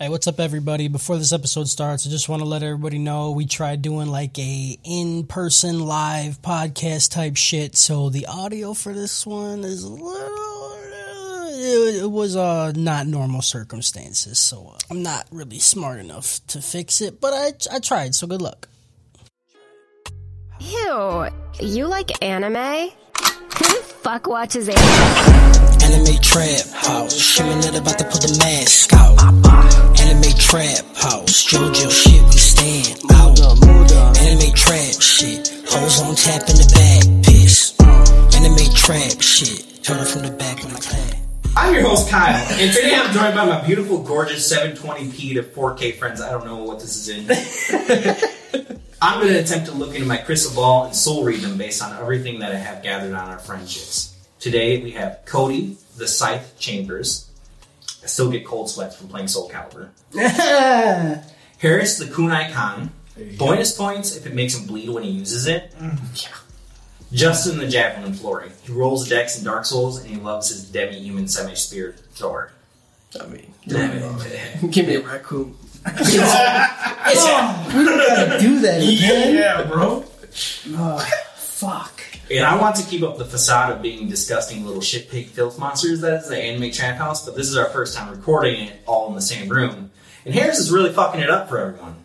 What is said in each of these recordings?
Hey, what's up, everybody? Before this episode starts, I just want to let everybody know we tried doing like a in-person live podcast type shit. So the audio for this one is a little. It, it was uh not normal circumstances, so uh, I'm not really smart enough to fix it. But I I tried, so good luck. Ew, you like anime? Who the fuck watches anime? Anime trap house, shimming it about to put the mask out. Anime trap house, JoJo shit, we stand out. Anime trap shit, hoes on tap in the back, piss. Anime trap shit, turn it from the back when I clap. I'm your host Kyle, and today I'm joined by my beautiful, gorgeous 720p to 4K friends. I don't know what this is in. I'm going to attempt to look into my crystal ball and soul read them based on everything that I have gathered on our friendships. Today we have Cody, the Scythe Chambers. I still get cold sweats from playing Soul Calibur. Harris, the Kunai Khan. Bonus points if it makes him bleed when he uses it. Justin the Javelin Flori. He rolls decks in Dark Souls and he loves his demi human semi spirit thrower. I mean, Yeah. give me a raccoon. do that again? Yeah, bro. Fuck. And I want to keep up the facade of being disgusting little shit pig filth monsters that is the anime trap house, but this is our first time recording it all in the same room. And Harris is really fucking it up for everyone.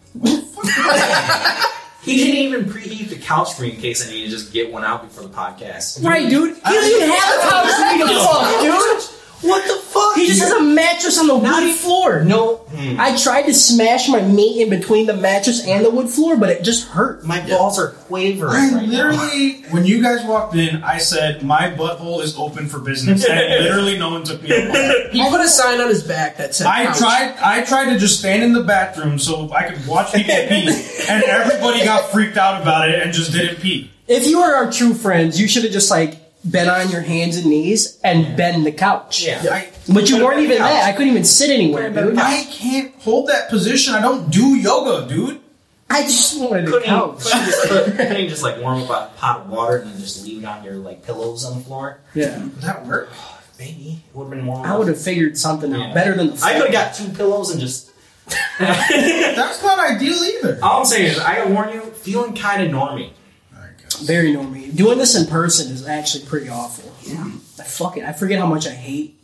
he didn't even preheat the couch for me in case I need to just get one out before the podcast. Right, dude. He doesn't even have a couch to read a book, dude. What the fuck? He just has a mattress on the wood floor. No, I tried to smash my meat in between the mattress and the wood floor, but it just hurt. My balls are quavering I right now. literally, when you guys walked in, I said my butthole is open for business, and literally no one took me up on it. He put a sign on his back that said, I "Ouch." tried. I tried to just stand in the bathroom so I could watch people pee, and everybody got freaked out about it and just didn't pee. If you were our true friends, you should have just like been on your hands and knees and been the couch. Yeah. I, But you weren't even Couch. that. I couldn't even sit anywhere, dude. I can't hold that position. I don't do yoga, dude. I just wanted a Couldn't, couch. couldn't, just, couldn't just like warm up a pot of water and then just leave it on your like pillows on the floor? Yeah. Would that work? Maybe. It would have been warm I would have figured something out better than the I could have got two pillows and just. That's not ideal either. All I'm saying is, I gotta warn you, feeling kind of normy. Very normy. Doing this in person is actually pretty awful. Yeah. I fucking I forget how much I hate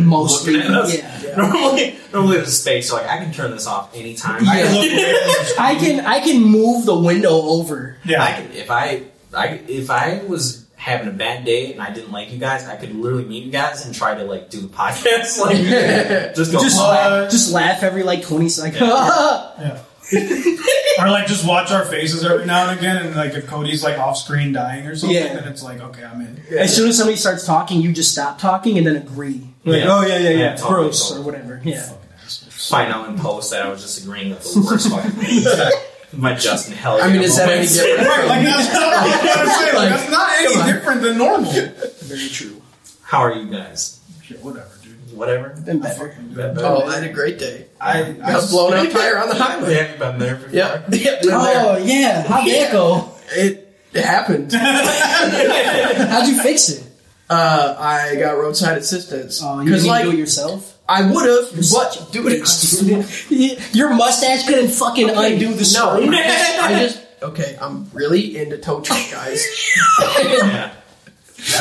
most Looking at people. us. Yeah. Normally, normally there's a space, so like I can turn this off anytime. I I, look weird. I can I can move the window over. I Yeah. could, if I, I could- if I was having a bad day and I didn't like you guys, I could literally meet you guys and try to like do the podcast, like just go. Just Uh, "Oh, laugh, just laugh every like twenty seconds. Or like just watch our faces every now and again, and like if Cody's like off screen dying or something, Yeah. then it's like okay, I'm in. as soon as somebody starts talking, you just stop talking and then agree. Like, Yeah. oh yeah, yeah, Yeah, yeah. talk, Gross talk. or whatever. Yeah. find out in post that I was just agreeing with the worst fucking things. My Justin Hell. I mean, is that any different? Right, like that's not, I was gonna say, like, that's not any different than normal. Very true. How are you guys? Shit, whatever, dude. Whatever. Been better. Oh, I had a great day. I, I Got blown out tire on the highway. Yeah, you've been there before. Yeah, yeah. been Oh yeah. How'd that go? there. It, it happened. How'd you fix it? Uh, I got roadside assistance Oh, you didn't like do it yourself? I would have, such but dude, it's Your mustache couldn't fucking undo the no. screw. I just okay. I'm really into tow truck guys. Yeah.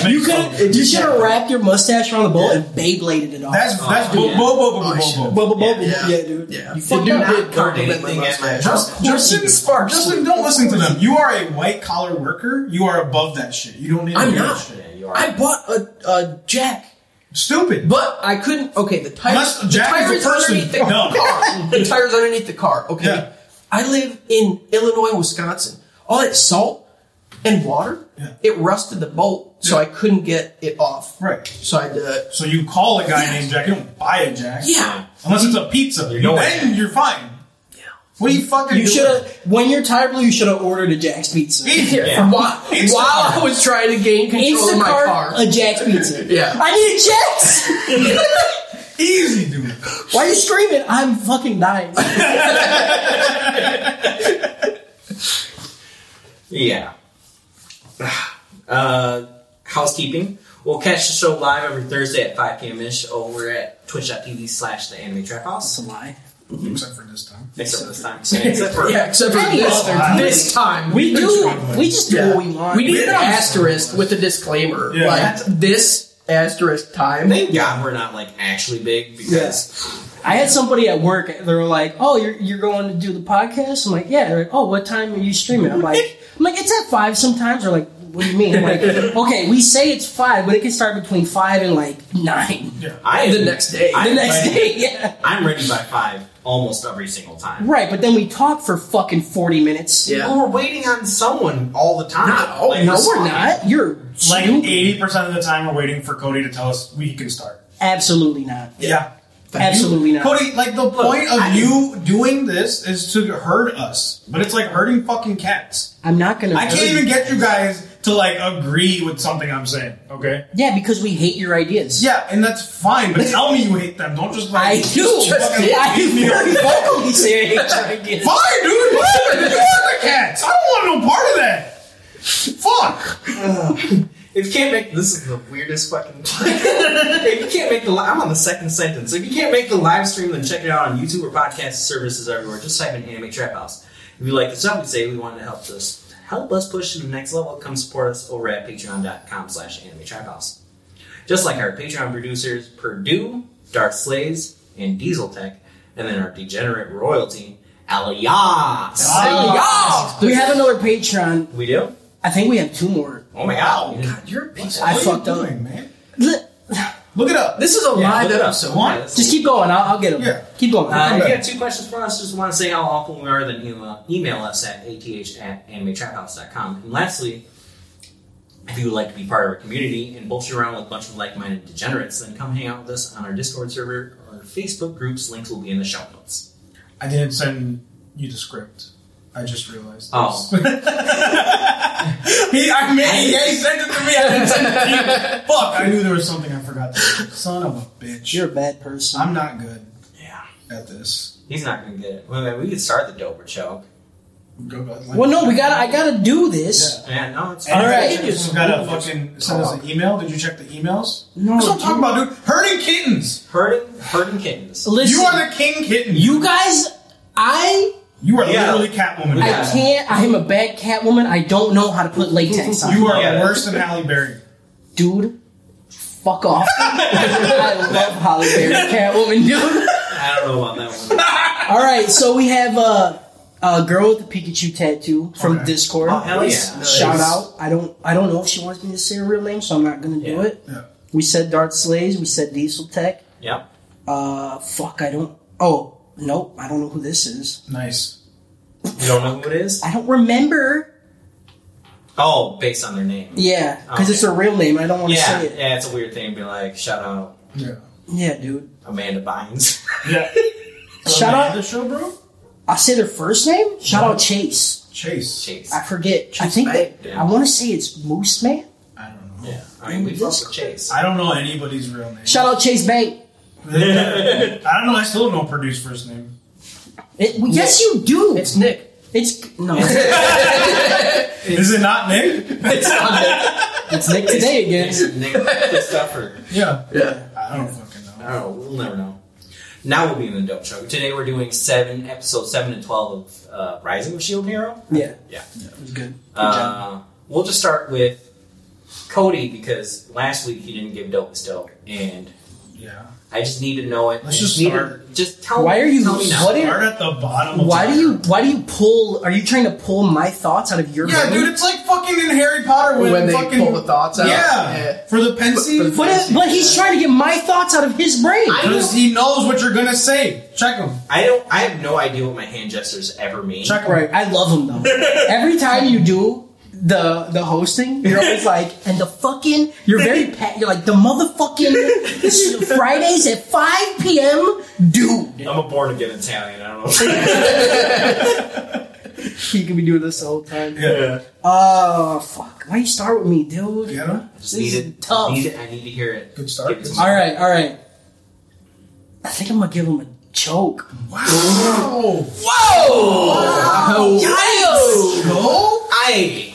You could. You should have wrapped your mustache around the bowl and Beybladed it off. That's that's bo- yeah. bo- bo- bo- Oh, bo- shit. bo- bubble bubble. Yeah. Yeah, dude. Yeah, You the fucked dude up. did compliment my Anything at my mustache. house. Justin, Justin, don't listen to them. You are a white collar worker. You are above that shit. You don't need to I'm hear not. that shit. Yeah, you are. I bought a, a jack, Stupid. but I couldn't. Okay, the tires. Unless the Jack is a tires person. underneath the No. car. the tires underneath the car. Okay, Yeah. I live in Illinois, Wisconsin. All that salt and water, Yeah. it rusted the bolt, so I couldn't get it off. right. So I had to. So you call a guy named Jack. You don't buy a Jack. Yeah. Unless it's a pizza. going then Jack. you're fine. What are you fucking You doing? should have. When you're tired blue, you should have ordered a Jack's pizza. Yeah. While, Instacart. while I was trying to gain control of my car. Instacart a Jack's pizza. Yeah. I need a Jack's. Easy, dude. Why are you screaming? I'm fucking dying. Yeah. Uh, housekeeping. We'll catch the show live every Thursday at 5 p.m. ish over at twitch.tv slash the anime trap house. That's a lie. Except for this time. Except for this time. Except for Yeah, except for this, this time. We do. We just do Yeah. what we want. We need an Yeah. asterisk with a disclaimer. Yeah. Like, this asterisk time. Thank God we're not like actually big because I had somebody at work. They were like, "Oh, you're you're going to do the podcast?" I'm like, "Yeah." They're like, "Oh, what time are you streaming?" I'm like, "I'm like it's at five sometimes." They're like, "What do you mean?" I'm like, "Okay, we say it's five, but it can start between five and like nine I The next day. I- the next Right. day." Yeah, I'm ready by five almost every single time. right. But then we talk for fucking forty minutes. Yeah. Well, we're waiting on someone all the time. Not all- Like, No, this- we're not. You're Like stupid. eighty percent of the time, we're waiting for Cody to tell us we can start. absolutely not. Yeah, Absolutely not. Cody. Like the point of you doing this is to hurt us, but it's like hurting fucking cats. I'm not gonna. I can't hurt even you. get you guys to like agree with something I'm saying. Okay. Yeah, because we hate your ideas. Yeah, and that's fine. But tell me you hate them. Don't just like I do. Just Yeah, I very vocally say I hate your ideas. Fine, dude. Whatever. You're the cats. I don't want no part of that. Fuck. If you can't make this is the weirdest fucking. if you can't make the, li- I'm on the second sentence. If you can't make the live stream, then check it out on YouTube or podcast services everywhere. Just type in Anime Trap House. If you like the stuff we say, we want to help us help us push to the next level. Come support us over at Patreon.com/slash Anime Trap House. Just like our Patreon producers Purdue, Dark Slays, and Diesel Tech, and then our degenerate royalty Alias. Oh, we have another Patreon. We do. I think we have two more. Oh my god. You're a piece of- I fucked up. man? Look, Look it up. This is a Yeah, live look it up. episode. What? Yeah, Just keep going. I'll, I'll get them. Yeah. Keep going. Uh, if Okay. you have two questions for us, just want to say how awful we are, then you, uh, email us at ath at animetraphouse.com. And lastly, if you would like to be part of our community and bullshit around with a bunch of like minded degenerates, then come hang out with us on our Discord server or Facebook groups. Links will be in the show notes. I didn't send you the script. I just realized. Oh. this. he, I mean, he he sent it to me. I didn't send it to you. Fuck! I knew there was something I forgot. To do. Son of a bitch. You're a bad person. I'm not good Yeah. at this. He's not going to get it. Wait, wait, we could start the Dober Choke. Go back. well, no, we got. to I gotta do this. Yeah, no, it's And All right. You just gotta fucking send us an email. Did you check the emails? No, That's what I'm talking about, dude. Herding kittens. Hurting, hurting kittens. Listen, you are the king kitten. you guys. I You are Yeah. literally Catwoman. I Yeah. can't. I am a bad cat woman. I don't know how to put latex on. You are Yeah. worse than Halle Berry. dude. Fuck off. I love Holly Berry, Catwoman, dude. I don't know about that one. All right, so we have uh, a girl with a Pikachu tattoo from Okay. Discord. Oh, hell yeah. Shout out. I don't. I don't know if she wants me to say her real name, so I'm not gonna do Yeah. it. Yeah. We said Dart Slays. We said Diesel Tech. Yep. Uh, fuck, I don't. Oh, nope, I don't know who this is. Nice. You don't know who it is? I don't remember. Oh, based on their name. Yeah, because it's Okay. her real name. I don't want to Yeah, say it. yeah, it's a weird thing to be like, shout out Yeah. Yeah, dude. Amanda Bynes. Yeah. Shout out. The show, bro. I'll say their first name. Shout out Chase. Chase. Chase. I forget. I think Bank, that, yeah. I want to say it's Moose Man. I don't know. Yeah, I mean, we fuck with Chase. I don't know anybody's real name. Shout out Chase Bank. I don't know. I still don't know Purdue's first name. It, well, yes, you do. It's Nick. It's no. it's Is it not Nick? Nick today again. Nick Christopher. yeah. Yeah. I don't fucking know. I don't know. We'll never know. Now we'll be in the dope show. Today we're doing seven episode seven and twelve of uh, Rising of Shield Hero. Yeah. Yeah. It was good. Uh, we'll just start with Cody because last week he didn't give dope is dope, and Yeah. I just need to know it. Let's I just need to- start. just tell Why me. are you- Tell me now. what is- Start at the bottom. Of Why the- do you why do you pull are you trying to pull my thoughts out of your Yeah, brain? dude. It's like fucking in Harry Potter when, When they fucking pull the thoughts out. Yeah. Yeah. For the pensieve. But- But, if, but he's trying to get my thoughts out of his brain. Because he knows what you're gonna say. Check him. I don't. I have no idea what my hand gestures ever mean. Check him. Right. I love him though. Every time you do the the hosting, you're always like, and the fucking. You're very pat. You're like the motherfucking s- Fridays at five p.m. Dude, I'm a born again Italian. I don't know. he could be doing this the whole time. Yeah. Oh fuck! Why you start with me, dude? You know? Just This need is it. tough. Need it. I need to hear it. Good start. Give it to me. All right, all right. I think I'm gonna give him a choke. Wow. Oh, Go. I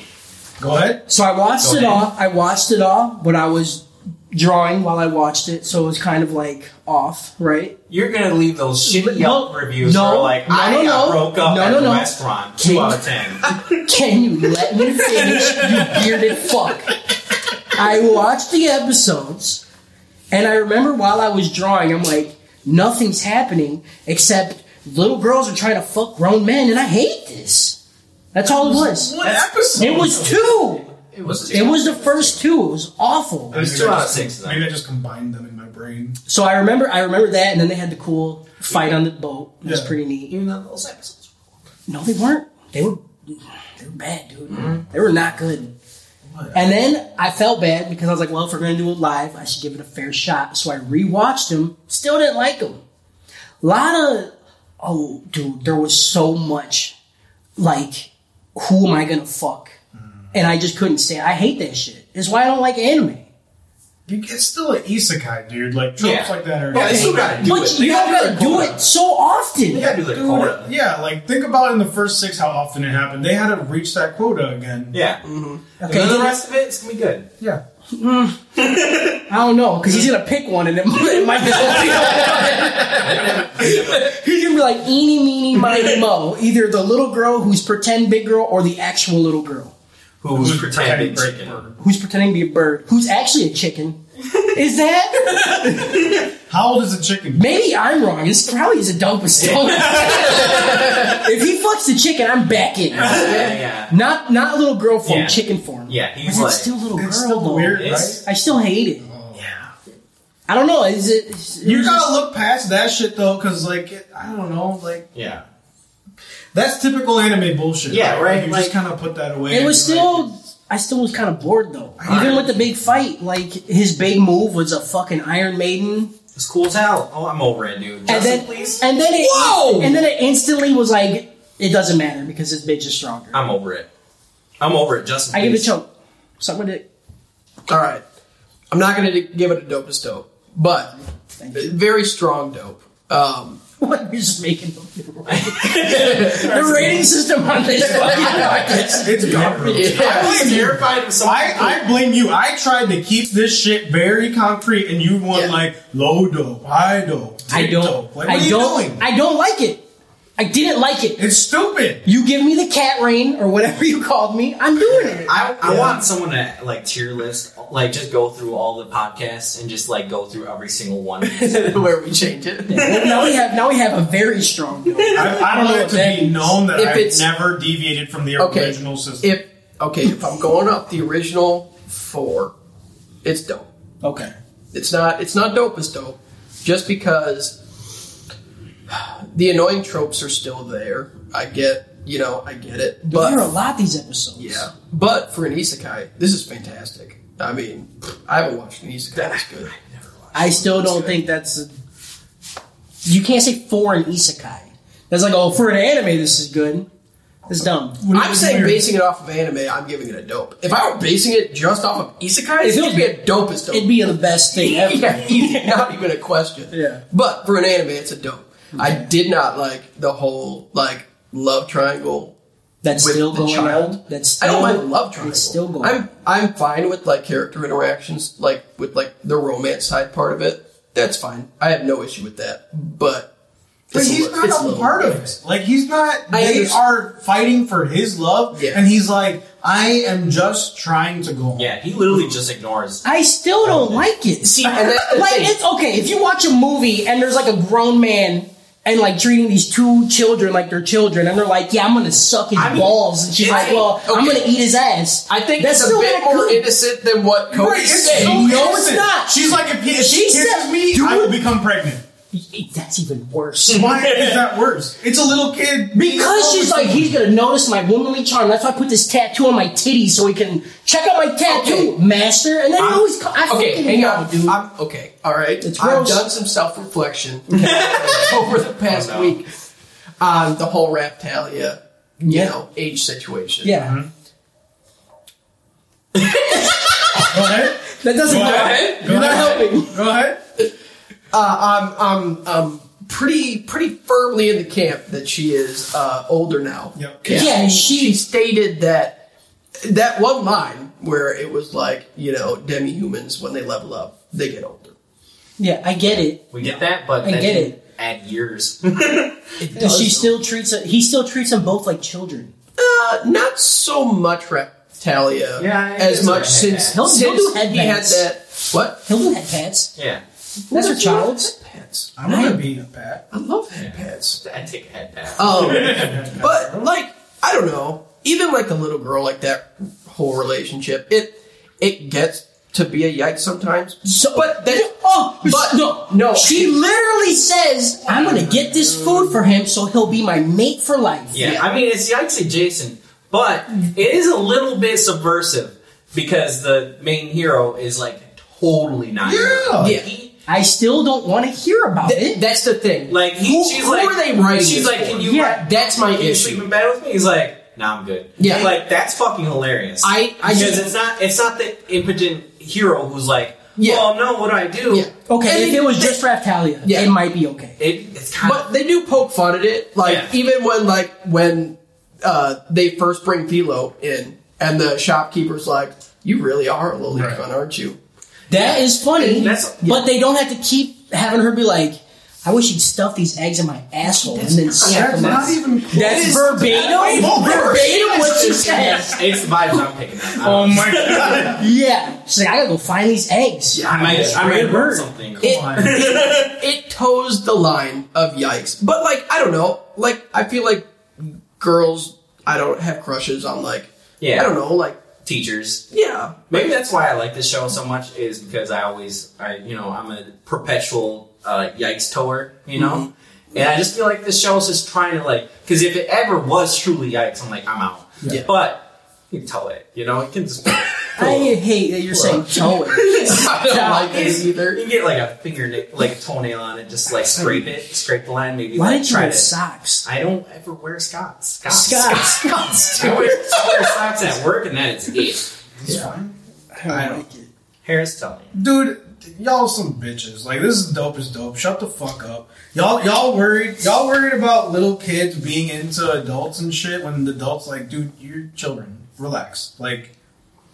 Go ahead. So I watched Go it ahead. all. I watched it all, but I was drawing while I watched it, so it was kind of like off, right? You're gonna leave those No, shitty Yelp reviews no, that are like, no, I no, got no. broke up No, at no, the no. restaurant. Two out of ten. Can you let me finish, you bearded fuck? I watched the episodes, and I remember while I was drawing, I'm like, nothing's happening except little girls are trying to fuck grown men, and I hate this. That's all it was. What episode? It was two. it was. It was the first two. It was awful. It was two out of six. Maybe Then. I just combined them in my brain. So I remember, I remember that, and then they had the cool fight on the boat. It was Yeah. pretty neat. Even though those episodes. No, they weren't. They were they were bad, dude. Mm-hmm. They were not good. And then I felt bad because I was like, well, if we're gonna do it live, I should give it a fair shot. So I rewatched them. Still didn't like them. A lot of oh, dude, there was so much like, who am I gonna fuck? Mm. And I just couldn't stand. I hate that shit. It's why I don't like anime. You- It's still an isekai, dude. Like tropes Yeah. Oh, like that are. Yeah, they still gotta do but it. you They don't gotta gotta do Dakota. it so often. They gotta do Dude, their quota. yeah, like think about in the first six how often it happened. They had to reach that quota again. Yeah. Mm-hmm. Okay, And then then- the rest of it, it's gonna be good. Yeah. I don't know because he's gonna pick one and it, it might just He's gonna be like eeny, meeny, miny, mo. Either the little girl who's pretend big girl or the actual little girl Who's pretending pretending chicken? who's pretending to be a bird who's actually a chicken. Is that? How old is a chicken? Maybe I'm wrong. This probably is a dope stone. if he fucks the chicken, I'm back in. Yeah, yeah. Not not little girl form, Yeah. chicken form. Yeah, But he's it's like. still little girl. It's still though. weird, It's- right? I still hate it. yeah. I don't know. Is it? is- You gotta look past that shit though, because like it, I don't know, like Yeah. that's typical anime bullshit. Yeah, right, You like- just kind of put that away. It and was you're like, still. I still was kind of bored though. Even with the big fight, like his big move was a fucking Iron Maiden, It's cool as hell. Oh, I'm over it, dude. Justin, and then please. and then it Whoa! and then it instantly was like it doesn't matter because this bitch is stronger. I'm over it. I'm over it, Justin. I give it Uh, please. choke. Suck my dick. All right. I'm not going to give it a dopest dope, but Thank you. very strong dope. Um, What you're just making up the the rating system on this fucking podcast. It's garbage. I yeah. was terrified of something. I, I blame you. I tried to keep this shit very concrete, and you want Yeah. like low dope, high dope, I dick don't. dope. Like, what I are don't. you doing? I don't like it. I didn't like it. it's stupid. You give me the cat rain or whatever you called me. I'm doing it. I, I want someone to like tier list, like just go through all the podcasts and just like go through every single one. of these. Where we change it. now we have now we have a very strong. bill. I, I don't want it to be known that If I've it's- never deviated from the Okay. original system. If okay, if I'm going up the original four, it's dope. Okay. It's not. It's not dope as dope, just because the annoying tropes are still there. I get. You know, I get it. But, there are a But lot these episodes. yeah, but for an isekai, this is fantastic. I mean, I haven't watched an isekai that's good. I still don't think that's. A, you can't say for an isekai. That's like, oh, for an anime, this is good. It's dumb. I'm saying basing it off of anime, I'm giving it a dope. If I were basing it just off of isekai, It'd it'd be- be a dope as dope. It'd be the best thing ever. yeah, easy, not even a question. Yeah. Mm-hmm. But for an anime, it's a dope. I did not like the whole like love triangle. That's With still the going child. on. That's I still, don't mind love triangle. It's still going. I'm I'm fine with like character interactions, like with like the romance side part of it. That's fine. I have no issue with that. But But it's a he's li- not it's a a little part of bit. it. Like he's not. I They understand. are fighting for his love, Yeah. and he's like, I am just trying to go home. yeah, he literally just ignores. I still don't like it. See, and that's the like thing. it's okay if you watch a movie and there's like a grown man and like treating these two children like they're children, and they're like, "Yeah, I'm gonna suck his I mean, balls," and she's it's- like, "Well, I'm okay. gonna eat his ass." I think that's that's a still bit not more good. innocent than what Cody Right, it's said. so No, it's innocent. not. She's like, if he, if She he kisses said- me, Dude. I will become pregnant. That's even worse. Mm-hmm. Why is that worse? It's a little kid. Because she's like, he's gonna notice my womanly charm. That's why I put this tattoo on my titty so he can check out my tattoo, master. And then I always, co- I Okay, fucking hang know, on, dude. I'm, okay, all right. It's I've gross. done some self reflection over the past Oh, no. week on the whole Raptalia, you Yeah. know, age situation. yeah, Hmm? Go ahead. that doesn't. Go help. ahead. You're Go not ahead. helping. Go ahead. Uh, I'm, I'm, I'm pretty pretty firmly in the camp that she is uh, older now. Yep. And Yeah, she, she- she stated that that one line where it was like, you know, demi humans when they level up. they get older. Yeah, I get it. We get that, but I that get didn't it. Add years. Does she still treats it, he still treats them both like children. Uh, not so much Reptalia Yeah, I as guess much I- since, He'll- he'll since do head he had bangs. that. What? He'll do headpats. yeah, That's her child's. Headpats. I want to be a pet. I love headpats. I take a head back. Oh, Um, but like I don't know, even like a little girl, like that whole relationship, it it gets to be a yike sometimes. So, but that, oh, but no, no, She literally says, "I'm gonna get this food for him, so he'll be my mate for life." Yeah, I mean it's yikes adjacent, but it is a little bit subversive because the main hero is like totally not. Yeah. Yeah. He, I still don't want to hear about th- it. that's the thing. like he, Who- she's who like, are they writing She's this like, for? can you Yeah, that's my can you issue. sleep in bed with me? He's like, nah, I'm good. Yeah. like that's fucking hilarious. I- I because just- it's not it's not the impotent hero who's like, Yeah. well, no, what do I do? Yeah. Okay, And if they- it was they- just Raftalia, Yeah. it might be okay. It, it's kind But of they do poke fun at it. Like Yeah. even when like when uh, they first bring Philo in, and the shopkeeper's like, "You really are a little Right. cunt, aren't you?" That is funny, That's- but they don't have to keep having her be like, "I wish you'd stuff these eggs in my asshole and then snap That's them not out." even close. That's verbatim, Oh, my verbatim what she goodness. says. it's the vibes I'm picking. Up. Oh my god. Yeah, she's like, "I gotta go find these eggs." I might I might burn something. it toes the line of yikes. But like, I don't know. Like, I feel like girls, I don't have crushes on like, Yeah. I don't know, like, Teachers, yeah, Maybe that's why I like this show so much is because I always, I you know, I'm a perpetual uh, yikes tower, you know, Mm-hmm. and I just feel like this show is just trying to like, because if it ever was truly yikes, I'm like, I'm out. Yeah. But you can tell it, you know, you can just I hate that you're saying toe it. I don't like it you either. can get like a fingernail, like a toenail on it, just like scrape it, scrape the line, maybe Why like, didn't you try wear to. socks? I don't ever wear Scots. Scots. Scots. Scots. I wear, I wear socks at work, and that is it. I don't. Harris, tell me. Dude, y'all some bitches. Like this is dope as dope. Shut the fuck up. Y'all y'all worried y'all worried about little kids being into adults and shit when the adults like, dude, you're children. Relax. Like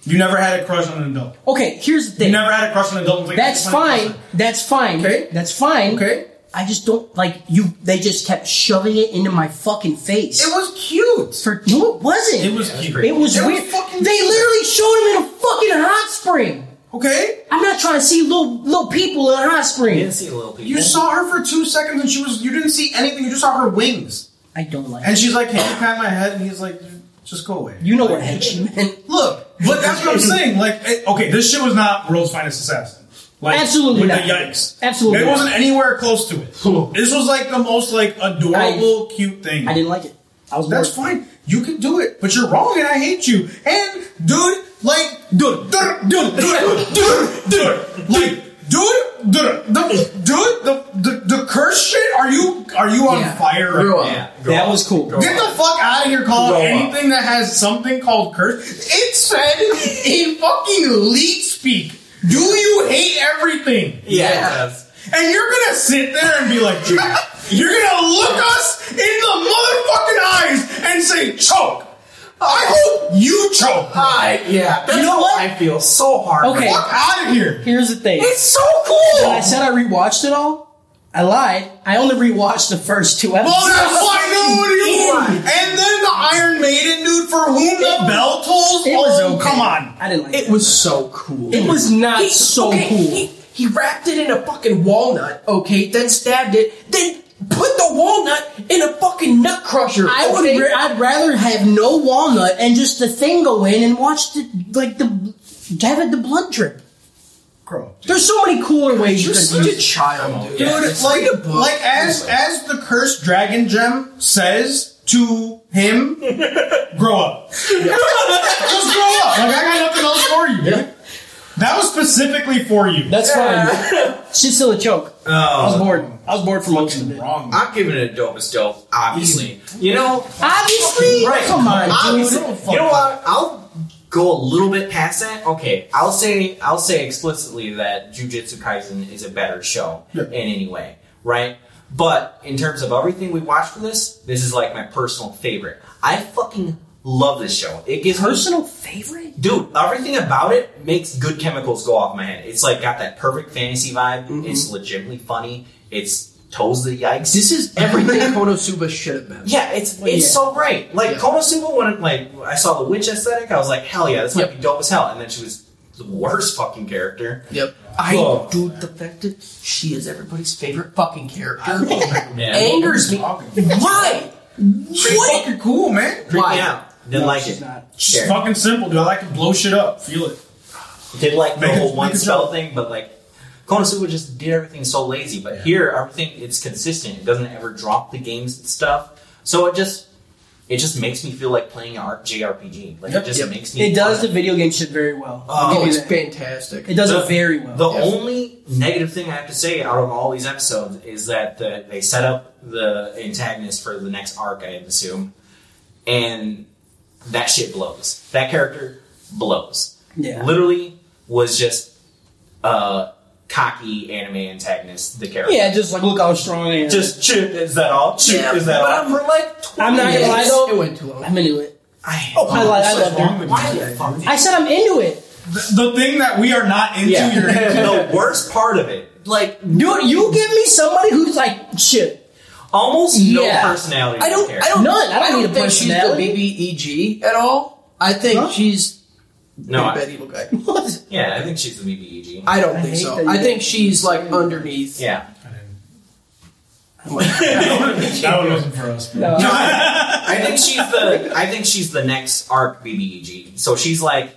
you never had a crush on an adult. Okay, here's the You thing. never had a crush on an adult. Like, That's fine. That's fine. Okay. That's fine. Okay. I just don't like you. They just kept shoving it into my fucking face. It was cute. for no, it wasn't. It was cute. It was It was weird. fucking- they literally showed him in a fucking hot spring. Okay. I'm not trying to see little little people in a hot spring. You didn't see little people. You saw her for two seconds and she was you didn't see anything, you just saw her wings. I don't like. And it. she's like, Can you pat my head? And he's like, just go away. you know what head she meant. Look, but that's what I'm saying. Like, it- okay, this shit was not World's Finest Assassin. Like, Absolutely with not. The yikes. Absolutely It not. wasn't anywhere close to it. This was like the most like adorable, cute thing. I didn't like it. I was That's bored. fine. You can do it, but you're wrong, and I hate you. And dude, like, dude, dude, dude, dude, dude, dude, like, dude, dude, the dude, the the, the curse shit. Are you are you on Yeah. fire? Right Grew now? up. Yeah, That was cool. Get the fuck out of here calling Grow up. anything that has something called curse. It said in fucking leet speak. Do you hate everything? Yeah, Yeah. it does. And you're gonna sit there and be like, you're gonna look us in the motherfucking eyes and say, choke. I hope you choke. I yeah. That's You know what? I feel so hard. Okay. Fuck out of here. Here's the thing. It's so When I cool. said I rewatched it all. I lied. I only rewatched the first two Well, episodes. that's why nobody won. And then the Iron Maiden dude for whom the bell tolls. It was oh, okay. come on. I didn't like it. It was so cool. It was not He- so okay, cool. He, he wrapped it in a fucking walnut, okay, then stabbed it, then put the walnut in a fucking nut crusher. I would. okay? ra- I'd rather have no walnut and just the thing go in and watch the like the have it the blood drip. Girl. There's so many cooler ways you You're could such a use. child, dude. Dude, Yeah, Just like, read a book. like as as the cursed dragon gem says to him, grow up. Just grow up. Like I got nothing else for you. dude. That was specifically for you. That's fine. Shit's still a joke. I was Oh, bored. I was bored for most of it. wrong. I'm giving it a dope as dope. Obviously, you know. Obviously, Right. Oh, come on, Obviously, dude. you know what? I'll go a little bit past that. Okay, I'll say I'll say explicitly that Jujutsu Kaisen is a better show in any way, right? But in terms of everything we watched for this, this is like my personal favorite. I fucking Love this show. It gives me- Personal favorite? dude. Everything about it makes good chemicals go off my head. It's like got that perfect fantasy vibe. Mm-hmm. It's legitimately funny. It's toes the yikes. This is everything Konosuba should have been. Yeah, it's it's yeah. so great. Like Yeah. Konosuba, when it, like I saw the witch aesthetic, I was like, hell yeah, this might Yep. be dope as hell. And then she was the worst fucking character. Yep. I Whoa. dude, the fact that she is everybody's favorite fucking character Man, angers me. Fucking Why? What? fucking cool, man. freaked Why? me out. Didn't like she's it. not. It's Sure. fucking simple, dude. I like to blow shit up. Feel it. Did like the Make it- whole one make it spell thing, but like Konosuba just did everything so lazy. But here, everything it's consistent. It doesn't ever drop the games and stuff. So it just it just makes me feel like playing an R- JRPG. Like Yep. it just Yep. makes me. It does the wanna- video game shit very well. Oh, I'll Oh, give it's you that. fantastic. It does The- it very well. The Yes. only negative thing I have to say out of all these episodes is that the, they set up the antagonist for the next arc, I assume, and that shit blows. That character blows. yeah. Literally was just a cocky anime antagonist. The character, Yeah, just like look how strong I am. just chip. Is that all? Chip. Yeah, is that but all? I'm for like I'm not gonna lie though. It went too long. I'm into it. I, Oh, I, li- I What's love wrong it. with why you? the fuck? I said I'm into it. The, the thing that we are not into, Yeah. you're the into. worst part of it, like Dude, you give me somebody who's like shit. almost Yeah. no personality. I don't. to the I don't. None. I don't need a think she's the personality. BBEG E at all. I think Huh? she's No, a I- bad evil guy. What? Yeah, I think she's the E BBEG. I don't I think hate so. that you I did. think she's like underneath. Yeah, that one wasn't for us. bro. No. I think she's the. I think she's the next arc BBEG. So she's like,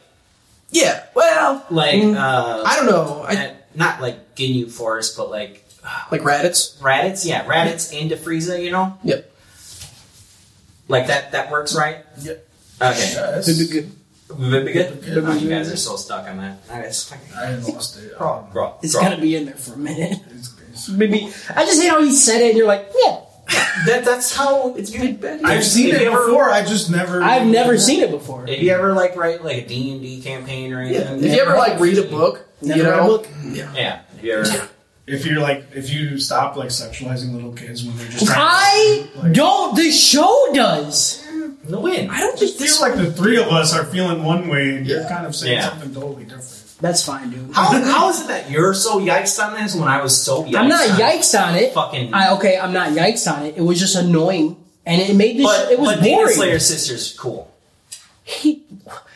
Yeah. Well, like, uh, I don't know. I, at- not like Ginyu Forest, but like like Raditz. Raditz. Yeah, Raditz and Frieza. You know, Yep. like that. That works, right? Yep. Okay. Yes. Would be good. Good. Oh, you guys are so stuck on that. I just fucking I lost it. grow, up, grow, up, It's grow. gotta up. be in there for a minute. It's crazy. Maybe I just hate how he said it. and You're like, yeah. That, that's how it's been. Better. I've seen If it you ever- before. I just never. I've never seen it before. If you ever like write like a D and D campaign or anything, If you ever like read a book, Never you know, read a book? Yeah. yeah. If you ever, If you're like, if you stop like sexualizing little kids when they're just trying. I to, like, don't. The show does. the win. I don't just feel like the three of us are feeling one way, and you're Yeah. kind of saying Yeah. something totally different. That's fine, dude. How, how is it that you're so yikes on this when I was so yikes? I'm not on yikes on it. Fucking. I okay. I'm not yikes on it. It was just annoying, and it made this. but it was but Demon boring. Slayer sisters cool. He-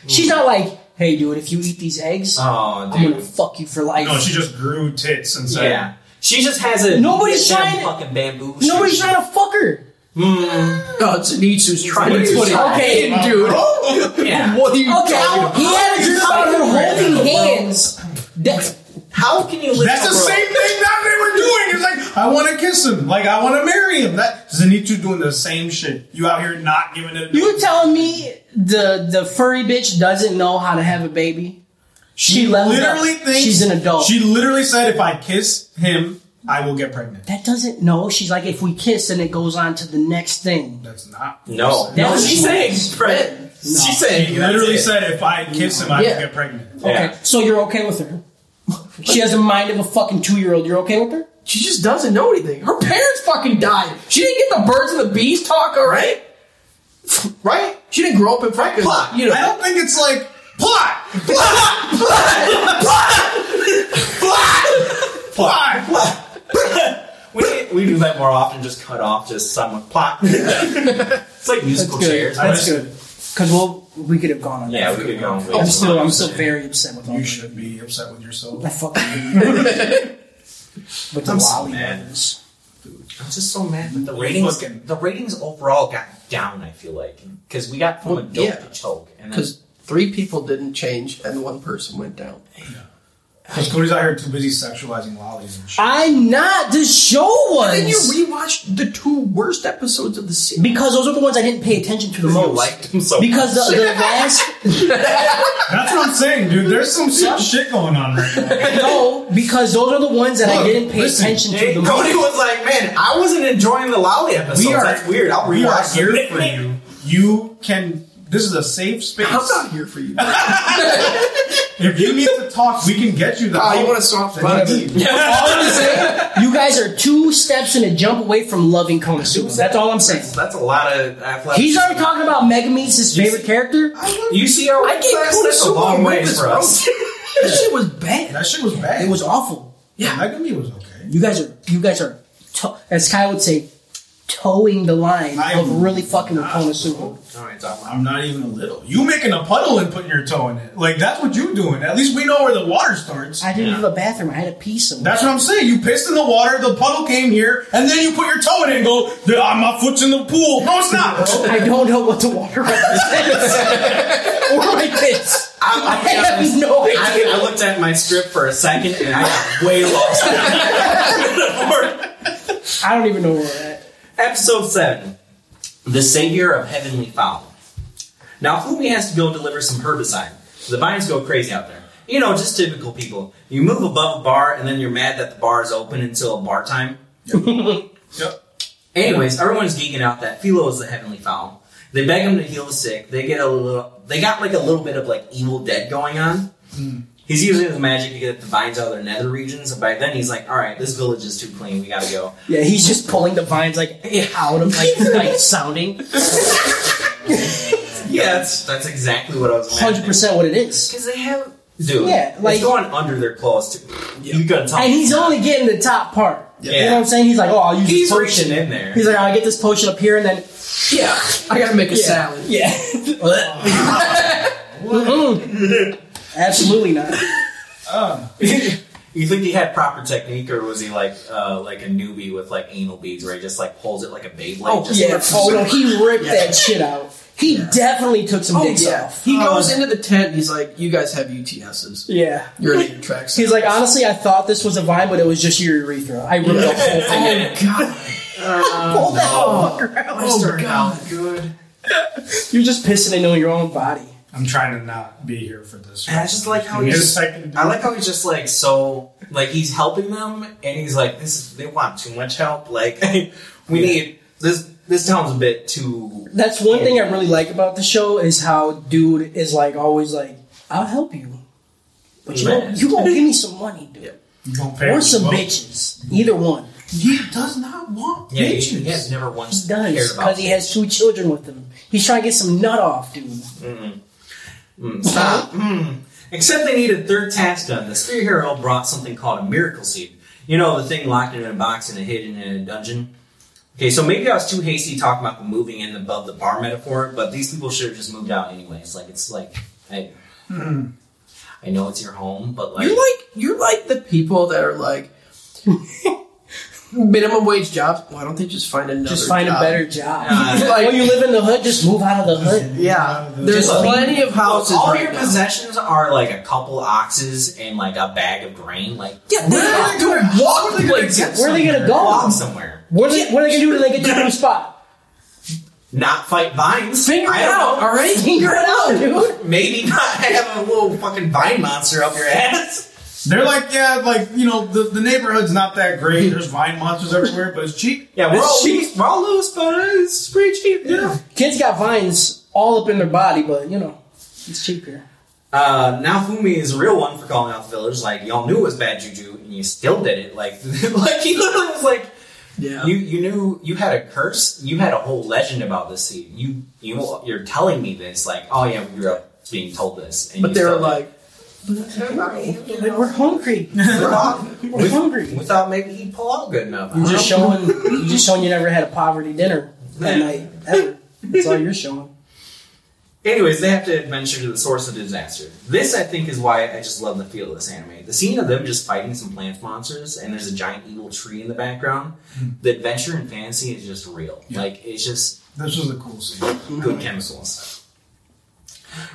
she's not like, hey, dude. If you eat these eggs, Oh, I'm gonna dude. fuck you for life. No, she just grew tits and said, Yeah. She just has a Nobody's damn trying to- fucking bamboo. Mm. Nobody's shoot. trying to fuck her. Oh, it's Nitsu's trying What are to you put it talking in, Oh, dude. Yeah. What are you Okay, talking about? he had a dream about her holding hands. That, How can you live? That's in a the world- same thing that they were doing. It's like I want to kiss him, like I want to marry him. That Zenitsu doing the same shit. You out here not giving it. you telling me the the furry bitch doesn't know how to have a baby? She leveled up. literally thinks She's an adult. She literally said, "If I kiss him, I will get pregnant." That doesn't know. She's like, if we kiss, and it goes on to the next thing. That's not. No. what she said. That's no, what she's she saying. wants. Fred. She's saying. She literally that's it. said, "If I kiss him, I Yeah. will get pregnant." Yeah. Okay, so you're okay with her? She has the mind of a fucking two year old. You're okay with her? She just doesn't know anything. Her parents fucking died. She didn't get the birds and the bees talk, all right? Right? She didn't grow up in fucking Plot. You know, I don't think it's like plot, plot, plot. We, we do that more often. Just cut off. Just someone plot. it's like musical chairs. That's good. Because we'll we could have gone on. that. Yeah, we could go. on way I'm too still I'm long. still very upset with all You this. should be upset with yourself. I fucking hate you. with the I'm so lolly mad. brothers. I'm just so mad that the ratings, Fucking- the ratings overall got down. I feel like because we got from Well, adult yeah. to choke, and then, because three people didn't change and one person went down. Because Cody's out here too busy sexualizing lollies and shit. I'm not. The show was. Then you rewatched the two worst episodes of the series. because those are the ones I didn't pay attention to the most. liked him so because the, the last That's what I'm saying, dude. There's some soft shit going on right now. no, because those are the ones that I Look, didn't pay listen, attention to Hey, the most. Cody was like, "Man, I wasn't enjoying the lolly episodes. We are That's weird. I'll we are rewatch here them." for you. You can. This is a safe space. I'm not here for you. If you need to talk, we can get you the. Ah, Oh, you want a soft Whatever. body? All I'm saying, you guys are two steps and a jump away from loving Konosuba. That's all I'm saying. That's a lot of athletic. He's already talking about Megumi's his favorite character. You see our I get websites? That's a Konosuba long on ways Memphis for us. That shit was bad. That shit was bad. It was awful. Yeah, Megami was okay. You guys are you guys are, to- as Kai would say, towing the line I'm of really fucking with not, bro. Konosuba. All right, Tom. I'm not even a little. You making a puddle and putting your toe in it. Like that's what you doing. At least we know where the water starts. I didn't leave a bathroom. I had a pee somewhere. that's what I'm saying. You pissed in the water, the puddle came here, and then you put your toe in it and go, "Ah, my foot's in the pool. No, it's not, bro. I don't know what the water represents. or like this. I'm, I I'll be honest. have no I, idea. I looked at my script for a second and I got way lost. I don't even know where we're at. Episode 7 The Savior of Heavenly Fowl. Now, Fumi has to go deliver some herbicide. The vines go crazy out there. You know, just typical people. You move above a bar and then you're mad that the bar is open until bar time. Yep. Anyways, everyone's geeking out that Philo is the heavenly fowl. They beg him to heal the sick. They get a little. They got like a little bit of like Evil Dead going on. He's using his magic to get the vines out of their nether regions. And by then, he's like, "All right, this village is too clean. We gotta go." Yeah, he's just pulling the vines like eh, out of like, like sounding. Yeah, that's that's exactly what I was. Hundred percent what it is. Because they have dude. Yeah, Yeah, like like- it's going under their clothes. Too. You gotta tell. And me. he's only getting the top part. You Yeah. know what I'm saying? He's like, oh, I'll use he's this potion. reaching in there. He's like, I'll get this potion up here and then Yeah, I gotta make a salad. Yeah. Mm-mm. Absolutely not. Uh, you think he had proper technique, or was he like uh, like a newbie with like anal beads, where he just like pulls it like a Beyblade? Oh, just Yeah. Oh no, he ripped that shit out. He definitely took some Oh, dicks yeah. off. Um, He goes into the tent and he's like, You guys have UTSs. Yeah. You're in your tracks. He's like, honestly, I thought this was a vine, but it was just your urethra. I ripped the whole thing. Oh, God. Pull that fucker out. Oh, God. good. You're just pissing into your own body. I'm trying to not be here for this. And I just like how Give me a he's. second. I like how he's just like so like he's helping them, and he's like this. Is, they want too much help. Like we need this. This sounds a bit too. That's one thing I really like about the show is how dude is like always like, I'll help you. But you Man. don't, you gonna give me some money, dude. You gonna pay Or me, some bro. bitches. Either one. He does not want Yeah, he, bitches. he has never once He cared does about. because he has two children with him. He's trying to get some nut off, dude. Stop. Mm. Except they need a third task done. The spirit hero brought something called a miracle seed. You know, the thing locked in a box and hidden in a dungeon. Okay, so maybe I was too hasty talking about the moving in above the bar metaphor, but these people should have just moved out anyways. Like, it's like, hey, Hmm. I know it's your home, but like, You're like you're like the people that are like minimum wage jobs. Why don't they just find another? Just find job? a better job. Yeah. like, when you live in the hood, just move out of the hood. Yeah, Just there's leave. plenty of Look, houses. all right your now. possessions are like a couple oxes and like a bag of grain. Like, Yeah, they have to walk places. Where are they gonna walk go? somewhere. What are they, what are they gonna do when they get to a new spot? Not fight vines. Figure I it don't out. know. All right, figure it out, dude. Maybe not have a little fucking vine monster up your ass. They're like, yeah, like you know, the, the neighborhood's not that great. There's vine monsters everywhere, but it's cheap. Yeah, we're It's all cheap. loose, we're all loose, but it's pretty cheap. Yeah. Kids got vines all up in their body, but you know, it's cheaper. Uh, now Fumi is a real one for calling out the village. Like y'all knew it was bad juju, and you still did it. Like, like he literally was like, Yeah, you you knew you had a curse. You had a whole legend about this seed. You you you're telling me this. Like, oh yeah, we were being told this. And but you they were still did like, Like, we're hungry. it. We're hungry. we thought maybe he'd pull out good enough. Uh-huh. You're just showing. You're just showing you never had a poverty dinner that night ever. That's all you're showing. Anyways, they have to adventure to the source of disaster. This, I think, is why I just love the feel of this anime. The scene of them just fighting some plant monsters, and there's a giant evil tree in the background. The adventure and fantasy is just real. Like it's just This was a cool scene. good chemical and stuff.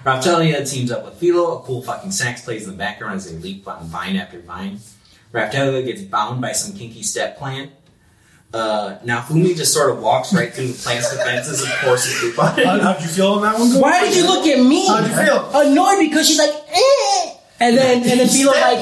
Raptalia teams up with Philo. A cool fucking sax plays in the background as they leap on vine after vine. Raptalia gets bound by some kinky step plant. Uh, now Fumi just sort of walks right through the plant's defenses and forces through How, body. Uh, how'd you feel on that one? Cole? Why did you look at me? How'd you feel? Annoyed because she's like, eh. and then and then Philo like,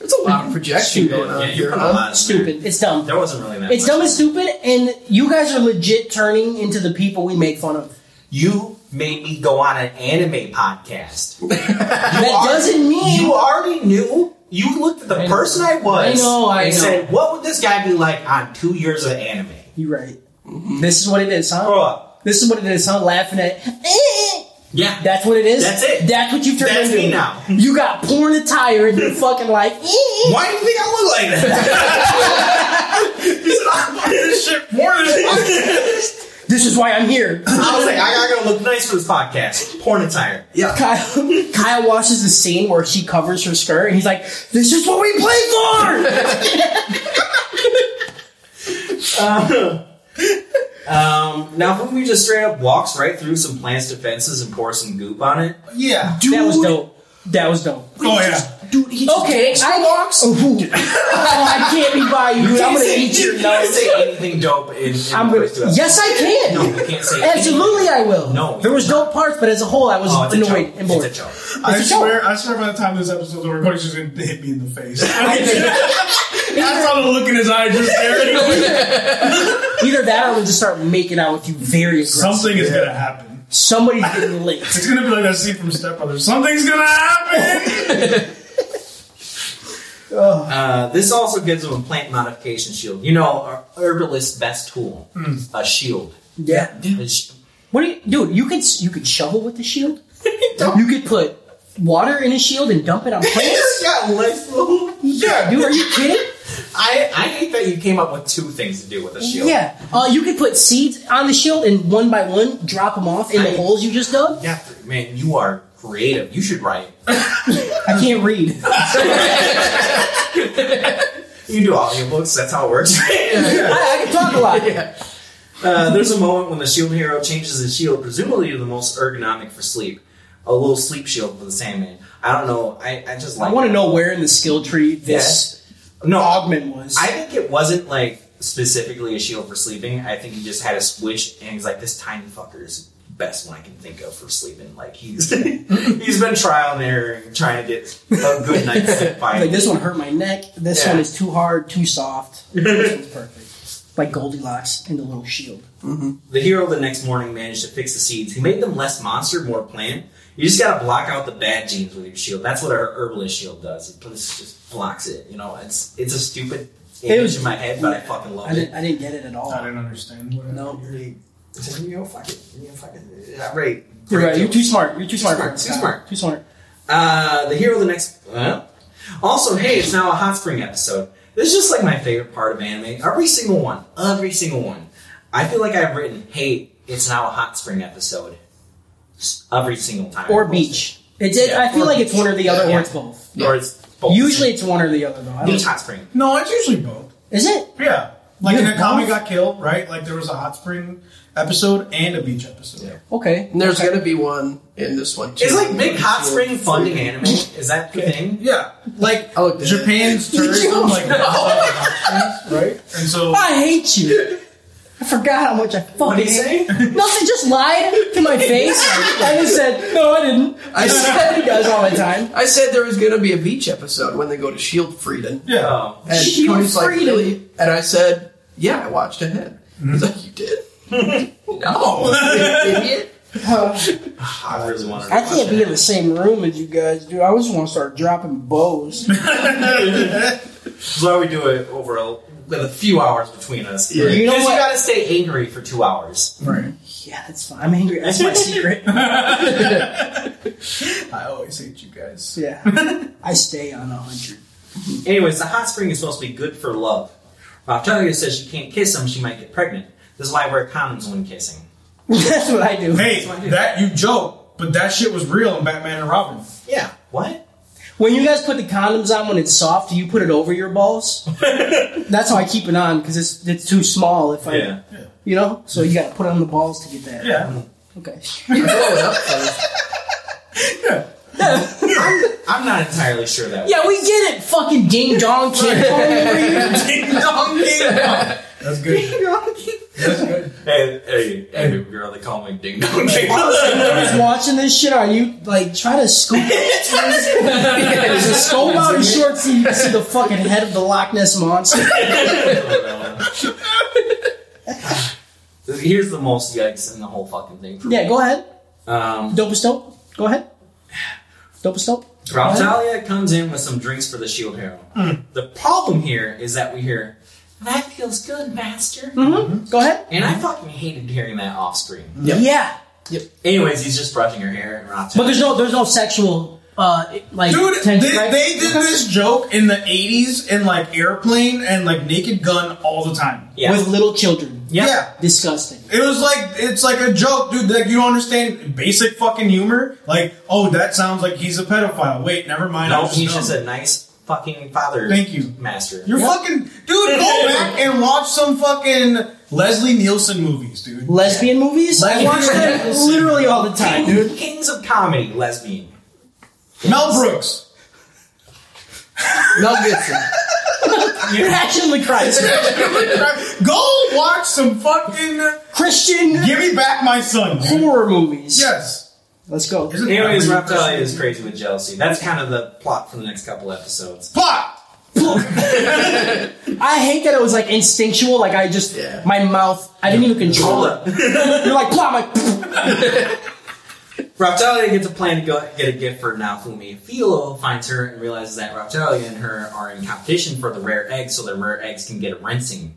"There's a lot of projection going on Yeah, you here." put a huh? lot in there. stupid. It's dumb. There wasn't really that. It's much. dumb and stupid, and you guys are legit turning into the people we make fun of. You made me go on an anime podcast. That doesn't mean You already knew. You looked at the person I was. I know, I and know. said, "What would this guy be like on two years of anime?" You're right. This is what it is, huh? Grow up. This is what it is, huh? Laughing at. "Eh." Yeah, That's what it is. That's it. That's what you've turned That's into. me now. You got porn attire and you're fucking like. Why do you think I look like that? he said, I'm buying this shit more than This is why I'm here. I was like, I gotta go look nice for this podcast. Porn attire. Kyle, Kyle watches the scene where she covers her skirt, and he's like, "This is what we play for." Um, now, Hoovy just straight up walks right through some plant's defenses and pours some goop on it. Yeah. That was dope. That was dope. Oh yeah. Dude, he Okay, I walks. Oh, who- Oh, I can't be by you. I'm gonna eat your You can't nose. say anything dope in, in I'm the gonna. first two episodes. Yes, I can. No, you can't say Absolutely, I will. No. there was dope parts, but as a whole, I was Oh, it's a annoyed joke. and bored. It's a joke. I a joke. swear, I swear by the time this episode's over, Cody's just gonna hit me in the face. I saw the look in his eye just there. Either that, or we'll just start making out with you very aggressive. Something is gonna happen. Somebody's getting lit. It's gonna be like that scene from Step Brothers. Something's gonna happen. Uh, this also gives him a plant modification shield. You know, our herbalist's best tool, a shield. Yeah. A sh- What do you, dude? You could you could shovel with the shield. you could put water in a shield and dump it on plants. got legs, little- Yeah, dude, are you kidding? I, I hate that you came up with two things to do with a shield. Yeah. Uh, you could put seeds on the shield and one by one drop them off in the I- holes you just dug. Yeah, man, you are creative. You should write. I can't read. You do audiobooks. That's how it works. I, I can talk a lot. uh, there's a moment when the shield hero changes his shield, presumably to the most ergonomic for sleep, a little sleep shield for the Sandman. I don't know. I, I just like. I want to know where in the skill tree this it. No, augment was. I think it wasn't like specifically a shield for sleeping. I think he just had a switch, and he's like, "This tiny fucker is the best one I can think of for sleeping." Like he's he's been trial and error and trying to get a good night's sleep. Finally, like this one hurt my neck. This Yeah. one is too hard, too soft. this one's perfect. Like Goldilocks and the little shield. The hero the next morning managed to fix the seeds. He made them less monster, more plant. You just gotta block out the bad genes with your shield. That's what our herbalist shield does. It just just blocks it. You know, it's it's a stupid image was- in my head, but I fucking love I it. didn't. I didn't get it at all. I didn't understand. What No. It's like, You know, fuck it. You know, fuck it. Yeah, right. You're right. Great You're joke. too smart. You're too smart. smart, for too this. smart. Too smart. Uh, the hero of the next. Uh, also, hey, it's now a hot spring episode. This is just like my favorite part of anime. Every single one, every single one. I feel like I've written, "Hey, it's now a hot spring episode." S- Every single time, Or beach. It's. It, Yeah, I feel or like it's one or the other, Yeah. or it's both. or it's both. Usually, it's one or the other, though. I beach don't, hot spring. No, it's usually both. is it? Yeah. Like Yeah, in a comic both. got killed, right? Like there was a hot spring episode and a beach episode. Okay. And there's gonna be one in this one too. Is like big hot spring funding anime? Is that the thing? Yeah, like I looked at Japan's tourism, like Oh right? And so I hate you. I forgot how much I fucking. What do you say? hate- Nothing. Just lied to my face and just said, "No, I didn't." I said, Everybody does all the time. I said there was gonna be a beach episode when they go to Shield Frieden. yeah, Oh, And Shield Cody's like, Frieden. really? And I said, yeah, I watched ahead. Mm-hmm. He's like, you did? no, you idiot. I really wanted. To I watch can't it. be in the same room as you guys, dude. I just want to start dropping bows. That's why we do it over a, with a few hours between us. Yeah. You know Because what? you gotta stay angry for two hours. right. Yeah, that's fine. I'm angry. That's my secret. I always hate you guys. Yeah, I stay on a hundred. Anyways, the hot spring is supposed to be good for love. Octavia says she can't kiss him, she might get pregnant. This is why I wear condoms when kissing. That's what I do. Hey, that you joke, but that shit was real in Batman and Robin. Yeah. What? When you guys put the condoms on when it's soft, do you put it over your balls? That's how I keep it on because it's it's too small. If I, Yeah. you know, so you got to put it on the balls to get that. Yeah, Okay. You're blowing up first. I'm not entirely sure that Yeah, we get it. Fucking ding dong kid. Come over here. that's good. That's good. Hey, hey, hey, girl, they call me Ding Dong Ding I was watching this shit. Are you like trying to scoop? There's a scope out of shorts so you can see the fucking head of the Loch Ness monster. Here's the most yikes in the whole fucking thing. For Yeah, me. go ahead. Um, Dopest dope. Go ahead. Dopest dope. Rautalia comes in with some drinks for the shield hero. Hmm. The problem here is that we hear, that feels good, master. Mm-hmm. Mm-hmm. Go ahead. And I fucking hated hearing that off screen. Yeah, Anyways, he's just brushing her hair and Rautalia. but there's no there's no sexual uh like Dude, they, tension, right? they did this joke in the 80s in like Airplane and like Naked Gun all the time. Yeah. with little children. yeah. Yeah. Disgusting. It was like it's like a joke, dude. Like you don't understand basic fucking humor. Like, oh, that sounds like he's a pedophile. Wait, never mind. I No, was just he's dumb. just a nice fucking father. Thank you. master. You're fucking dude. Go back and watch some fucking Leslie Nielsen movies, dude. Lesbian movies. I Lesbian watch that movies. literally all the time, dude. King- Kings of comedy, lesbian. Mel Brooks. Mel Gibson. You're actually Christ. go watch some fucking Christian Give Me Back My Son. dude. horror movies. Yes. Let's go. Isn't Anyways, that what you- Reptilia is crazy with jealousy. That's kind of the plot for the next couple episodes. Plot. I hate that it was like instinctual. Like I just Yeah. my mouth. I didn't even control Hold it. up. You're like plop. I'm like Reptilia gets a plan to go get a gift for Naofumi. Philo finds her and realizes that Reptilia and her are in competition for the rare eggs, so the rare eggs can get a rinsing.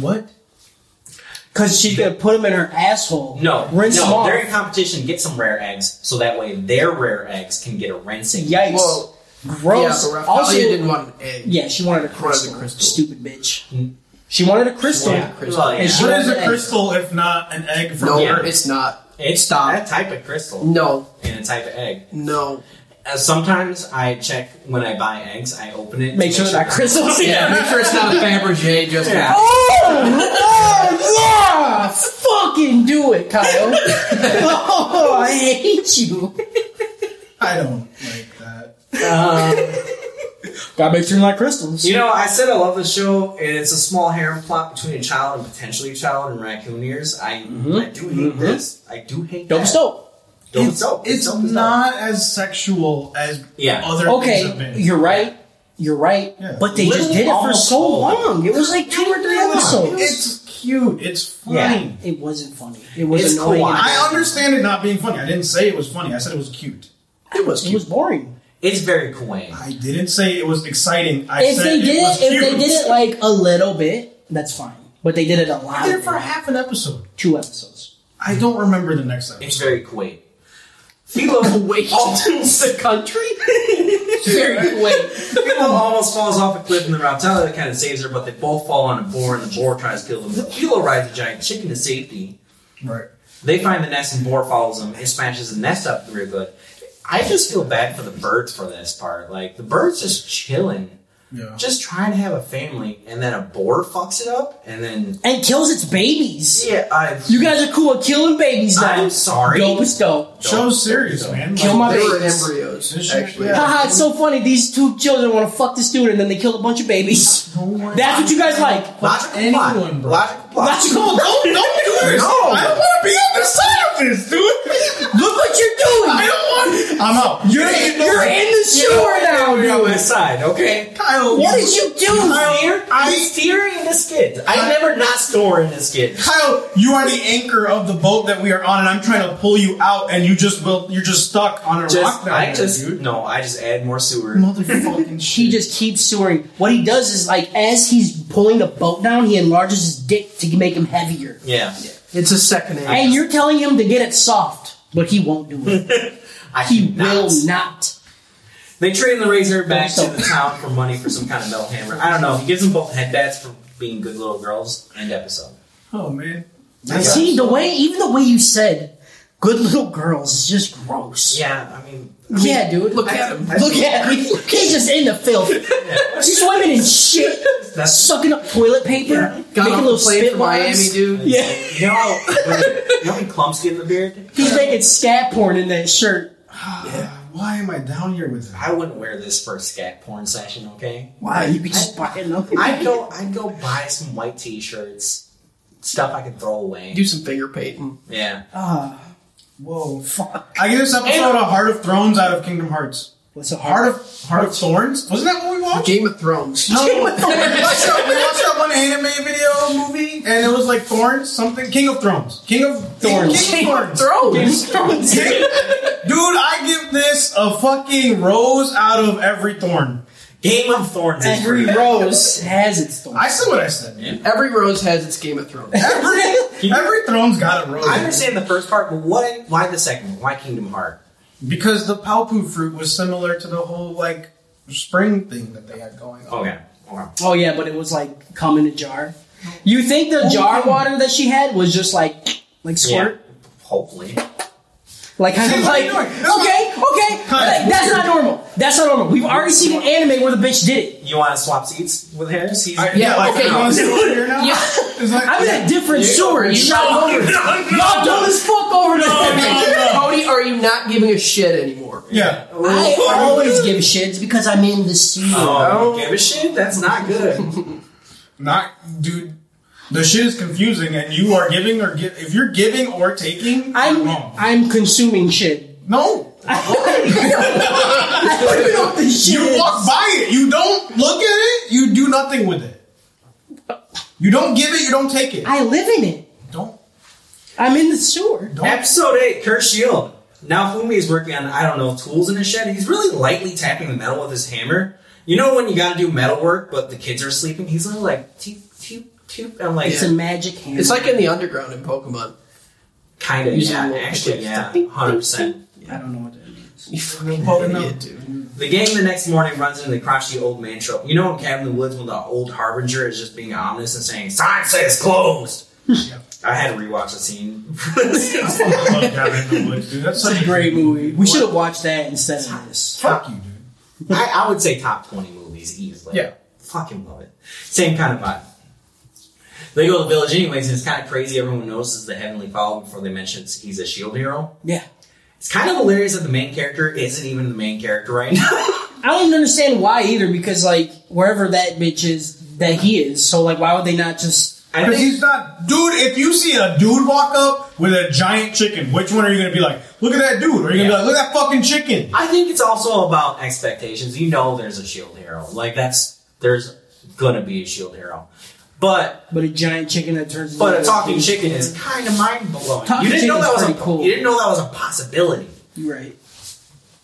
What? because she's gonna put him in her asshole. No, rinse no, him off. they're in competition. Get some rare eggs, so that way their rare eggs can get a rinsing. Yikes. Well, Gross. yeah, but Raphaelia also, didn't want an egg. yeah, she wanted a She wanted a crystal. crystal. Stupid bitch. She wanted a crystal. Yeah. Crystal. Well, yeah. It's- What is Egg. a crystal if not an egg from No, the Yeah. Earth? it's not. It's Stop. that type of crystal No, and a type of egg. no. Uh, sometimes I check when I buy eggs, I open it. to Make sure that crystals. Yeah, make sure it's not Fabergé. Just Yeah. Oh, yeah! Fucking do it, Kyle. oh, I hate you. I don't like that. Gotta make sure they're not crystals. You know, I said I love the show, and it's a small harem plot between a child and potentially a child and raccoon ears. I, Mm-hmm. I do hate this. I do hate Dope that. is dope. Dope it's is dope. it's Dope is dope. not as sexual as Yeah. other things have Okay, been. you're right. You're right. Yeah. But they Little just did it for almost so all. long. It was like two or three episodes. It's cute. It's Yeah. funny. It wasn't funny. It was It's annoying. kawaii. I understand it not being funny. I didn't say it was funny. I said it was cute. It was It was boring. It's very kawaii. I didn't say it was exciting. I if said they did it, was it, if cute. they did it like a little bit, that's fine. But they did it a lot. I did it for half an episode. two episodes. I don't remember the next It's episode. very kawaii. Philo alters the country. very wait. Philo almost falls off a cliff, and the Rautala kind of saves her, but they both fall on a boar, and the boar tries to kill them. Philo rides a giant chicken to safety. Right. They find the nest and Boar follows them and smashes the nest up real good. I just feel bad for the birds for this part. Like the birds just chilling, Yeah. just trying to have a family, and then a boar fucks it up, and then And kills its babies. yeah, I You guys are cool at killing babies now. I'm sorry. Dope is dope. Show's serious, man. Kill my Like, They baby. were Babies. embryos, This actually. shit- Haha, it's so funny. These two children want to fuck this dude and then they kill a bunch of babies. one- That's what you guys like. logical anyone, plot, bro. logical plot. Logical. Don't, don't do this. No. I don't want to be on the side of this, dude. Look what you're doing. I don't want. I'm out. You're, you're in the sewer now, You're on my dude. side, okay? Kyle. What did you do? Steer, I- I steer in the skid. I never not store in the skid. Kyle, you are the anchor of the boat that we are on, and I'm trying to pull you out, and you just will. You're just stuck on a rock Just, down I there, just dude. no. I just add more sewer. Motherfucking He just keeps sewering. What he does is like as he's pulling the boat down, he enlarges his dick to make him heavier. Yeah, It's a second egg. And you're telling him to get it soft, but he won't do it. I he do not. will not. They trade the razor back to the town for money for some kind of metal hammer. I don't know. He gives them both headbats for being good little girls. End episode. Oh man. See the way, even the way you said, "Good little girls" is just gross. Yeah, I mean, Yeah, dude. Look at him. Look at me. He's just in the filth. She's swimming in shit, that's sucking up toilet paper, making Got off little the plane spit from lines. Miami, dude. Yeah, you know, you know, how many clumps get in the beard. he's making scat porn in that shirt. Why am I down here with that? I wouldn't wear this for a scat porn session. Okay, Wow, you could just buy another. I'd go. I'd go buy some white t-shirts, stuff I could throw away. Do some finger painting. Yeah, Ah, Whoa. fuck. I give this episode a Heart of Thrones out of Kingdom Hearts. What's up? Heart of Heart of Thorns? Wasn't that what we watched? Game of Thrones. No, we watched, that, we watched that one anime video movie, and it was like Thorns, something. King of Thrones. King of Thorns. King, of Thrones. Thrones. Dude, I give this a fucking rose out of every thorn. Game of Thorns. is Every great. rose has its thorn. I said what I said, man. Every rose has its Game of Thrones. Every, every throne's got a rose. I understand the first part, but why? Why the second one? Why Kingdom Heart? Because the Palpu fruit was similar to the whole, like, spring thing that they had going on. Oh yeah. Wow. Oh yeah, but it was like come in a jar. You think the jar water that she had was just like like squirt? Hopefully. Like kind of See, what like you're doing. That's okay, okay, Kind of like, that's not weird. normal. That's not normal. We've already seen an anime where the bitch did it. You want to swap seats with Harris? He's I- Yeah, like, okay. "Oh, I wanna sit over here now? Yeah. It's like- I'm in a different sewer. You shot over. Y'all dumb as fuck over there. Cody, are you not giving a shit anymore? Yeah. I always give shits because I'm in the sewer. Oh, you give a shit? That's not good. Not, dude. The shit is confusing, and you are giving or give. If you're giving or taking, I'm you're wrong. I'm consuming shit. no. I don't even know what this shit You is. walk by it. You don't look at it. You do nothing with it. You don't give it. You don't take it. I live in it. Don't. I'm in the sewer. Episode 8, Curse Shield. Now Fumi is working on, I don't know, tools in his shed. He's really lightly tapping the metal with his hammer. You know when you gotta do metal work, but the kids are sleeping? He's little like, toop, toop, toop. I'm like, It's a magic hand. It's like in the underground in Pokemon. kinda, Using yeah, the- actually, yeah, 100%. I don't know what that means. You fucking Poking up. idiot, dude. The gang the next morning runs into the crotchety old man trope. You know in Cabin in the Woods when the old harbinger is just being ominous and saying, sign says closed! I had to rewatch the scene. I love Cabin in the Woods, dude. That's It's such a great movie. We should have watched that instead of this. Fuck you, dude. I, I would say top 20 movies easily. Yeah. Fucking love it. Same kind of vibe. They go to the village anyways, and it's kind of crazy. Everyone notices the Heavenly Father before they mention he's a shield hero. Yeah. It's kind of hilarious that the main character isn't even the main character right now. I don't even understand why either because like wherever that bitch is that he is, so like why would they not just I Because think he's not, dude. If you see a dude walk up with a giant chicken, which one are you gonna be like? Look at that dude. Or are you gonna be Yeah. like, look at that fucking chicken? I think it's also about expectations. You know there's a shield hero. Like that's there's gonna be a shield hero. But but a giant chicken that turns into but a talking chicken is kind of mind blowing. Talking You didn't know chicken's that was a, pretty cool. you didn't know that was a possibility. You're right.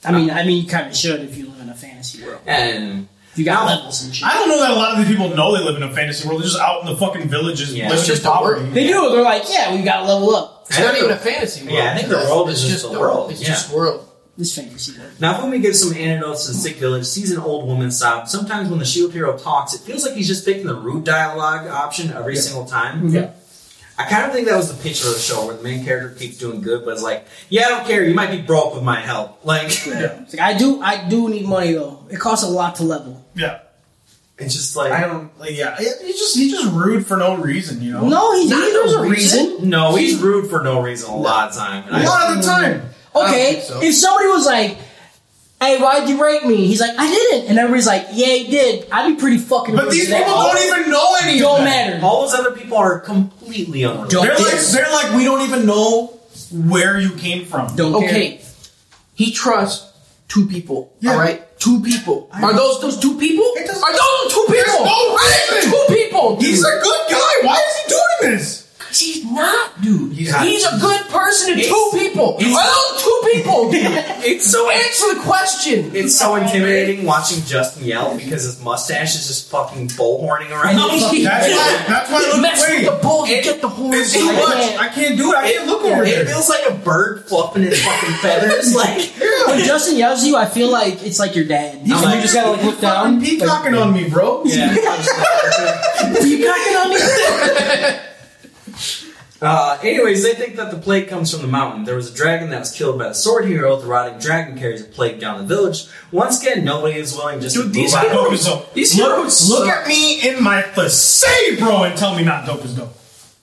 I mean I mean you kinda should if you live in a fantasy world. And You got Now- levels and shit. I don't know that a lot of these people know they live in a fantasy world. They're just out in the fucking villages, Yeah. living It's in just a poverty. world. They do, they're like, Yeah, we gotta level up. It's not even a fantasy world. Yeah, I think the world is It's just the world, It's yeah. just world. This fantasy world. Now, Fumi gives some antidotes to the sick village, sees an old woman sob. Sometimes when the shield hero talks, it feels like he's just picking the rude dialogue option every single Mm-hmm. time. Yeah. I kind of think that was the picture of the show where the main character keeps doing good, but it's like, yeah, I don't care. You might be broke with my help. Like, It's like I do I do need money though. It costs a lot to level. Yeah, it's just like, I don't. Like, yeah, he- he's just he's just rude for no reason, you know. No, he's Not not no there's a reason. reason. no, he's rude for no reason a lot of time. And a I, lot of the time. I don't Okay, think so. if somebody was like, "Hey, why'd you rape me?" He's like, "I didn't," and everybody's like, "Yeah, he did." I'd be pretty fucking. But rude these to that. people don't even know any. of Don't that. matter. all those other people are completely unrelated. Don't- They're like Yes. they're like we don't even know where you came from. Don't care. Okay, he trusts two people. Yeah. All right, two people. Are those those two people? It doesn't- Are those two There's people? no Are they reason. two people. He's dude? a good guy. Why is he doing this? He's not, dude. He's He's, not. a good person to two people. Are those two people? dude? It's so, Answer the question. it's so intimidating watching Justin yell because his mustache is just fucking bullhorning around. That's why. That's why. You mess with Look, the wait, bull, you get the horns. it's too I much. can't. I can't do it. I can't look over It there. feels like a bird fluffing its fucking feathers. Like, When Justin yells at you, I feel like it's like your dad. You like- just gotta like look down. I'm peacocking on me, bro. Peacocking on me. uh, anyways, they think that the plague comes from the mountain. There was a dragon that was killed by the sword hero. The rotting dragon carries a plague down the village. Once again, nobody is willing just to Dude, these move on. Dope is dope. These look, heroes look suck. at me in my facade, bro, and tell me not dope is dope.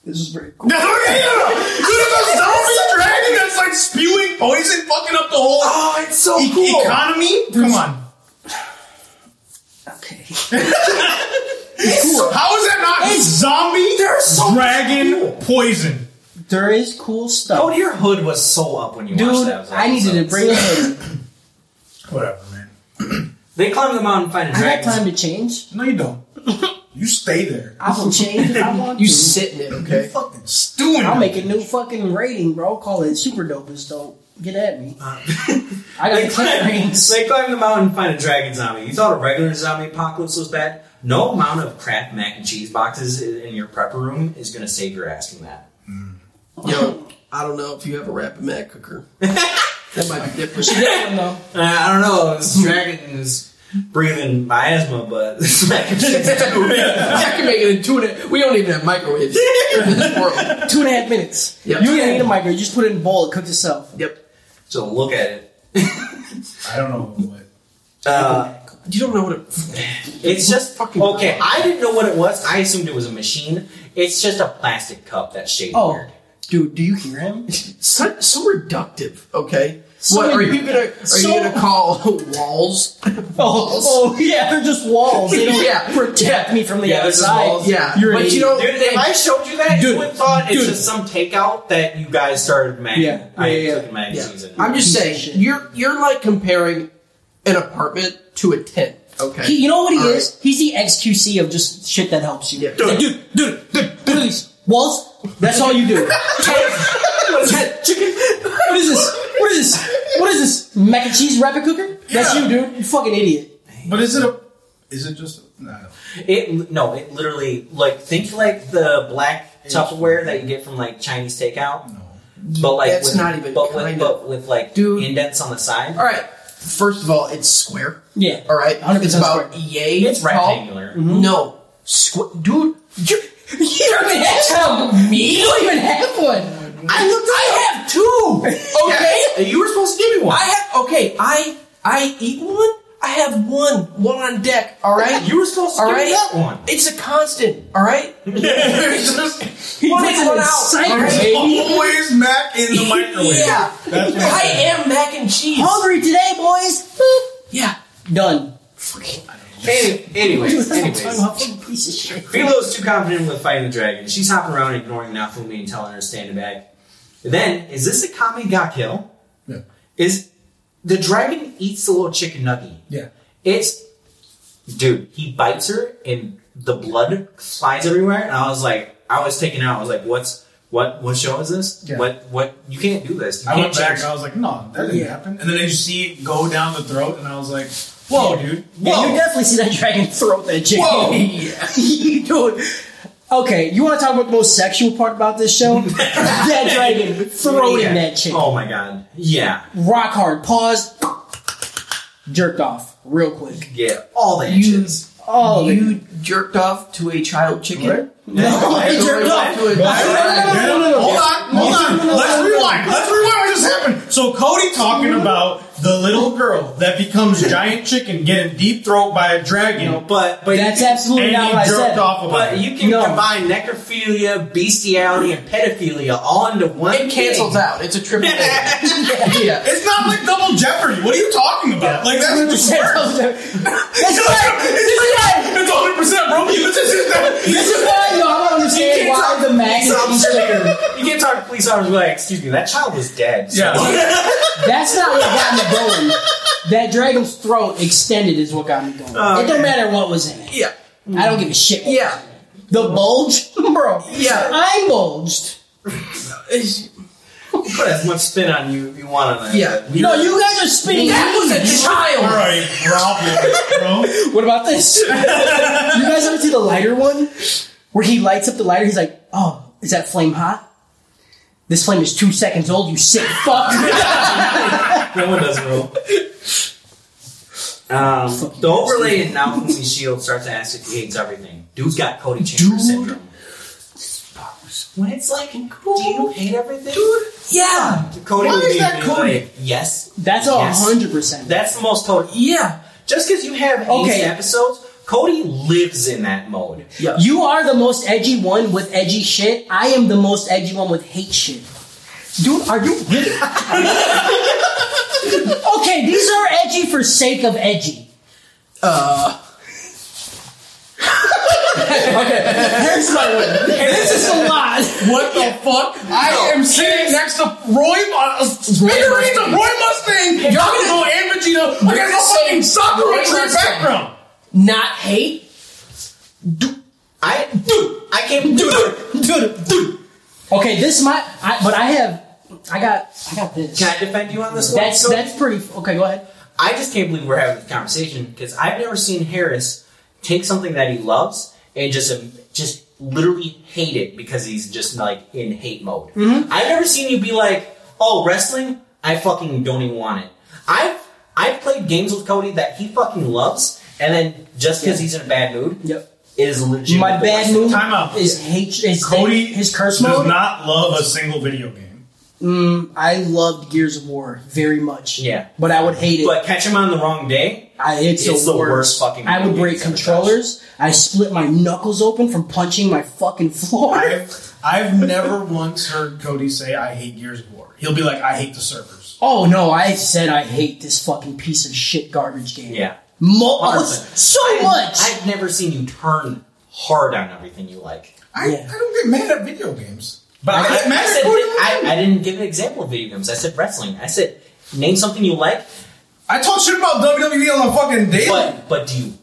This is pretty cool. Dude, it's a zombie dragon that's like spewing poison, fucking up the whole Oh, it's so e- cool. economy. Come on, Okay. how is that not zombie dragon poison? There is cool Oh, stuff, your hood was so up when you watched dude. that. I needed to bring it in. Whatever, man. They climb the mountain and find a I got dragon. time to change. No, you don't. You stay there. I will change if I want You to. sit in it, Okay. okay? Fucking stewing. I'll it. make a new fucking rating, bro. Call it super dopest dope. Get at me. Uh, I They got clip climb, ratings. they climb the mountain and find a dragon zombie. You thought a regular zombie apocalypse was bad? No amount of Kraft mac and cheese boxes i- in your prepper room is going to save your ass from that. Yo, I don't know if you have a rapid mat cooker. that might be different. I don't know. Uh, I don't know. This dragon is breathing miasma, but this mac and cheese is too real. I can make it in two and a, We don't even have microwaves in this world. Two and a half minutes. Yep. You don't need a microwave. You just put it in a bowl. It cooks itself. Yep. So look at it. I don't know what. Uh, You don't know what a it's just Fucking- okay. I didn't know what it was. I assumed it was a machine. It's just a plastic cup that's shaped Oh. weird. Dude, do you hear him? so, so reductive. Okay. So what are you redu- gonna are so- you gonna call walls? walls. Oh, yeah. They're just walls. They don't Yeah. protect me from the Yeah, this is outside. walls. Yeah, You're but an you don't. Dude, if I showed you that, Dude, you would have thought it's dude. just some takeout that you guys started mag- Yeah, yeah, I yeah. took magazines Yeah. in. I'm just Piece of saying shit. you're you're like comparing an apartment to a tent. Okay. He, you know what he All is? He's the XQC of just shit that helps you. Yeah. It's like, dude, dude, dude, do these walls. That's all you do. What is that, chicken? What is this? What is this? What is this? Mac and cheese rapid cooker? That's Yeah. you, dude. You fucking idiot. But is it a? Is it just? A, nah. It no, it literally like think like the black Tupperware that you get from like Chinese takeout, No. but like That's with, not even but with, kind but with like Dude. indents on the side. All right. First of all, it's square. Yeah. All right. 100% It's about square. yay. It's tall. rectangular. No, squ- dude. You're, You don't even have me. You don't even have one. I looked. I have two. Okay, you were supposed to give me one. I have. Okay, I I eat one. I have one. One on deck. All right. You were supposed to All give me right. that one. It's a constant. All right. It's just- one puts in, it one in out. cycles, all right? baby. Always mac in the microwave. Yeah. That's what I am mac and cheese. Hungry today, boys. Boop. Yeah. Done. Any, anyways, I'm anyways. a fucking piece of shit. Filo's too confident with fighting the dragon. She's hopping around, ignoring Nafumi and telling her to stand back. Then, is this a Kami ga kill? Yeah. Is the dragon eats the little chicken nugget? Yeah. It's dude, he bites her and the blood flies everywhere. And I was like, I was taken out. I was like, what's what? What show is this? Yeah. What? What? You can't do this. You I can't went back change- and I was like, no, that didn't Yeah. happen. And then I just see it go down the throat, and I was like, whoa, Oh, dude. Yeah, you definitely see that dragon throat that chicken. Whoa. you do it. Okay, you want to talk about the most sexual part about this show? that dragon throwing Yeah. that chicken. Oh my god. Yeah. Rock hard, paused, jerked off real quick. Yeah. All the You- inches. Oh, you jerked off to a child chicken. Right? no, I jerked off. To a- no, no, no. Hold on, hold No, no, no, on. Let's no, no, rewind. Let's rewind Mm-hmm. what just happened. So Cody talking about the little girl that becomes giant chicken getting deep throat by a dragon, But but That's you can- absolutely and not what I he jerked said. off about But it. you can No. combine necrophilia, bestiality, and pedophilia all into one. It cancels thing. out. It's a triple. A. yeah. It's not like double Jeopardy. What are you talking about? Like that's just worse. That's It's right. like- It's hundred percent, bro. This is This is why y'all don't understand why the Police magazines officer- trigger. You can't talk to police officers and be like, excuse me, that child was dead. so- yeah. That's not what got me going. That dragon's throat extended is what got me going. Oh, It don't matter what was in it. Yeah. I don't give a shit. what Yeah. The bulge? Bro. Yeah. I bulged. It's- Put as much spin on you if you want on that. Yeah. but No, you guys are spinning. That was me. a All child. right, problem, bro. What about this? you guys ever see the lighter one? Where he lights up the lighter, he's like, oh, is that flame hot? This flame is two seconds old, you sick fuck. No one does roll. Um, the overlay in Naomi's shield starts to ask if he hates everything. Dude's got Cody Chamber syndrome. When it's like, do you hate everything? Dude, Yeah. Cody Why would is be that Cody? like, yes. That's all Yes. 100%. That's the most Cody. Yeah. Just because you have Okay. eight episodes, Cody lives in that mode. Yeah. You are the most edgy one with edgy shit. I am the most edgy one with hate shit. Dude, are you really? okay, these are edgy for sake of edgy. Uh. Here's my one. this is a lot. What the fuck? I am sitting next to Roy, uh, Mustang. Roy Mustang, Yamato, and Vegeta against a fucking Sakura Roy tree Mustang. background. Not hate. I dude, I can't do it. Okay, this might. I, but I have. I got. I got this. Can I defend you on this one? That's So- that's pretty. Okay, go ahead. I just can't believe we're having this conversation because I've never seen Harris take something that he loves and just um, just literally hate it because he's just like in hate mode. Mm-hmm. I've never seen you be like, "Oh, wrestling, I fucking don't even want it." I've I've played games with Cody that he fucking loves, and then just because he's in a bad mood, Yep. is legit. My the bad worst. move Time out. is hate. Is Cody his curse does mode. not love a single video game. I loved Gears of War very much. Yeah. but I would hate it. But catch him on the wrong day. I, it's, It's the the worst. worst fucking I would video break games ever controllers. I split my knuckles open from punching my fucking floor. I've, I've never once heard Cody say, I hate Gears of War. He'll be like, I hate the servers. oh no! I said I hate this fucking piece of shit garbage game. Yeah. Mo- oh, Honestly. so much. I've never seen you turn hard on everything you like. I, Yeah. I don't get mad at video games. But I, I, get mad I at said, Cody. I, I didn't give an example of video games. I said wrestling. I said name something you like, I talk shit about WWE on the fucking daily. but but do you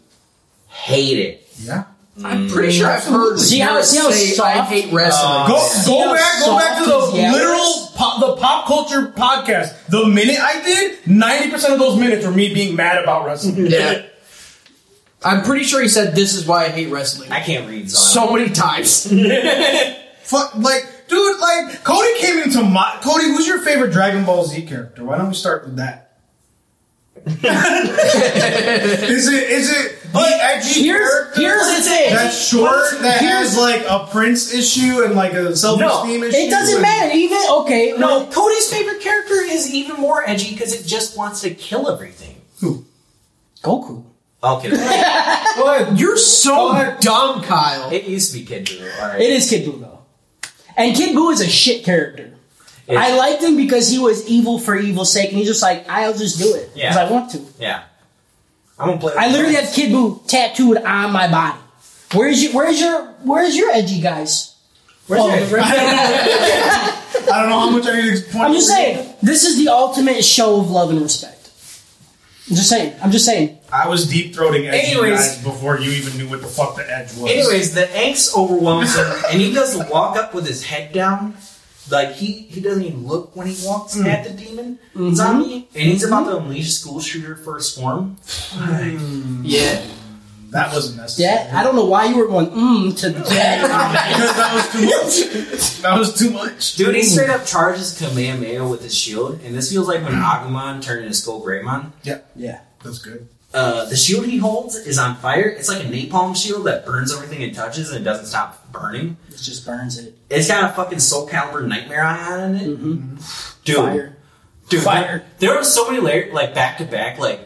hate it? yeah. I'm pretty sure I've heard. See how- Garrett see how say, soft- I hate wrestling. Go, See how go back, go back to soft the is Yaris? literal pop, the pop culture podcast. The minute I did, ninety percent of those minutes were me being mad about wrestling. yeah. I'm pretty sure he said this is why I hate wrestling. I can't read. So, so many times. Fuck, like, dude, like Cody came into my Cody. Who's your favorite Dragon Ball Z character? Why don't we start with that? is it is it the edgy here's character here's the thing. that's short that here's- has like a prince issue and like a self esteem issue? It doesn't and- matter. Even okay. no, Cody's favorite character is even more edgy because it just wants to kill everything. Goku. Okay, Go ahead. You're so dumb, Kyle. it used to be Kid Buu. All right, It is Kid Buu though, and Kid Buu is a shit character. It's- I liked him because he was evil for evil's sake, and he's just like, I'll just do it because Yeah. I want to. yeah. I'm gonna play. I with literally friends. have Kid Buu tattooed on my body. Where's your Where's your Where's your edgy guys? Where's Oh, your- I don't know how much I need to point. I'm just saying, this is the ultimate show of love and respect. I'm just saying. I'm just saying. I was deep throating edge Anyways. guys before you even knew what the fuck the edge was. Anyways, the angst overwhelms him, and he does the walk up with his head down. Like he he doesn't even look when he walks at the demon zombie, and he's about to unleash a school shooter first form. Yeah. that wasn't necessary. That I don't know why you were going mm to that. because that was too much. that was too much. Dude, he straight up charges Kamehameha with his shield, and this feels like when Agumon turned into Skull Greymon. Yeah, yeah. that's good. Uh, the shield he holds is on fire. It's like a napalm shield that burns everything it touches, and it doesn't stop burning. It just burns it. It's got a fucking Soul Calibur Nightmare Eye on it. Dude, Mm-hmm. Fire. dude, Fire. There, there were so many layer, like back to back, like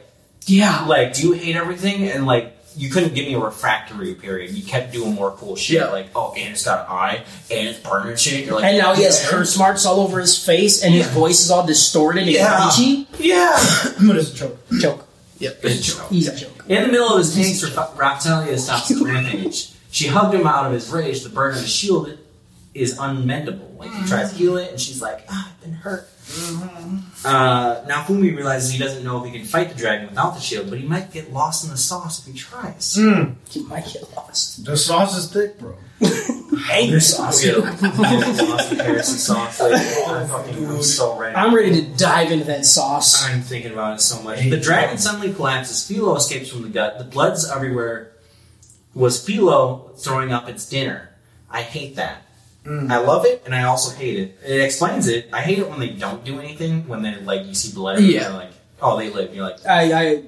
Yeah. like do you hate everything and like you couldn't give me a refractory period you kept doing more cool shit Yeah. like oh and it's got an eye and it's burning and shit you're like And now he has yeah. curse marks all over his face, and his voice is all distorted and Yeah. crunchy. yeah I'm gonna just choke. Joke. Yep. Easy joke. in the middle of his tanks Raptalia stops the rampage she hugged him out of his rage the burn of his shield is unmendable like he tries to heal it and she's like ah I've been hurt uh, now Fumi realizes he doesn't know if he can fight the dragon without the shield but he might get lost in the sauce if he tries He might get lost. The sauce is thick, bro. Angry sauce. Yeah. Austin Harrison sauce. Like, I'm fucking I'm so ready. I'm ready to dive into that sauce. I'm thinking about it so much. The dragon suddenly collapses. Philo escapes from the gut. The blood's everywhere. Was Philo throwing up its dinner? I hate that. Mm. I love it, and I also hate it. It explains it. I hate it when they don't do anything. When they are like, you see blood, and Yeah. you're like, oh, they live. You're like, I, I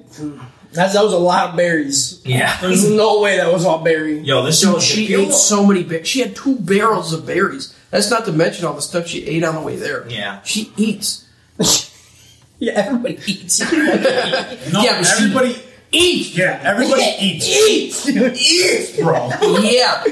that's, that was a lot of berries. yeah. There's no way that was all berry. Yo, this show is She ate so many. Ba- she had two barrels of berries. That's not to mention all the stuff she ate on the way there. Yeah. She eats. Yeah, everybody eats. No, Yeah, but she- everybody. Eat. yeah, everybody eats. eats. Eats, bro. Yeah.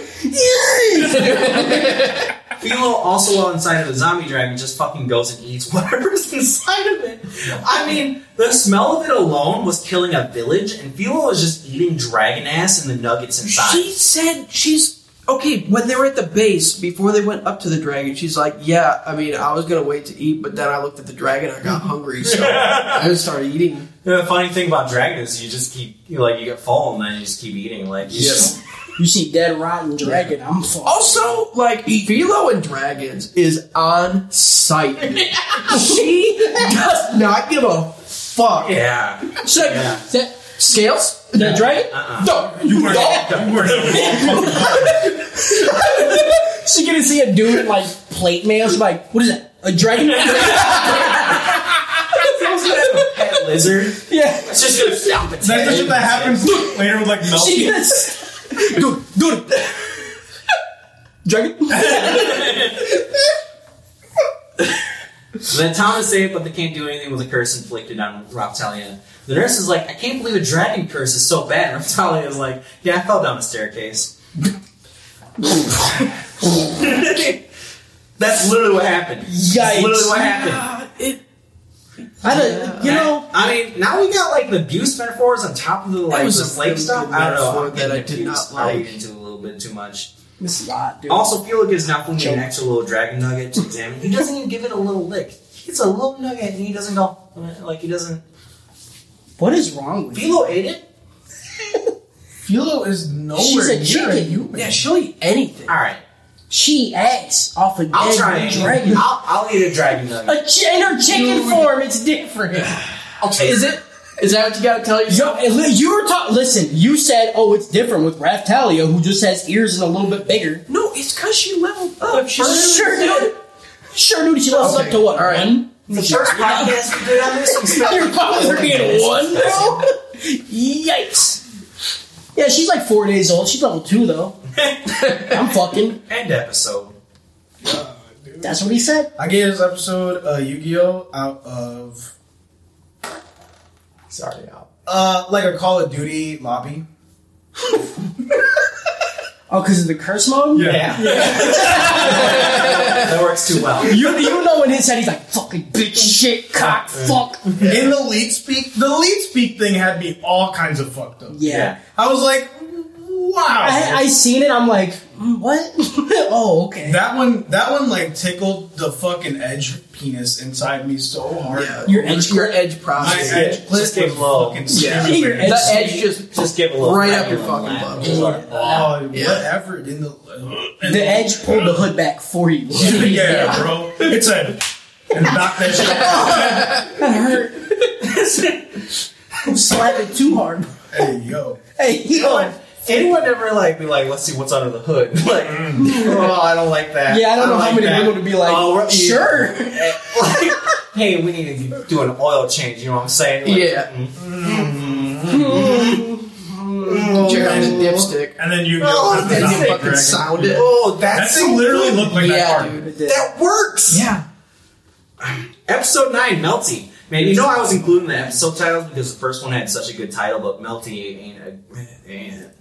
Philo, also while inside of a zombie dragon, just fucking goes and eats whatever's inside of it. I mean, the smell of it alone was killing a village, and Philo was just eating dragon ass and the nuggets inside. She said she's okay. When they were at the base before they went up to the dragon, she's like, "Yeah, I mean, I was gonna wait to eat, but then I looked at the dragon. I got hungry, so I just started eating." The funny thing about dragon is you just keep, you like, you get full and then you just keep eating. Like, you Yeah. just, You see dead rotten dragon. I'm fucked. Oh. Also, like Philo and Dragons is on site. she does not give a fuck. yeah. She's like, Yeah. "That- scales? That dragon? Uh-uh. No, You were, No. you were She gonna see a dude in like plate mail. She's like, what is that? A dragon? Pet lizard. yeah. It's just gonna stop its That's the shit that happens later with like She melting. gonna. s- Dude, dude. Dragon? The town is safe, but they can't do anything with the curse inflicted on Raptalia. The nurse is like, I can't believe a dragon curse is so bad. And Raptalia is like, Yeah, I fell down a staircase. That's literally what happened. That's Yikes. literally what happened. I don't. You know. I mean, now we got like the abuse metaphors on top of the like was the a slave really stuff. good I don't know metaphor I'm that getting I did confused. not I'm like. into it a little bit too much. This is odd, dude. Also, Fila gives Nafumi Joke. an extra little dragon nugget to examine. He doesn't even give it a little lick. It's a little nugget, and he doesn't go like he doesn't. What is wrong with you? Philo ate it. Philo is nowhere She's a near a chicken. human. Yeah, she'll eat anything. All right, She acts off a I'll dead try it. dragon. I'll, I'll eat a dragon nugget. A ch- in her chicken form, it's different. I'll take Is it? Is that what you gotta tell yourself? Yo, and li- you were talking. Listen, you said, "Oh, it's different with Raftalia, who just has ears and a little bit bigger." No, it's because she leveled up. She's Sure, dude. Sure, dude. She levels Okay, up to what? all right. One. The first podcast we did on this, we spelled Your father being one, bro. Yikes. Yeah, she's like four days old. She's level two though. I'm fucking. end episode. That's what he said. I gave this episode a Yu-Gi-Oh out of Sorry, out. uh like a Call of Duty lobby. Oh, because of the curse mode. Yeah, that works too well. You, you know in his head he's like fucking bitch shit cock fuck In the lead speak, the lead speak thing had me all kinds of fucked up. yeah. I was like, wow. I, I seen it. I'm like, "Mm, what? oh, okay. that one, that one, like tickled the fucking edge penis inside me so hard. Yeah. Your edge your edge My process. edge clit Just get was low. fucking Yeah. screaming. Your The edge- edge just Just give it a little Right crack up your and fucking laugh. butt. Just like, ah. Oh, Yeah. whatever. In the The edge pulled the hood back for you. yeah, bro. It's a and knock that shit. off. That hurt. Slap it too hard. hey yo, Hey, yo. Anyone- Anyone ever like be like, let's see what's under the hood? Like, oh, I don't like that. Yeah, I don't know how like many that. people to be like, Oh, we're- sure. Eh, like, hey, we need to do an oil change. You know what I'm saying? Like, Yeah. mm. Check out the dipstick. and then you go. Oh, and that's knock the And you fucking dragon. sound it. Oh, That that's so thing literally good. looked like that Yeah, card. dude. That works. Yeah. Episode nine, Melty. Man, you know I was including the episode titles because the first one had such a good title, but Melty ain't a. ain't a-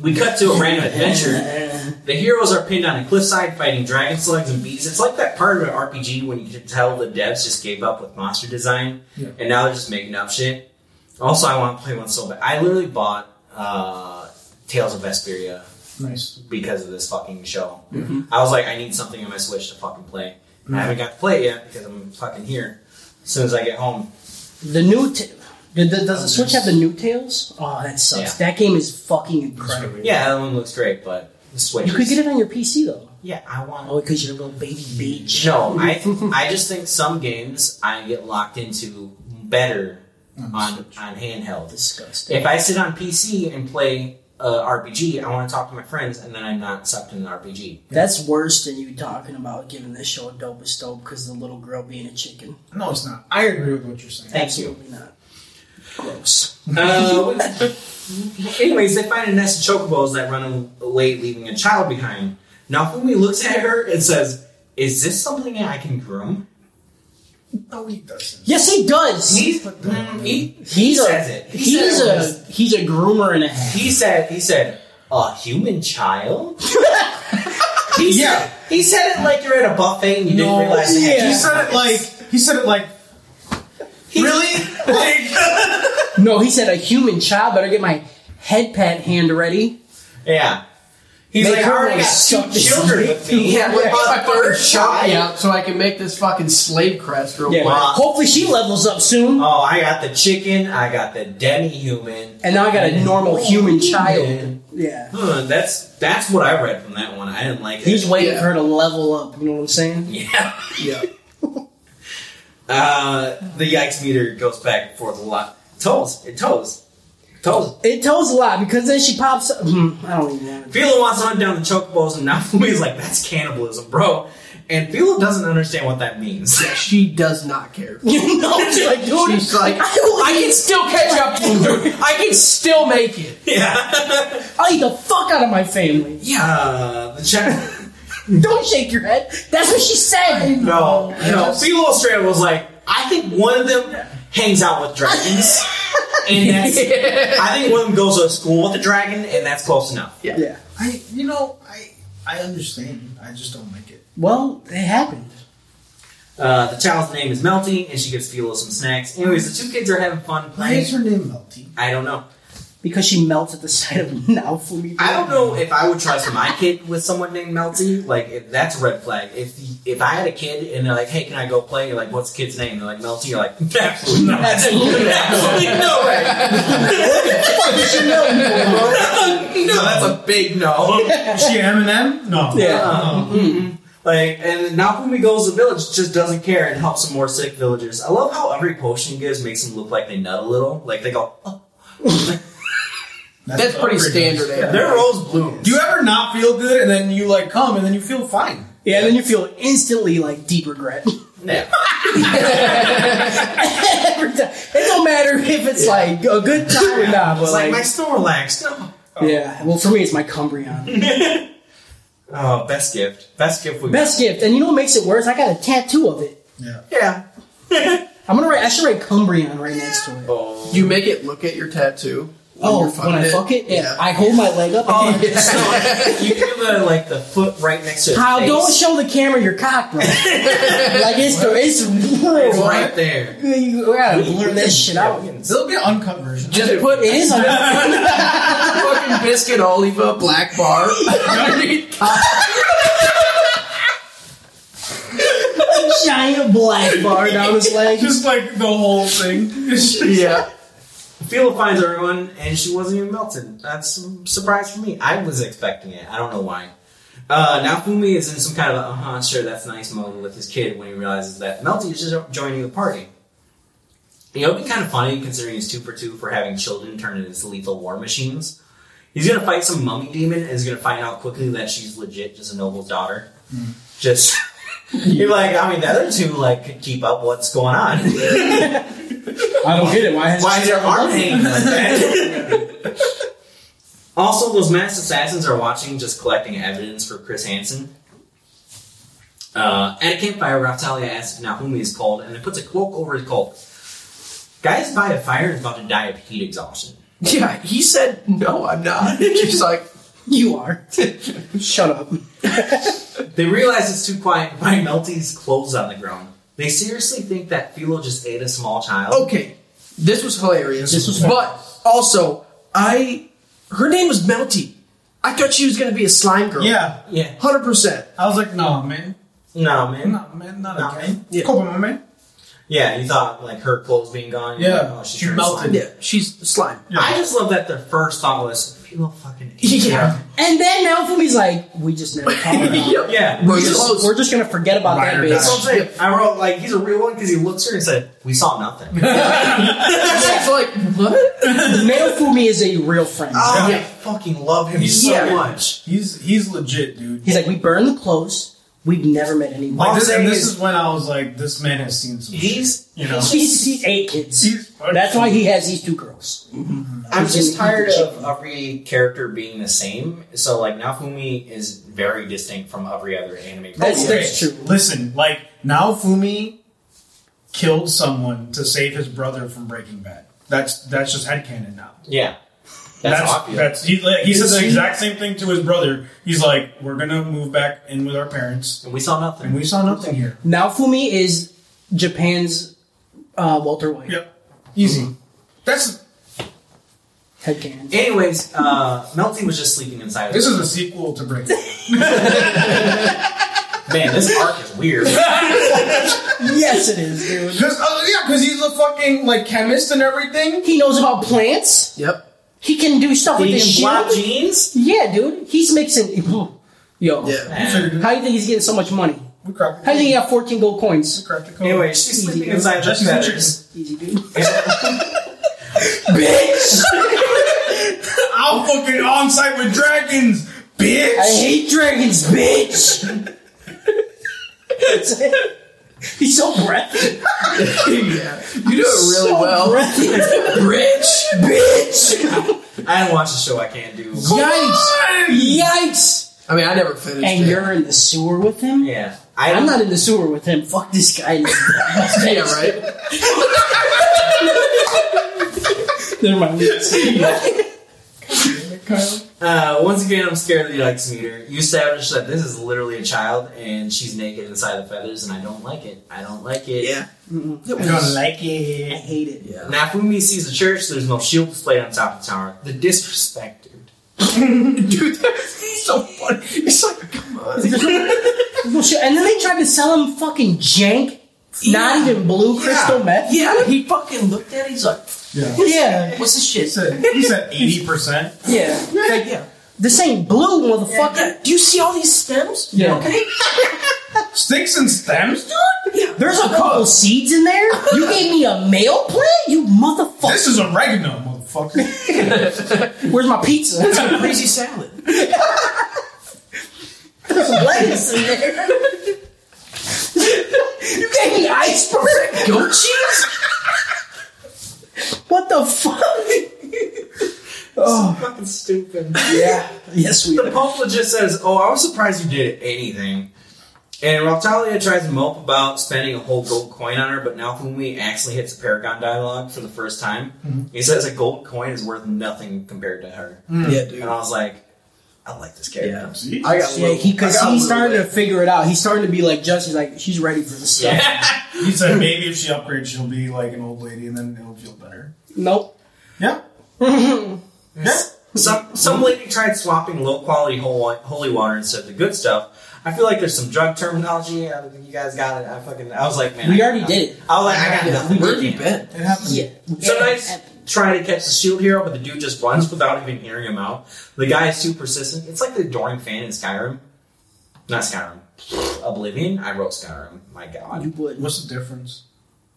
We cut to a random adventure. The heroes are pinned on a cliffside fighting dragon slugs and bees. It's like that part of an RPG when you can tell the devs just gave up with monster design Yeah. and now they're just making up shit. Also, I want to play one so bad. I literally bought uh, Tales of Vesperia Nice. because of this fucking show. Mm-hmm. I was like, I need something on my Switch to fucking play. And I haven't got to play it yet because I'm fucking here. As soon as I get home, The new. T- the, the, does the Switch have the new tails? Oh, that sucks. That game is fucking incredible. yeah, that one looks great, but the Switch. You could is- get it on your PC though. Yeah, I want. Oh, because you're a little baby bitch. No, I I just think some games I get locked into better on on handheld. Disgusting. If I sit on PC and play uh, RPG, I want to talk to my friends, and then I'm not sucked in an RPG. That's worse than you talking about giving this show a dopest dope because the little girl being a chicken. No, it's not. I agree with what you're saying. Thank you. Absolutely not. Gross. Uh, anyways, they find a nest of chocobos that run away, leaving a child behind. Now, Fumi looks at her and says, "Is this something I can groom?" No, he doesn't. Yes, he does. He, mm, he, he's a says it. He he's said it a was- he's a groomer and a half. he said, "He said a human child." He said, Yeah. he said it like you're at a buffet and you didn't realize it. He said it like he said it like really like No, he said a human child. Better get my head pat hand ready. Yeah. He's Make like, I her already wanna got suck two this children with me. Yeah, We're yeah. on my the third third shot shot. out so I can make this fucking slave crest real Yeah. quick. Wow. Hopefully she levels up soon. Oh, I got the chicken. I got the demi-human. And now I got a normal human child. Yeah. Huh, that's that's what I read from that one. I didn't like it. He's waiting Yeah. for her to level up. You know what I'm saying? yeah. Yeah. Uh, the yikes meter goes back and forth a lot. Toes. It toes. Toes. It tells a lot because then she pops. Up. Hmm, I don't even want to. Philo wants to hunt down the chocobos, and Nafumi's like, that's cannibalism, bro. And Philo doesn't understand what that means. She does not care. You know, it's like, dude, She's like, I will I can eat- still catch up to you. I can still make it. yeah. I'll eat the fuck out of my family. Uh, the check. Don't shake your head. That's what she said. No, Oh. no. Philo Estrada was like, I think one of them hangs out with dragons. And that's, I think one of them goes to school with a dragon, and that's close enough. Yeah. I you know I I understand. I just don't like it. Well, it happened. Uh, the child's name is Melty, and she gives Philo some snacks. Anyways, the two kids are having fun Why is playing. her name Melty? I don't know. Because she melts at the sight of now for me. I don't know if I would trust my kid with someone named Melty. Like, if, that's a red flag. If the, if I had a kid and they're like, "Hey, can I go play?" You're like, "What's the kid's name?" They're like, "Melty." You're like, "Absolutely not. Absolutely no way. no, that's a big no." Is she Eminem? No. Oh, Yeah. Like, and Nafumi goes to the village, just doesn't care, and helps some more sick villagers. I love how every potion he gives makes them look like they nut a little. Like, they go, oh, That's pretty standard. eh? their rose blooms. Do you ever not feel good and then you like come and then you feel fine? Yeah, and then you feel instantly like deep regret. Yeah. Every time. It don't matter if it's like a good time or not, but It's like, like, my Snorlax. No. yeah. Well, for me, it's my Cumbrian Oh, best gift. Best gift we best gift. And you know what makes it worse? I got a tattoo of it. Yeah. Yeah. I'm gonna write. I should write Cumbrian right next to it. Oh, Oh. You make it look at your tattoo. when you're fucking when I fuck it, yeah. I hold my leg up. Oh, and- so you give the like the foot right next to the How face. don't show the camera your cock, bro. like it's the it's, It's right there. You gotta blur that shit out. It'll be an uncut version. Just put It is. on- fucking biscuit Oliva black bar underneath. a giant black bar down his leg. Just like the whole thing. Yeah. Phila finds everyone, and she wasn't even melted. That's a surprise for me. I was expecting it. I don't know why. Uh, now Fumi is in some kind of a, uh-huh, sure, that's nice mode with his kid when he realizes that Melty is just joining the party. You know, it'd be kind of funny considering he's two for two for having children turn into lethal war machines. He's gonna fight some mummy demon and he's gonna find out quickly that she's legit just a noble's daughter. Just you're like, I mean, the other two like could keep up what's going on. I don't get it. Why has Why is your arm hanging like that? also, those masked assassins are watching, just collecting evidence for Chris Hansen. Uh, at a campfire, Raftalia asks Nahumi is cold, and then puts a cloak over his cold. Guys by a fire is about to die of heat exhaustion. Yeah, he said, no, I'm not. She's like, You are. Shut up. They realize it's too quiet and find Melty's clothes on the ground. They seriously think that Philo just ate a small child. Oh, okay, this was hilarious. This was But also, I. Her name was Melty. I thought she was going to be a slime girl. Yeah. Yeah. 100%. I was like, nah, man. No, man. Nah, man, not Nah, again. Yeah. Come on, man. Yeah, you thought, like, her clothes being gone. you're Yeah, like, oh, she, she turned melted. slime. Yeah, she's slime. I just love that their first thought was Philo fucking idiot." Yeah. And then Malfumi's like, we just never caught her. Yep. Yeah. We're We're just, close. we're just gonna forget about Ride that or bitch. That's what I'm saying. I wrote like he's a real one because he looks at her and said, "We saw nothing." It's like, what? Malfumi is a real friend. Oh, Yeah. I fucking love him so Yeah. much. He's he's legit, dude. He's like, we burned the clothes. We've never met anyone. Like this, and Boss this is- is when I was like, this man has seen some. He's. shit, you know. He's, he's eight kids. He's- That's why he has these two girls. I'm just Mhm. tired of every character being the same. So like Nafumi is very distinct from every other anime. That's, character. that's true. Listen, like now Fumi killed someone to save his brother from Breaking Bad. That's that's just headcanon now. Yeah. That's obvious. That's he, like, he said Is the he- exact same thing to his brother. He's like, "We're gonna move back in with our parents," and we saw nothing. and we saw nothing here. Naofumi is Japan's uh, Walter White. Yep, easy. That's Headcanon. Anyways, uh, Melty was just sleeping inside. this is a sequel to Breaking. Bad. man, this arc is weird. yes, it is, dude. Cause uh, yeah, cause he's a fucking like chemist and everything. He knows about plants. Yep. He can do stuff with his Eating black shield. jeans. Yeah, dude. He's mixing. Yo. Yeah. We figured it. How do you think he's getting so much money? We cracked. How do you think he got 14 gold We coins? cracked the code. Anyway, she's sleeping inside the Jesse's feathers. Easy, dude. bitch. I'm fucking on site with dragons, bitch. I hate dragons, bitch! That's it. He's so breathy. You do it really so well. breathy. Rich bitch. I didn't watch the show. I can't do. Yikes! Yikes! I mean, I never finished. And it. you're in the sewer with him? Yeah, I I'm not in the sewer with him. Fuck this guy. yeah, right. Never mind. Uh, once again, I'm scared that he likes meter. You established that this is literally a child, and she's naked inside the feathers, and I don't like it. I don't like it. Yeah. I don't like it. I hate it. Yeah. Nafumi sees the church. There's no shield displayed on top of the tower. The disrespect, dude. Dude, that's so funny. It's like, come on. Bullshit. And then they tried to sell him fucking jank, not even blue crystal meth. Yeah, he fucking looked at it. He's like, Yeah. Yeah. what's this shit? He said- He said eighty percent. Yeah. Like, yeah. This ain't blue, motherfucker. Yeah, Do you see all these stems? Yeah. Okay. Sticks and stems, dude. There's a couple seeds in there. You gave me a male plant, you motherfucker. This is oregano, motherfucker. Where's my pizza? There's some Crazy salad. lettuce in there. you gave me iceberg. Goat cheese? What the fuck? oh Fucking stupid. yeah. Yes, we. The Pope just says, "Oh, I was surprised you did anything." And Raptalia tries to mope about spending a whole gold coin on her, but Nafumi actually hits a Paragon dialogue for the first time. He says a gold coin is worth nothing compared to her, Yeah, and dude. I was like, "I like this character." Yeah. See? I got a Yeah, little, he I because got a he's little starting to bit. figure it out. He's starting to be like Jesse's like she's ready for this stuff. He said maybe if she upgrades, she'll be like an old lady, and then it'll feel better. Nope. Yeah. yeah. Some some lady tried swapping low quality holy water instead of the good stuff. I feel like there's some drug terminology. I don't think you guys got it. I fucking I was like, man, We I already got did it. I was like, I got nothing. Where have you been? It happened. Yeah. Sometimes trying to catch the shield hero, but the dude just runs without even hearing him out. The guy is too persistent. It's like the adoring fan in Skyrim. Not Skyrim. Oblivion. I wrote Skyrim. My You God. would. What's the difference?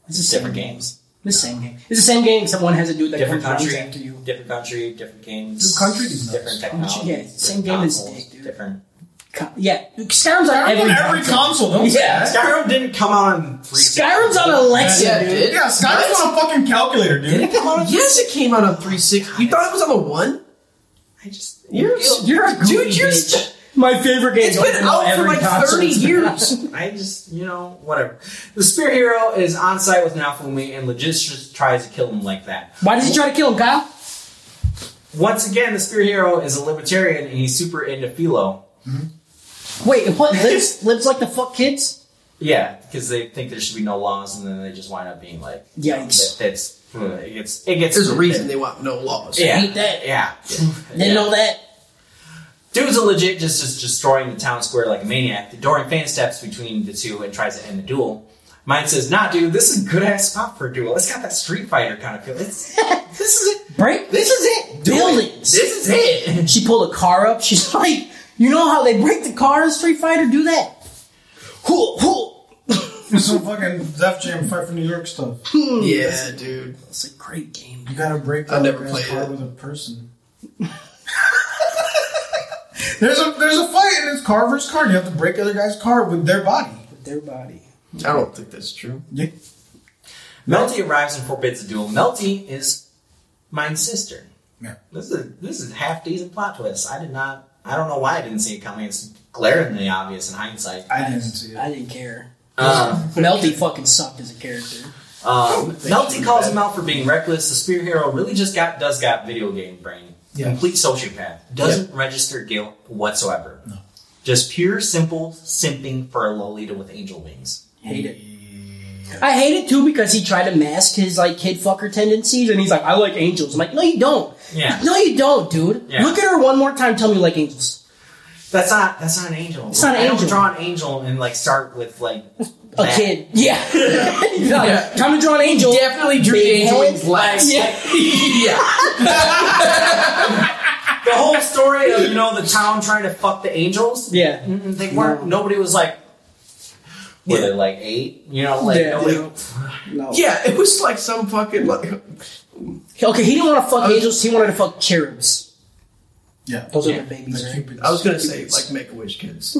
It's the same Different game. games. It's the same game. It's the same game. Someone has a dude that Different comes country. after you. Different country. Different games. Dude, country's nuts. Different technology. Yeah, same game as dick, dude. Different. Co- Yeah, Skyrim's on Every, every. every console, don't say Yeah. that. Skyrim didn't come out on three. Skyrim's on Alexa, Yeah, it dude. did. Yeah, Skyrim's on a fucking calculator, dude. Yes, it came out on 360. You thought it was on the one? I just You're you're a Dude, goofy you're bitch. st- My favorite game. It's been out for like 30 years. I just, you know, whatever. The spear hero is on site with Nafumi and Logistics tries to kill him like that. Why did you try to kill him, Kyle? Once again, the spear hero is a libertarian and he's super into philo. Wait, what? Lives lives like the fuck kids? Yeah, because they think there should be no laws, and then they just wind up being like, Yikes. that- that's it gets it gets. There's a reason they want no laws. yeah, Hate that. Yeah, Didn't know that. Dude's a legit just just destroying the town square like a maniac. The Dorian fan steps between the two and tries to end the duel. Mine says, "Nah, dude, this is a good ass spot for a duel. It's got that Street Fighter kind of feel. It's, this is it. Break This is it. Do it. buildings. This is it. She pulled a car up. She's like, you know how they break the car in Street Fighter? Do that. Hoo, hoo. Some fucking Def Jam Fight for New York stuff. Yeah, dude. It's a great game. You gotta break I that never man's played car it. with a person. there's a there's a fight and it's car versus car. and You have to break other guy's car with their body. With their body. I don't think that's true. Yeah. Melty arrives and forbids the duel. Melty is mine's sister. Yeah. This is this is half decent plot twist. I did not. I don't know why I didn't see it coming. It's glaringly obvious in hindsight. I didn't see it. I didn't care. Um, Melty fucking sucked as a character. um, Melty calls him out for being reckless. The spear hero really just got does got video game brain. Yeah. complete sociopath, doesn't register guilt whatsoever. No. Just pure, simple simping for a Lolita with angel wings. Hate it. I hate it too because he tried to mask his like kid fucker tendencies, and he's like, "I like angels." I'm like, "No, you don't. Yeah. No, you don't, dude. Yeah. Look at her one more time. Tell me you like angels. That's not that's not an angel. It's not an I don't angel. draw an angel and like start with like A that. kid. Yeah. No, Yeah. Time to draw an angel. Definitely drew Big angel head. wings last. Yeah. yeah. The whole story of you know the town trying to fuck the angels. Yeah. Mm, They weren't. Nobody was like. Were they like eight? You know, like Yeah. nobody. No. Yeah, it was like some fucking like Okay, he didn't want to fuck I was- angels. He wanted to fuck cherubs. Yeah. Those Yeah. are the babies, right? Cupids. I was gonna say like make a wish kids.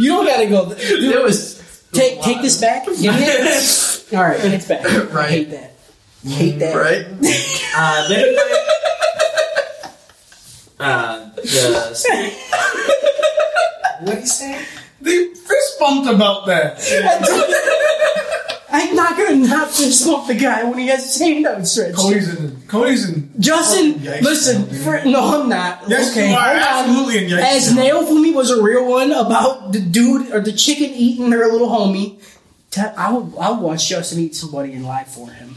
You don't gotta go. It was Take take this back. Give me it. All right, it's back. I Right. hate that. Hate that. right. Uh, then uh, the what do you say? They fist bumped about that. I'm not gonna not fist bump the guy when he has his hand outstretched. Cody's in. Cody's in. Justin, Yikes. listen. fr- no, I'm not. Yes, okay, you are hold on. absolutely in. Yikes. As Nail Fumi was a real one about the dude or the chicken eating her little homie. Te- I would I would watch Justin eat somebody and lie for him.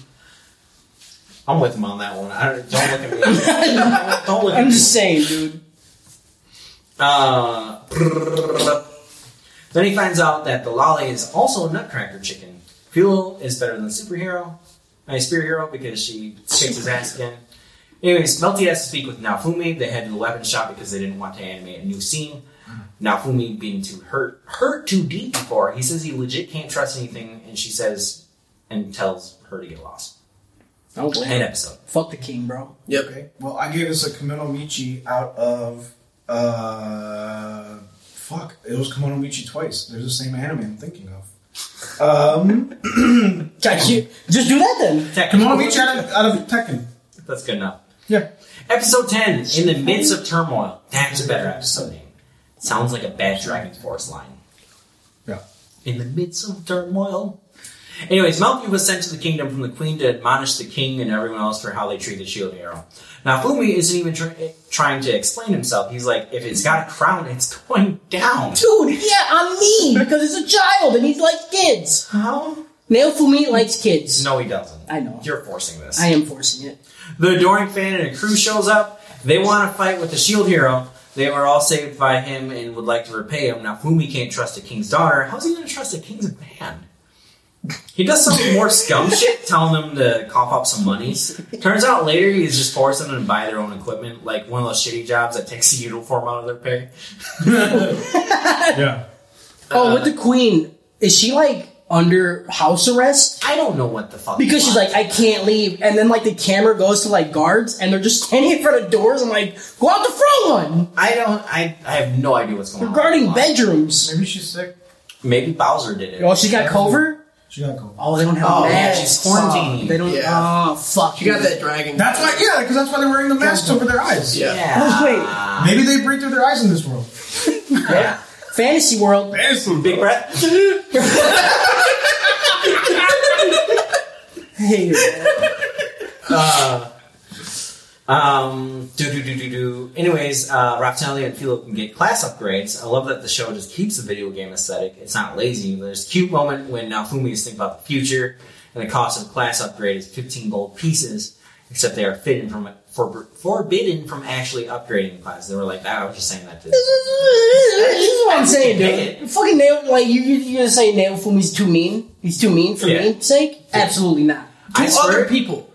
I'm with him on that one. I don't, don't look at me. Don't look at I'm me. just saying, dude. Uh, then he finds out that the lolly is also a nutcracker chicken. Fuel is better than superhero. I mean, spear hero because she shakes his ass again. Anyways, Melty has to speak with Naofumi. They head to the weapon shop because they didn't want to animate a new scene. Naofumi being too hurt, hurt too deep before, he says he legit can't trust anything, and she says and tells her to get lost. I don't blame End him. episode. Fuck the king, bro. Yep. Okay. Well, I gave this a Kimono Michi out of. Uh, fuck. It was Kimono Michi twice. There's the same anime I'm thinking of. Um, Just just do that then. Kimono Michi out of, out of Tekken. That's good enough. Yeah. Episode 10, In the Midst of Turmoil. That's a better episode name. Sounds like a bad Dragon Force line. Yeah. In the midst of turmoil. Anyways, Melfi was sent to the kingdom from the queen to admonish the king and everyone else for how they treated Shield Hero. Now, Fumi isn't even tr- trying to explain himself. He's like, if it's got a crown, it's going down. Dude, yeah, I'm mean because it's a child and he likes kids. How? Nail Fumi likes kids. No, he doesn't. I know. You're forcing this. I am forcing it. The adoring fan and a crew shows up. They want to fight with the shield E hero. They were all saved by him and would like to repay him. Now, Fumi can't trust a king's daughter. How's he going to trust a king's man? He does some more scum shit, telling them to cough up some money. Turns out later he's just forcing them to buy their own equipment, like one of those shitty jobs that takes the uniform out of their pay. Yeah. Oh, with the Uh, queen, is she like under house arrest? I don't know what the fuck. Because he she's like, wants. I can't leave. And then like the camera goes to like guards and they're just standing in front of doors. I'm like, go out the front one. I don't, I, I have no idea what's going Regarding on. bedrooms. Maybe she's sick. maybe Bowser did it. Oh, she got cover? She got cold. Oh, they don't have Oh, a yeah, mask. she's quarantined. Oh, They don't. Yeah. Oh, fuck. You got that dragon. That's why, yeah, because that's why they're wearing the masks over their eyes. Yeah. Oh, Maybe they breathe through their eyes in this world. wait. Fantasy world. Big breath. Hey, man. Uh, Um, do do do do do. Anyways, uh, Raftalia and Philo can get class upgrades. I love that the show just keeps the video game aesthetic. It's not lazy. There's a cute moment when Naofumi is thinking about the future, and the cost of class upgrade is 15 gold pieces. Except they are forbidden from for, forbidden from actually upgrading the class. They were like, "Ah, I was just saying that." To This is what I'm saying, dude. Fucking nail. Like you, you, you're gonna say nail Fumi's too mean? He's too mean for Yeah. meme's sake? Absolutely not. I To other swear, people.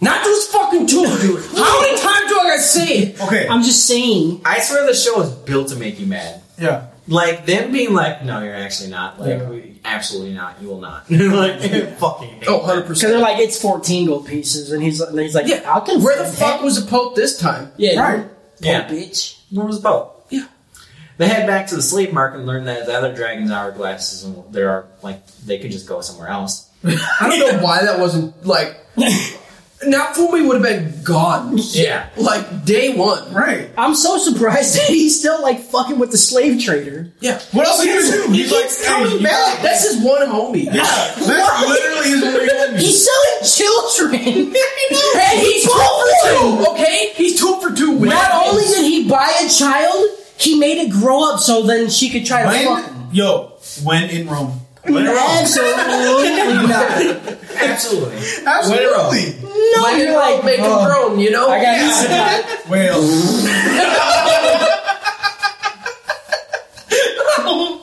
Not those fucking two, dude. How many times do I gotta say it? Okay. I'm just saying. I swear, the show is built to make you mad. yeah. Like them being like, "No, you're actually not." Like, Yeah. we- absolutely not. You will not. like, fucking. hate Oh, that. 100%. Because they're like, it's 14 gold pieces, and he's like, and he's like yeah, I can Where the find fuck that. was the Pope this time? Yeah, Right. right. Yeah. bitch. Where was the boat? Yeah. They head back to the slave market and learn that the other dragon's hourglasses and there are like they could just go somewhere else. I don't know why that wasn't like. Not Fumi would have been gone. Yeah. Like day one. Right. I'm so surprised that he's still like fucking with the slave trader. Yeah. What else do you do? He's like, Coming hey, you- back. That's his one homie. That's literally his only homie. He's selling children. Hey, he's two for two. Okay, he's two for two. with Not it. only did he buy a child, he made it grow up so then she could try to fuck him. When, yo, when in Rome. When in Rome. Absolutely not. Absolutely. Absolutely. No, Let you're it all like, make him oh, grown. You know. I got Well.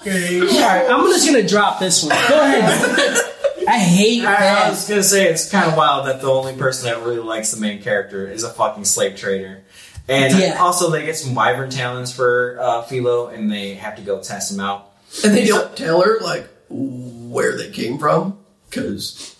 okay. All right, I'm just gonna drop this one. Go ahead. I hate I, I that. was gonna say it's kind of wild that the only person that really likes the main character is a fucking slave trader, and Yeah. also they get some wyvern talons for uh, Philo, and they have to go test him out. and they don't tell her like where they came from because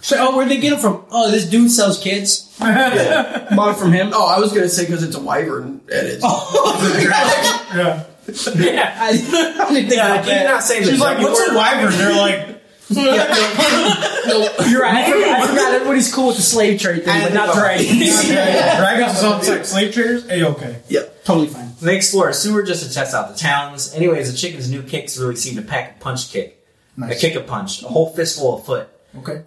So, oh, where'd they get him from? Oh, this dude sells kids. Bought it from him. oh i was gonna say because it's a wyvern and it's Yeah. Yeah, I didn't think yeah. about I did that. not say She's the like, W what's a word. wyvern? They're like, You're right. I forgot, I forgot everybody's cool with the slave trade thing, but not dragons. yeah, dragons is all like slave traders? Hey, okay. yeah totally fine. They explore a sewer just to test out the talons. Anyways, the chicken's new kicks really seem to pack a punch kick, a kick a punch, a whole fistful of foot. Okay.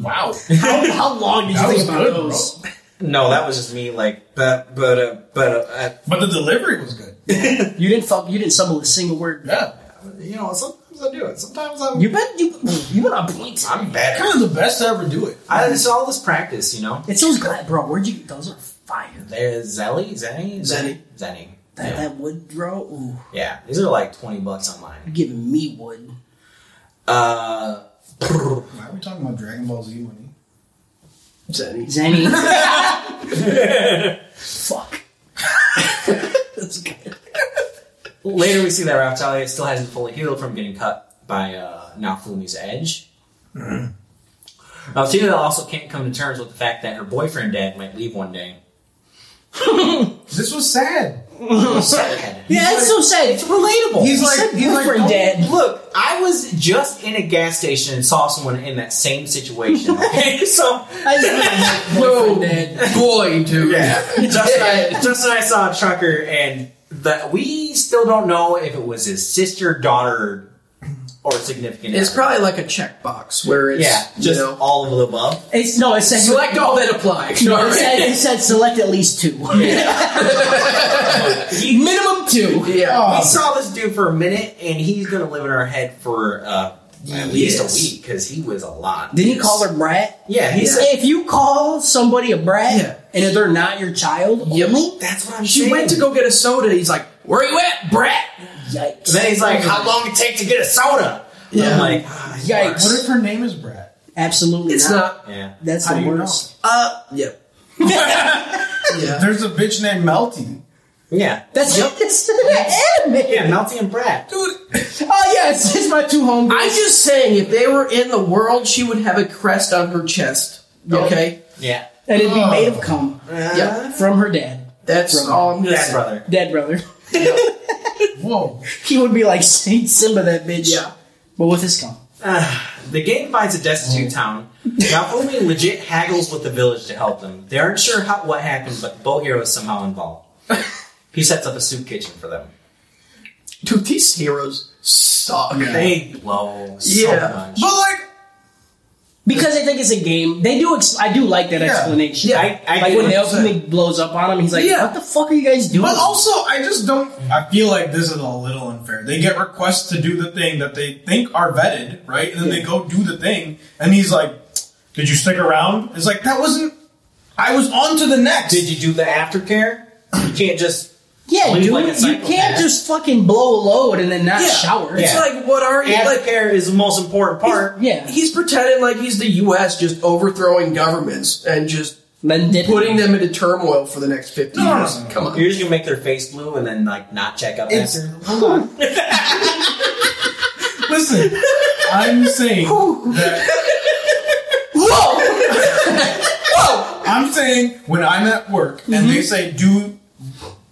wow How, how long did you That think was about good, bro. those? No, that was just me. Like, but but uh, but uh, uh, But the delivery was good. You didn't fuck. You didn't stumble a single word. Yeah. you know, sometimes I do it. Sometimes I'm You bet. You you went on point. I'm bad. Kind of the best to ever do it. I, it's all this practice, you know. It's those glass, bro. Where'd you? Those are fire. There's Zelly, Zenny, Zenny. Zenny. That Yeah. that wood, bro. Ooh, yeah, these are like twenty bucks online. you're giving me wood. Uh, Why are we talking about Dragon Ball Z money? Zenny. Zenny. Fuck. That's good. later we see that Raptalia still hasn't fully healed from getting cut by uh, Naofumi's edge. Raptalia also can't come to terms with the fact that her boyfriend dad might leave one day. This was sad. Sad. Yeah, that's so sad. It's relatable. He's like- said he's like, boyfriend oh, dead. Look, I was just in a gas station and saw someone in that same situation. Okay, so I said Whoa, boyfriend dead. boy, dude. Justin, I, Justin and I saw a trucker, and the, we still don't know if it was his sister, daughter, or significant. It's other. probably like a checkbox where it's, yeah, you just know, all of the above. It's no. It said select all that apply. No, it said, it said select at least two. Minimum two. yeah. We saw this dude for a minute, and he's gonna live in our head for uh, at least Yes. a week because he was a lot. Did he call her brat? Yeah, he He said. said, if you call somebody a brat Yeah. and if they're not your child, Yep. only, That's what I'm She saying. went to go get a soda. He's like, "Where you at, brat?" yikes. Then he's like, "How long it take to get a soda?" Yeah. I'm like, ah, Yikes. What if her name is Brad? Absolutely It's not. not. yeah. That's How the do you worst. Uh, yep. yeah. There's a bitch named Melty. Yeah, That's it's an anime. yeah, Melty and Brad. Oh yeah, it's, it's my two home. I'm just saying, if they were in the world, she would have a crest on her chest. Okay, Yeah, and it'd be made of cum Yeah. from her dad, that's Brother. all I'm gonna Dad, say. brother. dead brother. Whoa. He would be like Saint Simba, that bitch. Yeah. but with his cum. The gang finds a Mm. destitute town. Naomi legit haggles with the village to help them. They aren't sure how, what happened, but the boat hero is somehow involved. he sets up a soup kitchen for them. Dude, these heroes suck. They blow so Yeah. much. But like, Because I think it's a game. They do. Ex- I do like that Yeah. explanation. Yeah. I, I like do when it. Naofumi blows up on him, he's like, Yeah. "What the fuck are you guys doing?" but also, I just don't. I feel like this is a little unfair. They get requests to do the thing that they think are vetted, right? And then they go do the thing, and he's like, "Did you stick around?" It's like that wasn't. I was on to the next. Did you do the aftercare? You can't just. yeah, Leave dude, like a you can't psychopath. just fucking blow a load and then not Yeah. shower. It's Yeah. like, what are you? Like, Aftercare is the most important part. Yeah. he's pretending like he's the U.S. just overthrowing governments and just Then dip- putting them into turmoil for the next 50 No, no, years. no. Come on. You're just gonna make their face blue and then like not check up It's- after. Listen, I'm saying that Whoa! I'm saying when I'm at work Mm-hmm. and they say do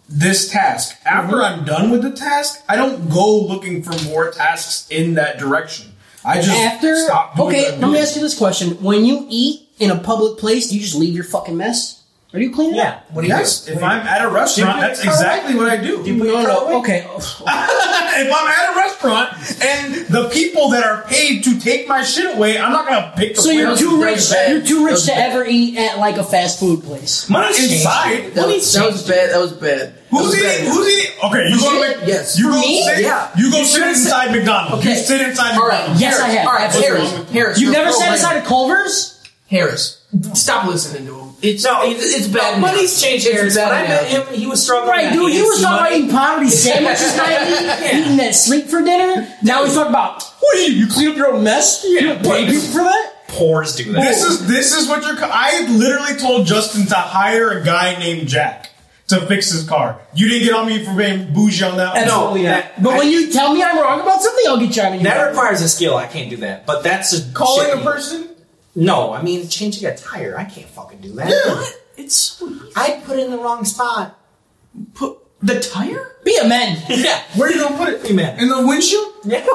this task. After I'm done with the task, I don't go looking for more tasks in that direction. I just after stop doing okay that. let me ask you this question when you eat in a public place, do you just leave your fucking mess? Or do you clean it Yeah. up? What do you Yes, do? if I'm at a restaurant, that's exactly what I do. No, no, okay. if I'm at a restaurant and the people that are paid to take my shit away, I'm not gonna pick the So you're plates too and rich. bring it back. You're too rich to ever eat at like a fast food place. I'm not inside. That was, that was bad. That was bad. Who's that was bad. eating? Who's eating? Okay, you go to Mc- Yes. You For go me? sit. Yeah. You go You sit should've said- inside McDonald's. You Okay. sit inside All McDonald's. right. Yes, I Harris. have. All right, Absolutely. Harris. Harris. You've Oh, you're never pro sat life. inside of Culver's? Harris. Stop listening to him. It's No, it's, it's bad. now. Money's changed It's Harris. bad When I met now. him, he was struggling. Right, at dude. He was ANC talking about money. eating poverty sandwiches nightly, eating that sleep for dinner. Now he's talking about what do you? You clean up your own mess? you don't pay people for that? Pores do that. This is this is what you're. co- I literally told Justin to hire a guy named Jack to fix his car. You didn't get on me for being bougie on that. one. Absolutely No, not. that- but I- when you tell me I'm wrong about something, I'll get you out of your that mouth. requires a skill. I can't do that. But that's a calling shit- a person. No, I mean changing a tire. I can't fucking do that. Yeah. It's so easy. I put it in the wrong spot. Put the tire. Be a man. Yeah. Where you gonna put it? Hey, man. In the windshield? Yeah.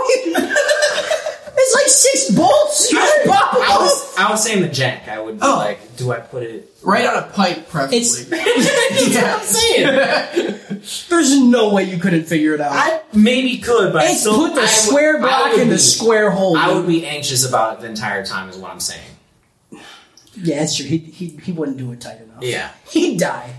It's like six bolts. You just pop I them off. was, I was saying the jack. I would be Oh. like, do I put it Right on a pipe, preferably. It's- That's what I'm saying. There's no way you couldn't figure it out. I maybe could, but I it's still put the I would- square I block would in the be- square hole. I dude. would be anxious about it the entire time, is what I'm saying. yeah, that's true. He, he, he wouldn't do it tight enough. Yeah. He'd die.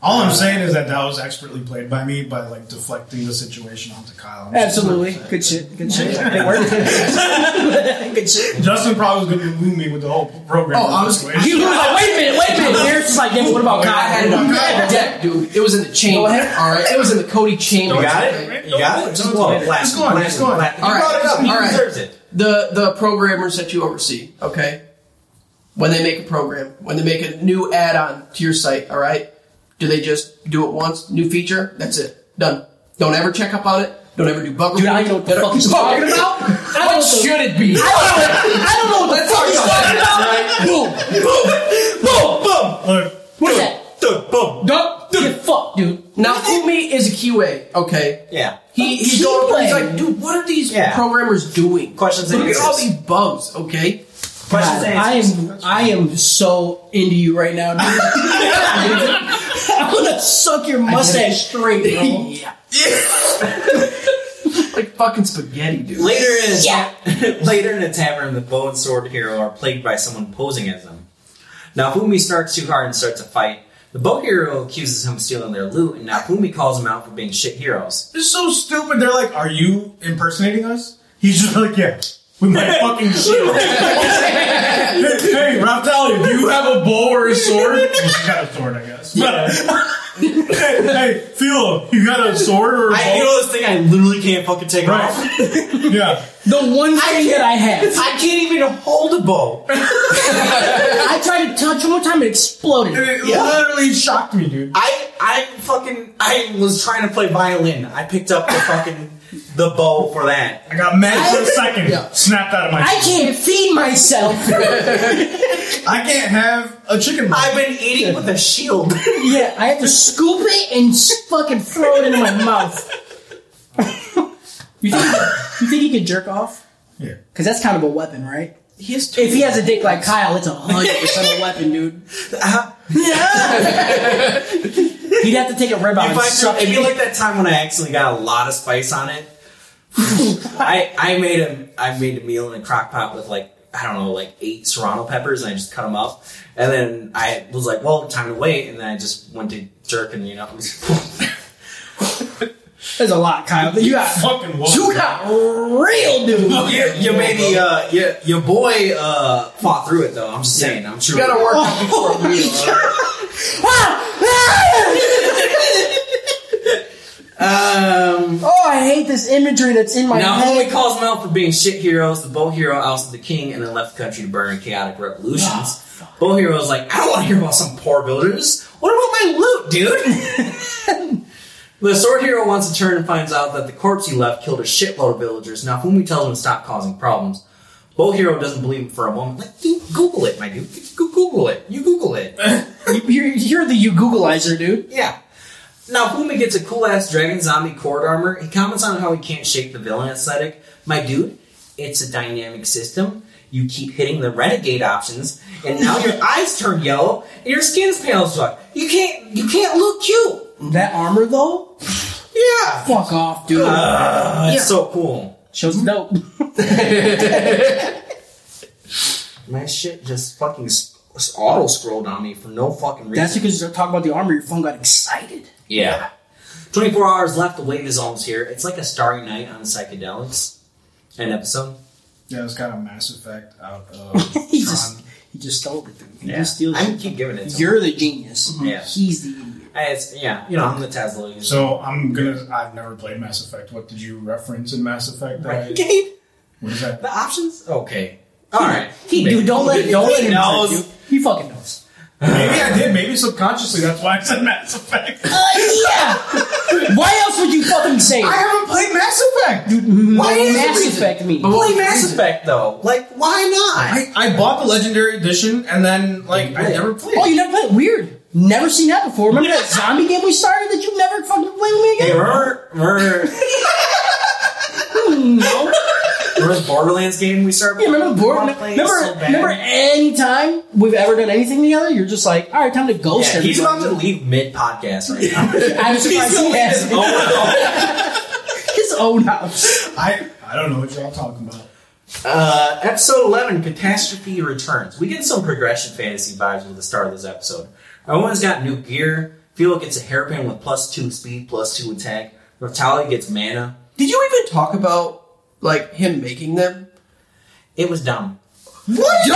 All I'm saying is that that was expertly played by me by like deflecting the situation onto Kyle. Absolutely. Good shit. Good shit. It worked. Good shit. Justin probably was going to woo me with the whole program. Oh, I was- He was like, wait a minute, wait a minute. Harris is like, yeah, but what about I had it God? on my deck, dude. It was in the chamber. Go ahead. All right, it was in the Cody chamber. You got it? You got it? Just Don't go do on. it. Blast Just go on, blast just go on. blast. You All right, brought it up. all He right. deserves it. the the programmers that you oversee, okay? When they make a program, when they make a new add-on to your site, all right? Do they just do it once, new feature? That's it, done. Don't ever check up on it. Don't ever do bug Dude, I reporting. know what the Don't- fuck he's talking about. I know What what the- should it be? I don't know what the fuck he's talking about. Boom. Boom. Boom. Look, What's that? Duck. Duck. Get fucked, dude. Now, Fumi is a QA, okay? Yeah. He, he's A going. QA? He's like, dude, what are these Yeah. programmers doing? Questions and Look at all answers. these bugs, okay? Questions and I answers. am I am so into you right now, dude. I'm gonna suck your mustache straight, bro. yeah. like fucking spaghetti, dude. Later in a Yeah. later in a tavern, the bow and sword hero are plagued by someone posing as them. Now Fumi snarks too hard and starts a fight. The bow hero accuses him of stealing their loot, and now Fumi calls him out for being shit heroes. it's so stupid. They're like, "Are you impersonating us?" He's just like, "Yeah, with my fucking shield." hey, hey, Ralph Talley, do you have a bow or a sword? Well, she got a sword, I guess. hey, hey, Philo, you got a sword or a I you bow? know this thing I literally can't fucking take off. Right. Yeah. The one thing that I have. I can't even hold a bow. I tried to touch one more time, it exploded. And it literally shocked me, dude. I I fucking I was trying to play violin. I picked up the fucking the bow for that. I got mad for a second, snapped out of my. I can't feed myself. I can't have a chicken. I've been eating with a shield. yeah, I have to scoop it and s- fucking throw it into my mouth. you think you think he could jerk off? Yeah. Because that's kind of a weapon, right? he has two If he has a dick like Kyle, it's a hundred percent a weapon, dude. Uh, He'd have to take a rib out if and I suck threw, if it. you like that time when I accidentally got a lot of spice on it, I I made a I made a meal in a crock pot with like I don't know like eight serrano peppers and I just cut them up and then I was like well time to wait and then I just went to jerk and you know it was- There's a lot, Kyle. You got fucking wolf. you got real dude. your, your baby uh your, your boy uh fought through it though I'm just saying I'm sure You gotta work out before a meal. all right? um Oh, I hate this imagery that's in my now head. Homie calls them out for being shit heroes the bow hero ousted the king and then left the country to burn in chaotic revolutions bow hero is like I don't want to hear about some poor builders what about my loot dude The sword hero wants to turn and finds out that the corpse he left killed a shitload of villagers. Now, Fumi tells him to stop causing problems. Bow Hero doesn't believe him for a moment. Like, dude, Google it, my dude. Go- Google it. You Google it. You're, you're the you Googleizer, dude. Yeah. Now, Fumi gets a cool ass dragon zombie cord armor. He comments on how he can't shake the villain aesthetic. My dude, it's a dynamic system. You keep hitting the renegade options, and now your eyes turn yellow and your skin's pale as fuck. You can't you can't look cute. That armor though, Yeah, fuck off, dude. Uh, it's so cool. Shows dope. My shit just fucking auto scrolled on me for no fucking reason. That's because you're talking about the armor. Your phone got excited. Yeah. 24 hours left. The wave is almost here. It's like a starry night on psychedelics. An episode. Yeah, it was kind of Mass Effect out of He Tron. just he just stole it. Dude. He just steals. I it. can keep giving it. To him. You're the genius. Yeah. He's the idiot. I- It's, yeah, you know, I'm the Tesla. user. So I'm gonna. I've never played Mass Effect. What did you reference in Mass Effect? that I- Renegade. what is that? The options. Okay. All right. He, dude, don't let don't let him knows. trick you. He fucking knows. Maybe I did. Maybe subconsciously. That's why I said Mass Effect. yeah. Why else would you fucking say? Uh, I it? haven't played Mass Effect, dude. Why is Mass it- Effect me? But what Play was the Mass reason? Effect though. Like, why not? I, I bought the Legendary Edition and then like I never played. Oh, it. you never played? Weird. Never seen that before. Remember that zombie game we started that you never fucking played with me Hey, again? remember, remember, Hmm, No. remember the Borderlands game we started? Yeah, remember, board, Wanna play it remember, so bad. remember any time we've ever done anything together, you're just like, all right, time to ghost Yeah, he's about everybody. to leave mid podcast right now. I'm surprised he has oh, his own house. I I don't know what y'all talking about. Uh, episode 11, Catastrophe Returns. We get some progression fantasy vibes with the start of this episode. Everyone's got new gear. Philo gets a hairpin with plus two speed, plus two attack. Natalia gets mana. Did you even talk about like him making them? It was dumb. What? you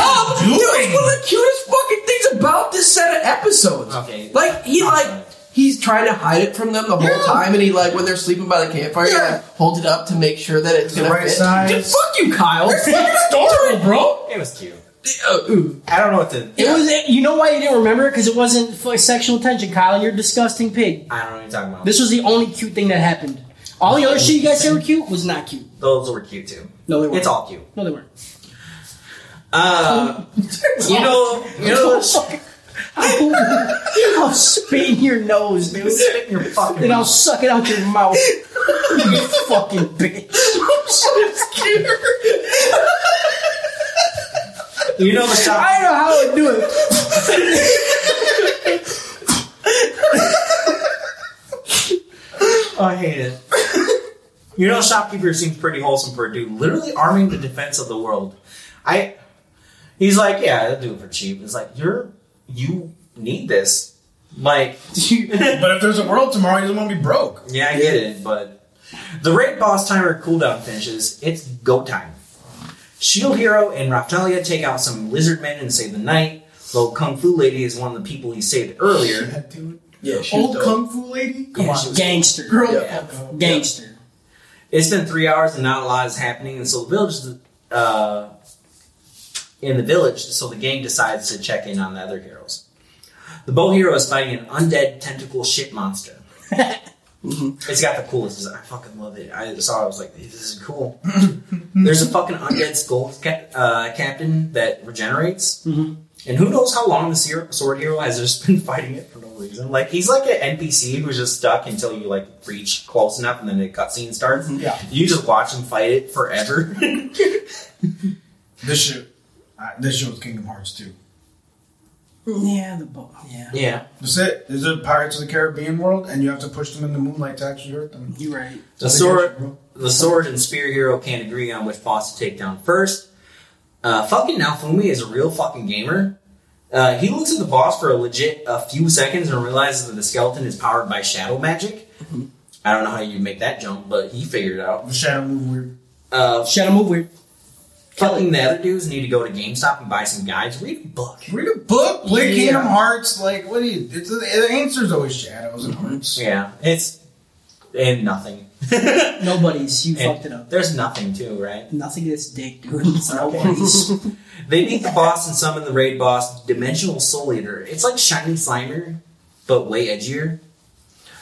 Dude, doing? it's one of the cutest fucking things about this set of episodes. Okay. Like he like he's trying to hide it from them the whole time, and he like when they're sleeping by the campfire, he, like holds it up to make sure that it's The gonna right fit. size. Dude, fuck you, Kyle. adorable, bro. It was cute. Uh, ooh. I don't know what to. It was, you know why you didn't remember it? Because it wasn't for sexual attention, Kyle. You're a disgusting pig. I don't know what you're talking about. This was the only cute thing that happened. All the other shit you guys said were cute was not cute. Those were cute too. No, they weren't. It's all cute. No, they weren't. Uh, you know, you know, I'll spit in your nose, dude. spit in your fucking. And I'll suck it out your mouth. you fucking bitch. You know the shot. I don't know how I would do it. Oh, I hate it. you know, shopkeeper seems pretty wholesome for a dude, literally arming the defense of the world. I, he's like, yeah, I'll do it for cheap. It's like you're, you need this, like, But if there's a world tomorrow, he doesn't want to be broke. yeah, I get it, but the raid boss timer cooldown finishes. It's go time. Shield hero and Raptalia take out some lizard men and save the night. Though Kung Fu Lady is one of the people he saved earlier. dude. Yeah, she's Old dope. kung fu lady. Come Yeah, on, she's gangster. girl. Yeah. Gangster. It's been three hours and not a lot is happening, and so the village, uh, in the village, so the gang decides to check in on the other heroes. The bow hero is fighting an undead tentacle shit monster. It's got the coolest design. I fucking love it. I saw it. I was like, this is cool. There's a fucking undead skull ca- uh, captain that regenerates. And who knows how long this hero, sword hero has just been fighting it for no reason. Like, he's like an NPC who's just stuck until you, like, reach close enough and then the cutscene starts. Yeah. You just watch him fight it forever. This shit. Uh, this shit was Kingdom Hearts too. Yeah, the boat. Yeah. yeah. That's it. There's a Pirates of the Caribbean world, and you have to push them in the moonlight to actually hurt them. You're right. The sword, the sword and spear hero can't agree on which boss to take down first. Uh, fucking Naofumi is a real fucking gamer. Uh, he looks at the boss for a legit a few seconds and realizes that the skeleton is powered by shadow magic. I don't know how you make that jump, but he figured it out. The shadow move weird. Uh, Shadow move weird. fucking the other dudes need to go to GameStop and buy some guides. Read a book. Read a book. Play Yeah. Kingdom Hearts. Like, what do you? It's, the answer's always shadows and hearts. Yeah, it's and nothing. Nobody's. You And fucked it up. There's nothing too, right? Nothing that's dick, dude. It's nobody's. They beat the boss and summon the raid boss, Dimensional Soul Eater. It's like Shiny Slimer, but way edgier.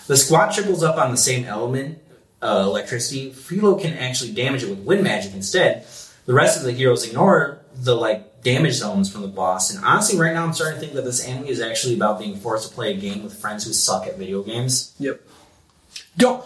The squad triples up on the same element, uh, electricity. Philo can actually damage it with wind magic instead. The rest of the heroes ignore the like damage zones from the boss. And honestly, right now I'm starting to think that this anime is actually about being forced to play a game with friends who suck at video games. Yep. oh!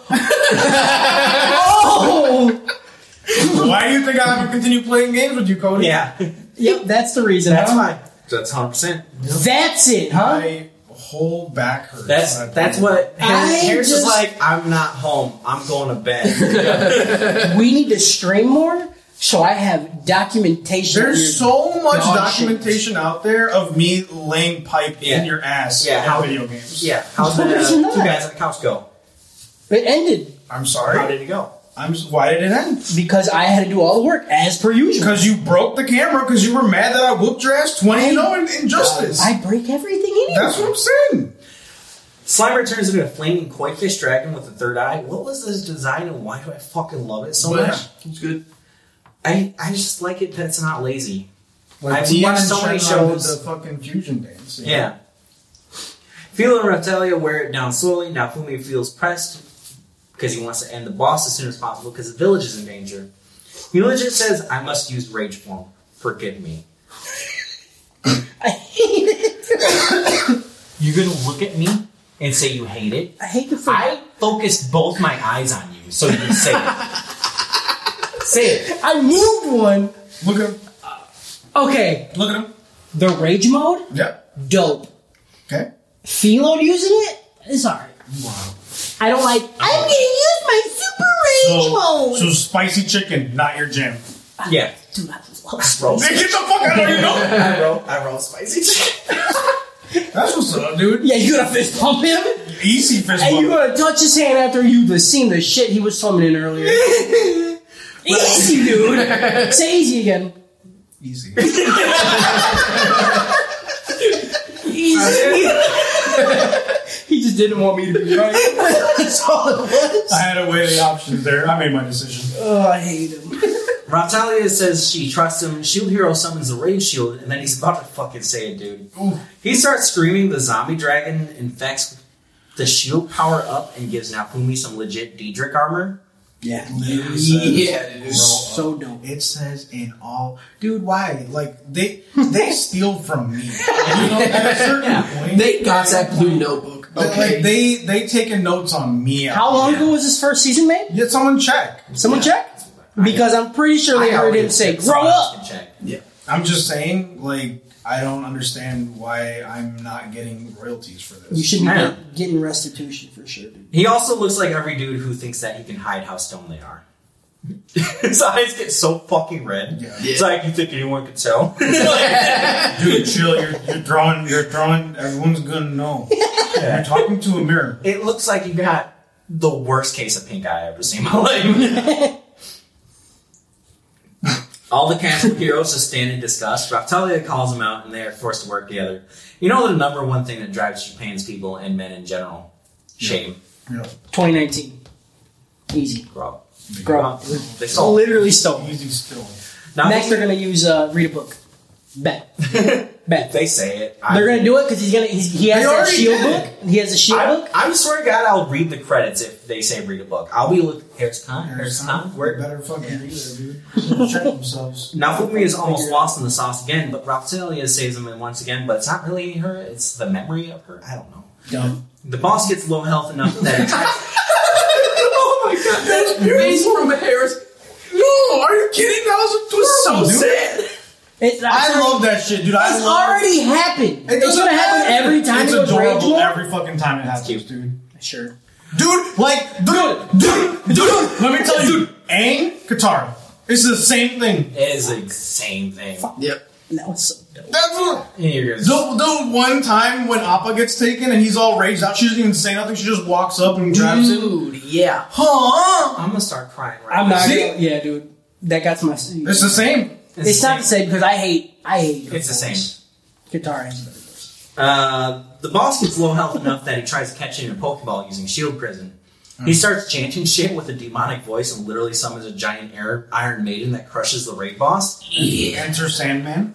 Why do you you think I'm gonna continue playing games with you, Cody? Yeah, Yep, that's the reason. that's huh? fine. That's hundred percent. That's it, huh? My whole back hurts. That's when I that's play. what I Harris, Harris just- is like. I'm not home. I'm going to bed. We need to stream more, so I have documentation. of your There's so much dog shit. documentation out there of me laying pipe Yeah. in your ass Yeah, in how- video games. yeah, how's the What is uh, in two that? guys on the couch go? It ended I'm How sorry. did it go? I'm. s- Why did it end? because I had to do all the work as per usual. Because you broke the camera. Because you were mad that I whooped your ass twenty and zero in injustice. I break everything anyway. that's what I'm saying. Slimer turns into a flaming koi fish dragon with a third eye. What was this design and why do I fucking love it so But much? it's good. I, I just like it that it's not lazy. Like I've Tia watched and so many Shenron did shows. The fucking fusion dance. you know? Yeah. Filo and Reptalia wear it down slowly. Now Fumi feels pressed because he wants to end the boss as soon as possible because the village is in danger. He legit says, I must use rage form. Forgive me. I hate it. You're going to look at me and say you hate it? I hate the fact I focused both my eyes on you so you can say it. say it. I moved one. Look at him. Okay, Look at him. the rage mode, Yeah. dope. Okay. Philo using it, it's alright. Wow. I don't like. I'm gonna use my super rage So, mode. so spicy chicken, not your jam. Yeah. Dude, I love Roll. Man, get the fuck out of here, you know? I roll. I roll spicy. That's what's up, dude. Yeah, you gonna fist pump him, Easy fist and you gonna bump. touch his hand after you've seen the shit he was summoning earlier. easy, dude. Say easy again. Easy. Easy. he just didn't want me to be right. That's all it was. I had to weigh the options there. I made my decision. Oh, I hate him. Raptalia says she trusts him. Shield Hero summons a rage shield, and then he's about to fucking say it, dude. Ooh. He starts screaming. The zombie dragon infects the shield power up and gives Nakumi some legit Diedrich armor. Yeah. Literally says, Yeah, dude. So dope. It says in all, dude. Why? Like they they steal from me. You know, at a certain point, They got that blue notebook. okay. Okay. like they they taking notes on me. How long ago was his first season made? Did someone check? Someone check? Because I'm pretty sure they I heard him already say, checked. grow Someone else up! can check. I'm just saying, like, I don't understand why I'm not getting royalties for this. You should be Yeah. get- getting restitution for sure, dude. He also looks like every dude who thinks that he can hide how stoned they are. His eyes get so fucking red. Yeah. It's like you think anyone could tell. Dude, chill. You're, you're drawing. You're drawing. Everyone's gonna know. You're talking to a mirror. It looks like you got the worst case of pink eye I've ever seen in my life. All the cast of heroes just stand in disgust. Raptalia calls them out, and they are forced to work together. You know the number one thing that drives Japan's people and men in general? Shame. Yeah. 2019. Easy. Grow. Grow up. They sold. Literally stole. Easy still. Now Next, they're gonna use uh, read a book. Bet. Bet. they say it. I- They're gonna do it because he's gonna. He's, he has They that already shield did book. He has a shield I, book. I swear to God, I'll read the credits if they say read a book. I'll be looking. Here's Con. Here's Con. Where, better fucking read it, dude. They'll Check themselves. Now Fumi is almost lost in the sauce again, but Raptalia saves him once again, but it's not really her, it's the memory of her. I don't know. Dumb. The boss gets low health enough that it tries- Oh my god, that's beautiful from Harris. No, are you kidding? That was, was so Dude. sad. It's, I love that shit, dude. I It's love. already happened. It it's doesn't gonna happen matter. every time It's it goes rage adorable mode. every fucking time it happens, cute. dude. Sure. Dude, like, dude, dude, dude, Let me tell you, dude. Aang, Katara. It's the same thing. it is the same thing. Yep. That was so dope. That's what. And you're The, gonna- the one time when Appa gets taken and he's all raged out, she doesn't even say nothing. She just walks up and grabs Mm-hmm. him. Dude, yeah. Huh? I'm gonna start crying right I'm now. not. See? Gonna, yeah, dude. That got to my. It's, It's the same. It's, the not the same. same because I hate. I hate. her It's the same. voice. Guitar has a better voice. Uh, the boss gets low health enough that he tries to catch it in a Pokeball using Shield Prison. He starts chanting shit with a demonic voice and literally summons a giant air, Iron Maiden that crushes the raid boss. Enter Sandman.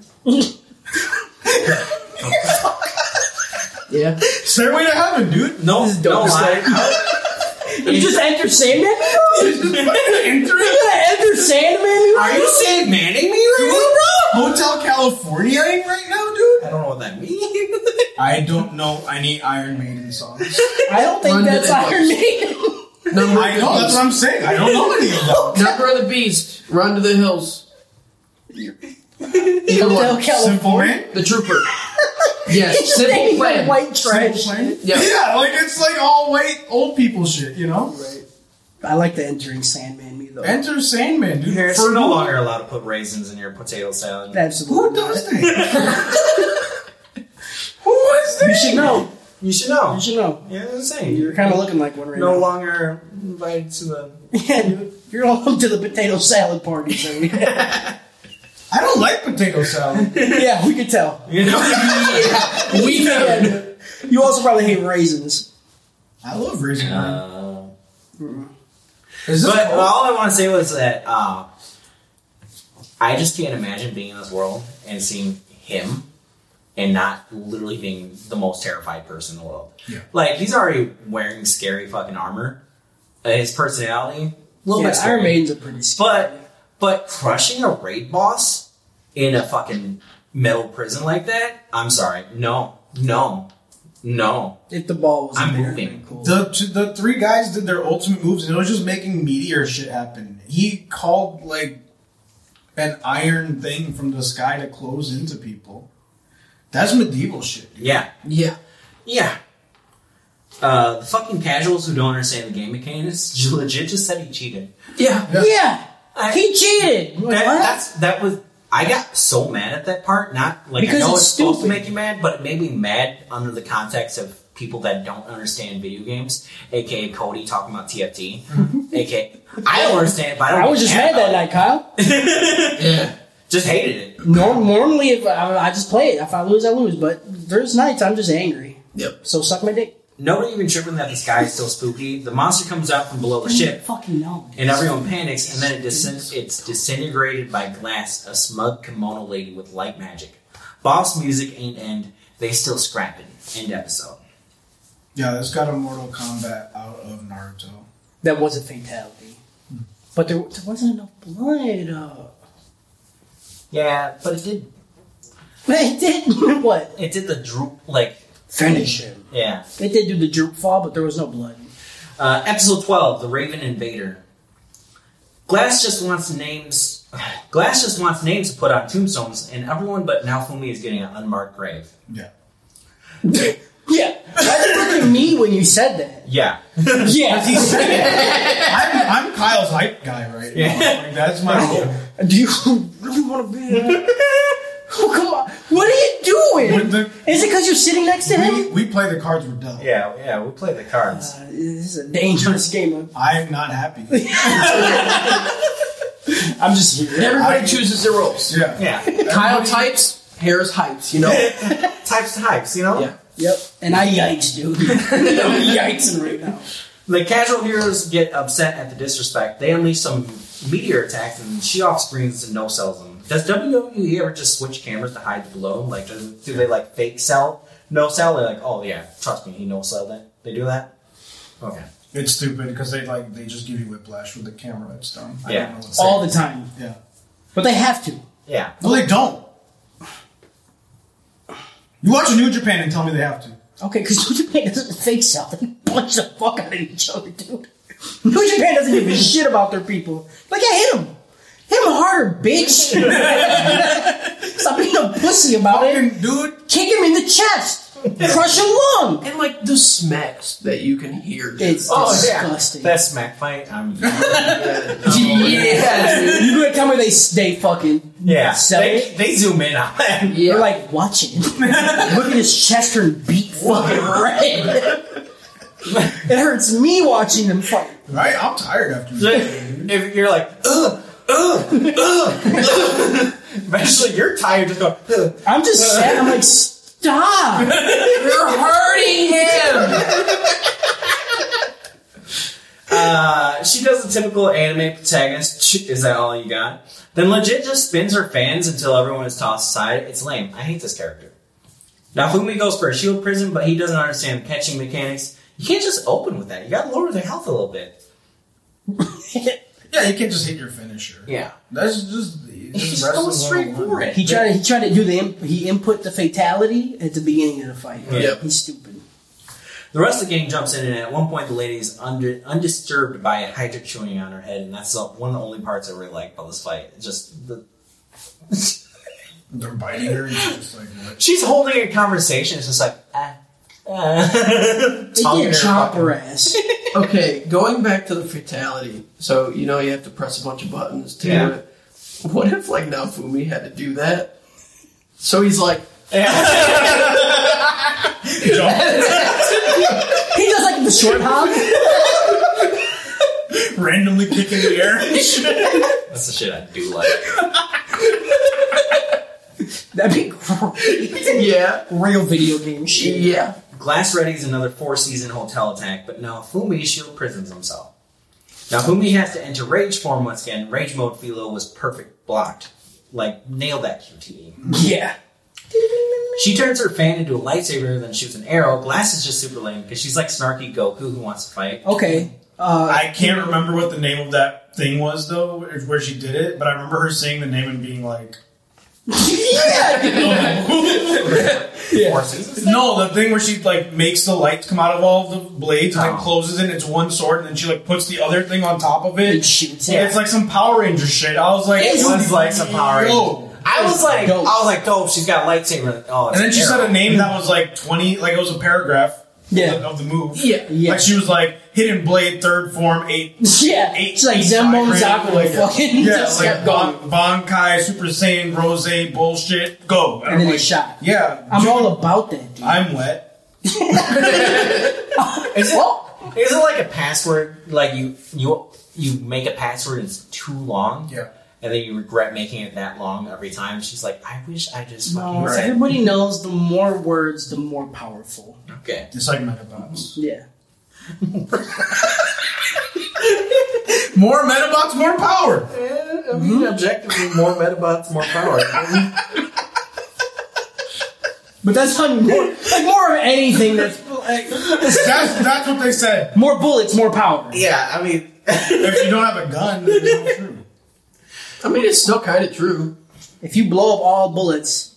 Yeah. Stairway to heaven, dude. No, This is no dope as lie. You just enter Sandman. You're Enter it. gonna enter Sandman. Are you saying manning me right Hotel California right now, now? dude. I don't know what that means. I don't know any Iron Maiden songs. I don't think Run to that's the Iron Maiden. Number of I the know, that's beast. what I'm saying. I don't know any of them. Number of the beast. Run to the hills. Either one. Simple man. The trooper. Yes. Simple plan. White trash. Yeah. Yeah, like it's like all white old people shit, you know? I like the entering Sandman me though. Enter Sandman, dude. Harris- We're For no who- longer allowed to put raisins in your potato salad. Absolutely. Who does that? Who is You should know. You should know. You should know. Yeah, that's what I'm saying. You're kind of looking like one right no now. longer invited to the. Yeah, you're all to the potato salad party. So yeah, I don't like potato salad. yeah we could tell. You know? We can. You also probably hate raisins. I love raisin bran. Uh, Is this but cold? all I want to say was that uh, I just can't imagine being in this world and seeing him and not literally being the most terrified person in the world. Yeah. Like he's already wearing scary fucking armor. Uh, his personality, a little Yeah, bit scary. Iron Maiden's a pretty scary. But but crushing a raid boss in a fucking metal prison like that, I'm sorry. No, no, no. if the ball was I'm there, moving. it'd be cool. The t- the three guys did their ultimate moves, and it was just making meteor shit happen. He called like an iron thing from the sky to close into people. That's medieval shit. dude. Yeah, Yeah. yeah. Uh, the fucking casuals who don't understand the game mechanics j- legit just said he cheated. Yeah. yeah, I- he cheated. I'm like, That, what? that's that was. I got so mad at that part. Not like Because I know it's it's, supposed to stupid. make you mad, but it made me mad under the context of people that don't understand video games, aka Cody talking about TFT, aka I don't understand. But I, don't Mm-hmm. I was just care mad that about night, Kyle. it. Yeah. just hated it. Norm- normally, if I, I just play it, if I lose, I lose. But there's nights I'm just angry. Yep. So suck my dick. Nobody even tripping that the sky is still spooky. The monster comes out from below the ship, Fucking no. and everyone panics. And then it dis- it's disintegrated by glass. A smug kimono lady with light magic. Boss music ain't end. They still scrapping. End episode. Yeah, that's got a Mortal Kombat out of Naruto. That was a fatality. But there, there wasn't enough blood. Uh, Yeah, but it did. it did what? It did the droop. Like Finish him. yeah. It did do the droop fall, but there was no blood. Uh, episode twelve, the Raven Invader. Glass just wants names. Glass just wants names to put on tombstones, and everyone but Naofumi is getting an unmarked grave. Yeah. Yeah, that's fucking me when you said that. Yeah. Yeah, I'm, I'm Kyle's hype guy right now. Like, that's my goal. Do you really want to be there? oh, come on. What are you doing? With the- Is it because you're sitting next to We, him? we play the cards we're dealt. Yeah, yeah. We play the cards. Uh, this is a dangerous game. I'm- I'm not happy. I'm just here. Everybody chooses their roles. Yeah. yeah. Kyle types, Harris hypes, you know? Types to hypes, you know. Yeah. Yep. And I yikes, dude. I'm yikesing right now. The casual heroes get upset at the disrespect. They unleash some meteor attacks, and she off screens and no sells them. Does WWE ever just switch cameras to hide the blow? Like, does, do they like fake sell no sell? They're like, oh yeah, trust me, he no sell that. They do that. Okay. It's stupid because they like they just give you whiplash with the camera that's done. I Yeah. don't know what to All say. the time. yeah. But they have to. Yeah. No, they don't. You watch New Japan and tell me they have to. Okay, because New Japan doesn't fake sell. They punch the fuck out of each other, dude. New Japan doesn't give a shit about their people. Like, I hit him. Hit him harder, bitch. Stop being a pussy about it. Fucking dude, kick him in the chest, crush a lung. And like the smacks that you can hear. Oh, dude. It's Oh, disgusting. That smack fight. I'm. yeah, you gonna tell me they they fucking yeah. sell They, it? they zoom in on that. yeah. They're like watching. Look at his chest turn beat fucking red. it hurts me watching them fight. right? I'm tired after New Japan. if you're like, ugh, ugh, ugh, ugh. Eventually, you're tired. Just go. Ugh. I'm just sad. I'm like, stop. You're hurting him! Uh, she does the typical anime protagonist. "Ch- Is that all you got? Then legit just spins her fans until everyone is tossed aside. It's lame. I hate this character. Now Fumi goes for a shield prison, but he doesn't understand catching mechanics. You can't just open with that. You gotta lower their health a little bit. Yeah, you can't just hit your finisher. Yeah. That's just it's He's just just going wrestling straight 101. for it. He tried. He tried to do the. Imp, he input the fatality at the beginning of the fight. Yep. He's stupid. The rest of the gang jumps in, and at one point, the lady is under, undisturbed by a hydra chewing on her head, and that's the- one of the only parts I really like about this fight. It's Just the, They're biting her. And she's just like, what? she's holding a conversation. It's just like, ah, ah. They Tongue did her chop fucking- her ass. Okay, going back to the fatality. So you know you have to press a bunch of buttons to Yeah. do it. What if like Naofumi had to do that? So he's like, He does like the short hop. randomly kick in the air. That's the shit I do like. That'd be great. yeah, real video game shit. yeah. Glass Ready is another four season hotel attack, but now Fumi shield prisons himself. Now Fumi has to enter rage form once again. Rage mode Philo was perfect blocked. Like, nail that QTE. Yeah. She turns her fan into a lightsaber, then shoots an arrow. Glass is just super lame because she's like snarky Goku who wants to fight. Oh, Okay. Uh, I can't remember what the name of that thing was though, where where she did it. But I remember her saying the name and being like, Four seasons? No, the thing where she like makes the lights come out of all the blades and Oh. then closes it. and It's one sword, and then she like puts the other thing on top of it. And shoots Yeah, it. It's like some Power Ranger shit. I was like, It was like some Power Rangers. Yo. I was like, Dope. I was like, dope. She's got a lightsaber. Oh, it's And then she an said arrow. a name that was like twenty, like it was a paragraph. Yeah. Of the, of the move. Yeah, yeah. Like she was like hidden blade, third form, eight. yeah. eight It's like eight Zembo side Zaku range. fucking yeah, just like kept going. Bon- Bonkai, Super Saiyan, Rose, bullshit, go. And then I'm they like, shot. Yeah, I'm all about that, dude. I'm wet. Is it, Well- is it like a password? Like you you you make a password and it's too long. Yeah. And then you regret making it that long every time. She's like, I wish I just fucking No, Right. Everybody knows the more words, the more powerful. okay. It's like Metabots. Yeah. More Metabots, more power. I mean, objectively, more Metabots, more power. But that's not more, like more of anything that's like, That's that's what they said. more bullets, more power. yeah, I mean, If you don't have a gun, then it's not true. I mean, it's still kind of true. If you blow up all bullets,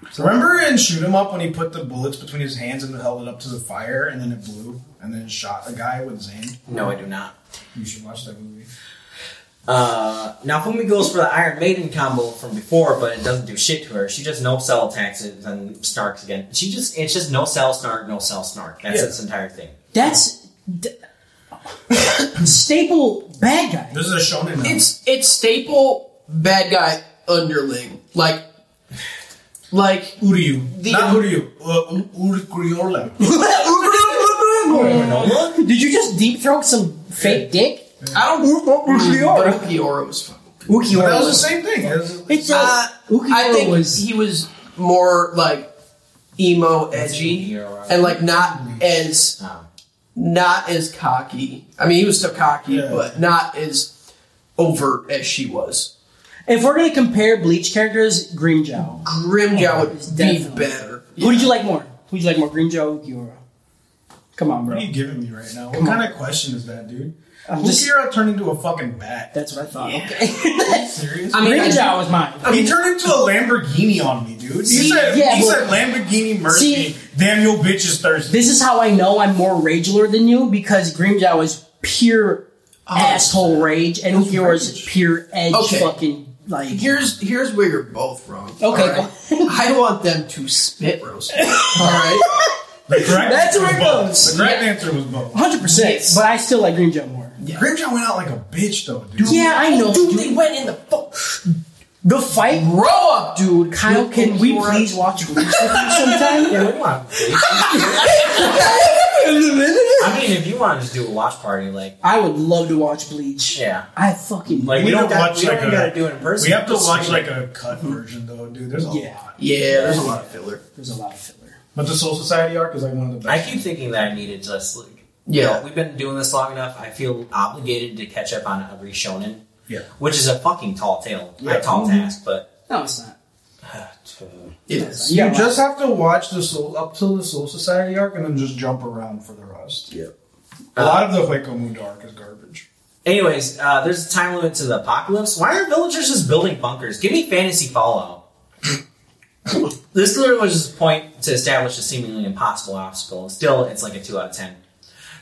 Remember in Shoot 'Em Up when he put the bullets between his hands and held it up to the fire, and then it blew, and then shot a guy with his hand. no, I do not. You should watch that movie. Uh, now Fumi goes for the Iron Maiden combo from before, but it doesn't do shit to her. She just no cell attacks it and snarks again. She just it's just no cell snark, no cell snark. That's Yeah. its entire thing. that's d- staple bad guy. This is a shonen. Now. It's it's staple bad guy underling like like Uryu, The- not Uryu. Uh, U- Ur- Uriola. Did you just deep throat some fake dick? I don't. Ukiora. But Ukiora was fun. But that Ukiora. was the same thing. It was- It's Uh, Ukiora I think was he was more like emo, edgy, Ukiora. and like not as Um, not as cocky. I mean, he was still cocky, Yeah. but not as overt as she was. If we're gonna compare Bleach characters, Grimjow. Grimjow It's would be definitely- better. Who did you like more? Who did you like more, Grimjow or Ukiora? Come on, what bro. are you giving me right now? What Come on. kind of question is that, dude? I'm just- Ukira turned into a fucking bat. That's what I thought. Are you Okay. serious? I mean, I- Grimjow was mine. he turned into a Lamborghini on me, dude. He See, said, yeah, he but- said Lamborghini mercy. See- Damn, your bitch is thirsty. This is how I know I'm more rage lord than you because Grimjow was pure asshole rage, and Ukiora is rage. pure edge Okay. fucking like. Here's here's where you're both wrong. Okay, alright? I want them to spit roast. me, All right. The correct That's answer where was it both. goes. The correct answer was both. Hundred percent, but I still like Grimjow more. Grimjaw went out like a bitch, though, dude. Yeah, I know. Dude, dude. they went in the fuck. The fight, Grow up, dude. Kyle. Dude, Can we Ukiora- please watch Bleach with you sometime? Yeah, we want- I mean, if you want to just do a watch party, like, I would love to watch Bleach. Yeah. I fucking like We we, don't don't, got, watch we like don't a- gotta do it in person. We have to Just watch stream like a cut version, though, dude. There's a Yeah. lot. Yeah, there's a lot of filler. There's a lot of filler. But the Soul Society arc is like one of the it. I best. keep thinking that I needed just like, you know, Yeah. we've been doing this long enough. I feel obligated to catch up on every shonen, Yeah. which is a fucking tall tale, Yeah. a tall task. But No, it's not. It is. Yeah, You just have to watch the Soul up till the Soul Society arc and then just jump around for the rest. Yeah. A lot of the Hueco Moon arc is garbage. anyways, uh, there's a time limit to the apocalypse. Why are villagers just building bunkers? Give me fantasy Fallout. This literally was just a point to establish a seemingly impossible obstacle, and still, it's like a 2 out of 10.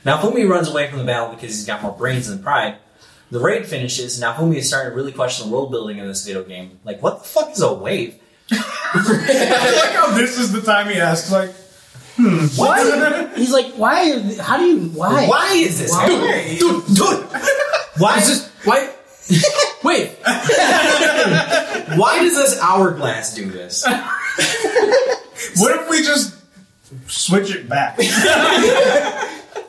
Now, Fumi runs away from the battle because he's got more brains than pride. The raid finishes, and Fumi is starting to really question the world building of this video game. Like, what the fuck is a wave? like how this is the time he asks, like, Why? He's like, why? Are, th- how do you? Why? Why is this? Why? happening? hey, Dude, dude, Why is this this? is why. Wait, Why does this hourglass do this? what if we just switch it back?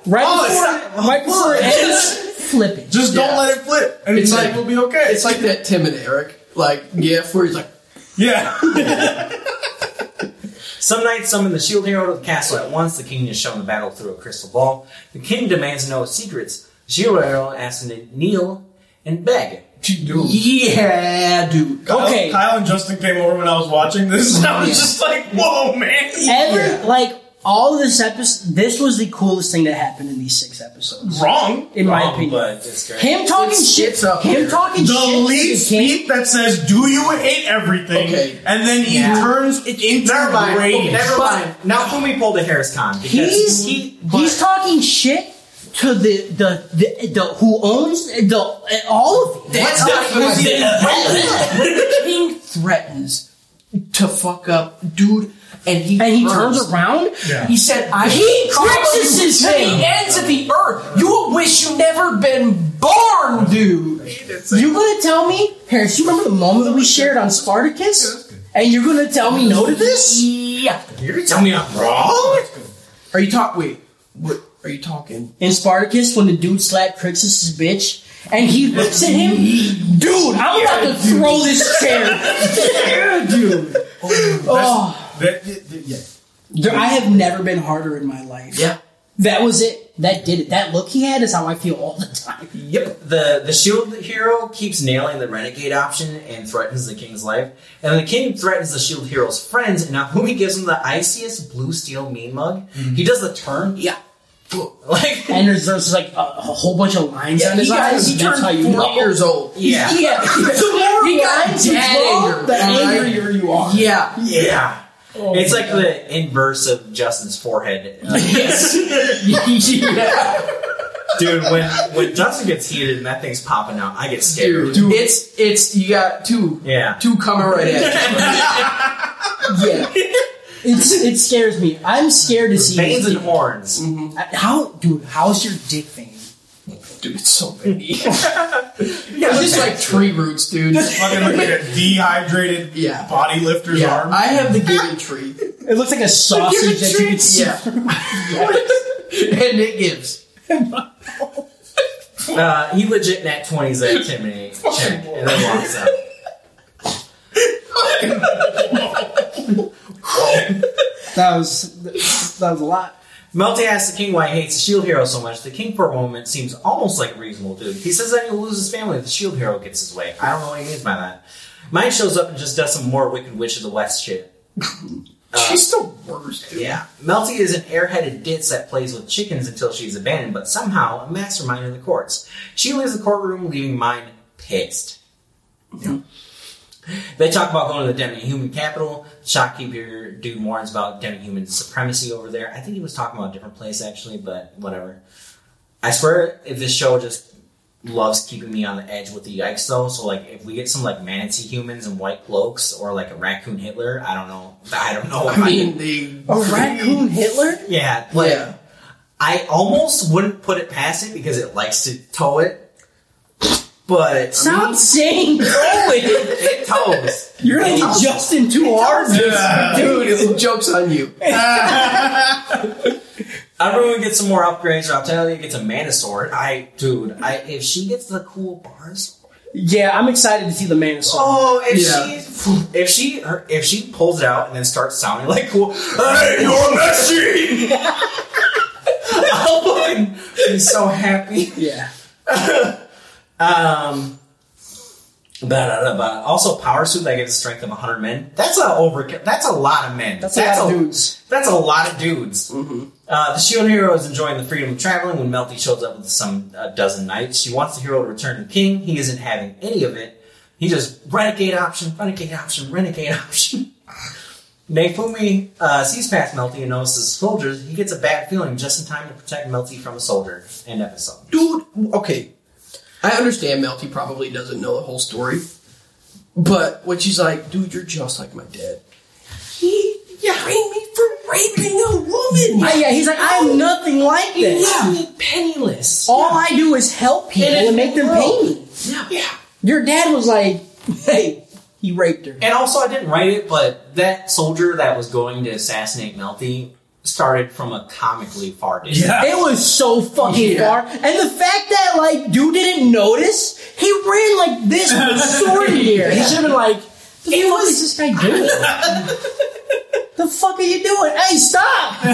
Right Oh, before, right before it ends, flipping. Just don't Yeah. let it flip, and It's it's like like- we'll be okay. it's like that Tim and Eric like gif where he's like, yeah, Some knights summon the shield hero to the castle at once. The king is shown the battle through a crystal ball. The king demands to know his secrets. The shield hero asks him to kneel and beg. dude. yeah, dude. Okay. Kyle and Justin came over when I was watching this, and I was just like, "Whoa, man!" Every like all of this episode, this was the coolest thing that happened in these six episodes, Wrong. in my Wrong, opinion. but it's great. him talking It's- shit. it's up him there. talking The shit. lead to the king. speak that says, "Do you hate everything?" Okay. and then he Yeah. turns it into Never mind. rage. Never mind. Now Fumi pulled a Harris Con because He's he. he's talking shit to the the the, the who owns the uh, all of it. That's What the- not was even- it- when the king threatens to fuck up, dude, and he And he turns. turns around. Yeah. He said, "I He crosses you his to thing. the ends of the earth. You will wish you never been born, dude." You're gonna tell me, Harris? You remember the moment that we shared on Spartacus? And you're gonna tell me no to this? Yeah. You're telling me I'm wrong? Oh, Are you talking? Wait, what are you talking? in Spartacus when the dude slapped Crixus' bitch and he looks at him? Dude, I'm about to throw this chair. yeah, dude. Oh, That- that- that- yeah. There- I have never been harder in my life. Yeah. That was it. That did it. That look he had is how I feel all the time. Yep. The the shield hero keeps nailing the renegade option and threatens the king's life. And the king threatens the shield hero's friends, and Nahumi gives him the iciest blue steel mean mug. Mm-hmm. He does the turn. Yeah. Like And there's, there's like a, a whole bunch of lines on he, his got, eyes. he That's turned how you four know. years old. Yeah. Yeah. the more He got lines you dead draw, angry, the alright? angrier you are. Yeah. Yeah. Oh, it's like the inverse of Justin's forehead. Uh, yeah. dude, when when Justin gets heated and that thing's popping out, I get scared. Dude, it's it's you got two Yeah. two coming right at Yeah. It's, it scares me. I'm scared to see Veins and horns. How, dude? How's your dick vein? you. Dude, it's so big. it's just like tree roots, dude. Fucking look at a dehydrated Yeah. body lifter's Yeah, arm. I have the giving tree. It looks like a sausage that you could see. Yeah. and it gives. Uh, he legit nat twenties at Timmy check and then walks out. That was that was a lot. Melty asks the king why he hates the shield hero so much. The king, for a moment, seems almost like a reasonable dude. He says that he'll lose his family if the shield hero gets his way. I don't know what he means by that. Mine shows up and just does some more Wicked Witch of the West shit. She's the worst, dude. Yeah. Melty is an airheaded ditz that plays with chickens until she's abandoned, but somehow a mastermind in the courts. She leaves the courtroom, leaving Mine pissed. Hmm. They talk about going to the demi-human capital. Shopkeeper dude warns about demi-human supremacy over there. I think he was talking about a different place actually, but whatever. I swear, if this show just loves keeping me on the edge with the yikes though, so like if we get some like manatee humans in white cloaks or like a raccoon Hitler, I don't know. I don't know. I mean, they. A raccoon Hitler? Yeah, like Yeah. I almost wouldn't put it past it because it likes to tow it, but Stop saying it, going. it tows. You're like Justin too hard. Dude, it, joke's on you. Everyone gets some more upgrades. Raptalia gets a mana sword. I, dude, I if she gets the cool bars. Yeah, I'm excited to see the man. Oh. Oh, if Yeah. she, if she, her, if she pulls it out and then starts sounding like cool, hey, you're a machine. I'll fucking be so happy. Yeah. Um, blah, blah, blah, blah. Also, power suit that gives the strength of 100 men. That's a overkill. That's a lot of men. That's a lot of dudes. Mm-hmm. That's a lot of dudes. Uh, the shield hero is enjoying the freedom of traveling when Melty shows up with some uh, dozen knights. She wants the hero to return to king. He isn't having any of it. He just renegade option, renegade option, renegade option. Nefumi uh, sees past Melty and notices soldiers. He gets a bad feeling just in time to protect Melty from a soldier. End episode. dude. Okay, I understand Melty probably doesn't know the whole story, but when she's like, "Dude, you're just like my dad," he behind me for raping a woman. I- Oh yeah, he's like, I'm nothing like this. yeah, Penniless. All I do is help people and make them pay me. yeah. Your dad was like, hey, he raped her. And also, I didn't write it, but that soldier that was going to assassinate Melty started from a comically far distance. It was so fucking Yeah. far. And the fact that, like, dude didn't notice, he ran like this with a sword in the air. He should have been like, the fuck is this guy doing? the fuck are you doing? Hey, stop!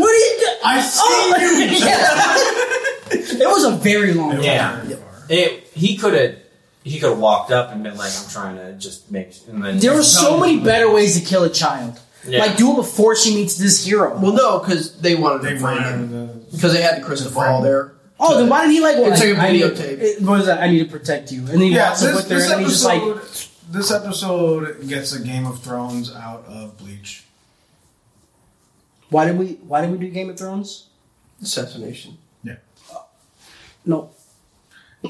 what are you doing? I Oh see you. It was a very long time. Yeah. It, he could have he could have walked up and been like, "I'm trying to just make." And then There were so many better ways to kill a child. Yeah. Like, do it before she meets this hero. Well, no, because they wanted They to frame him ran the because they had the crystal ball there. Oh, then why did he like? It's like a I- I need- videotape. it- What is that? I need to protect you. And then he yeah. walks up This, with her, this and then he's just like, episode, this episode gets a Game of Thrones out of Bleach. "Why did we? Why did we do Game of Thrones? Assassination. No,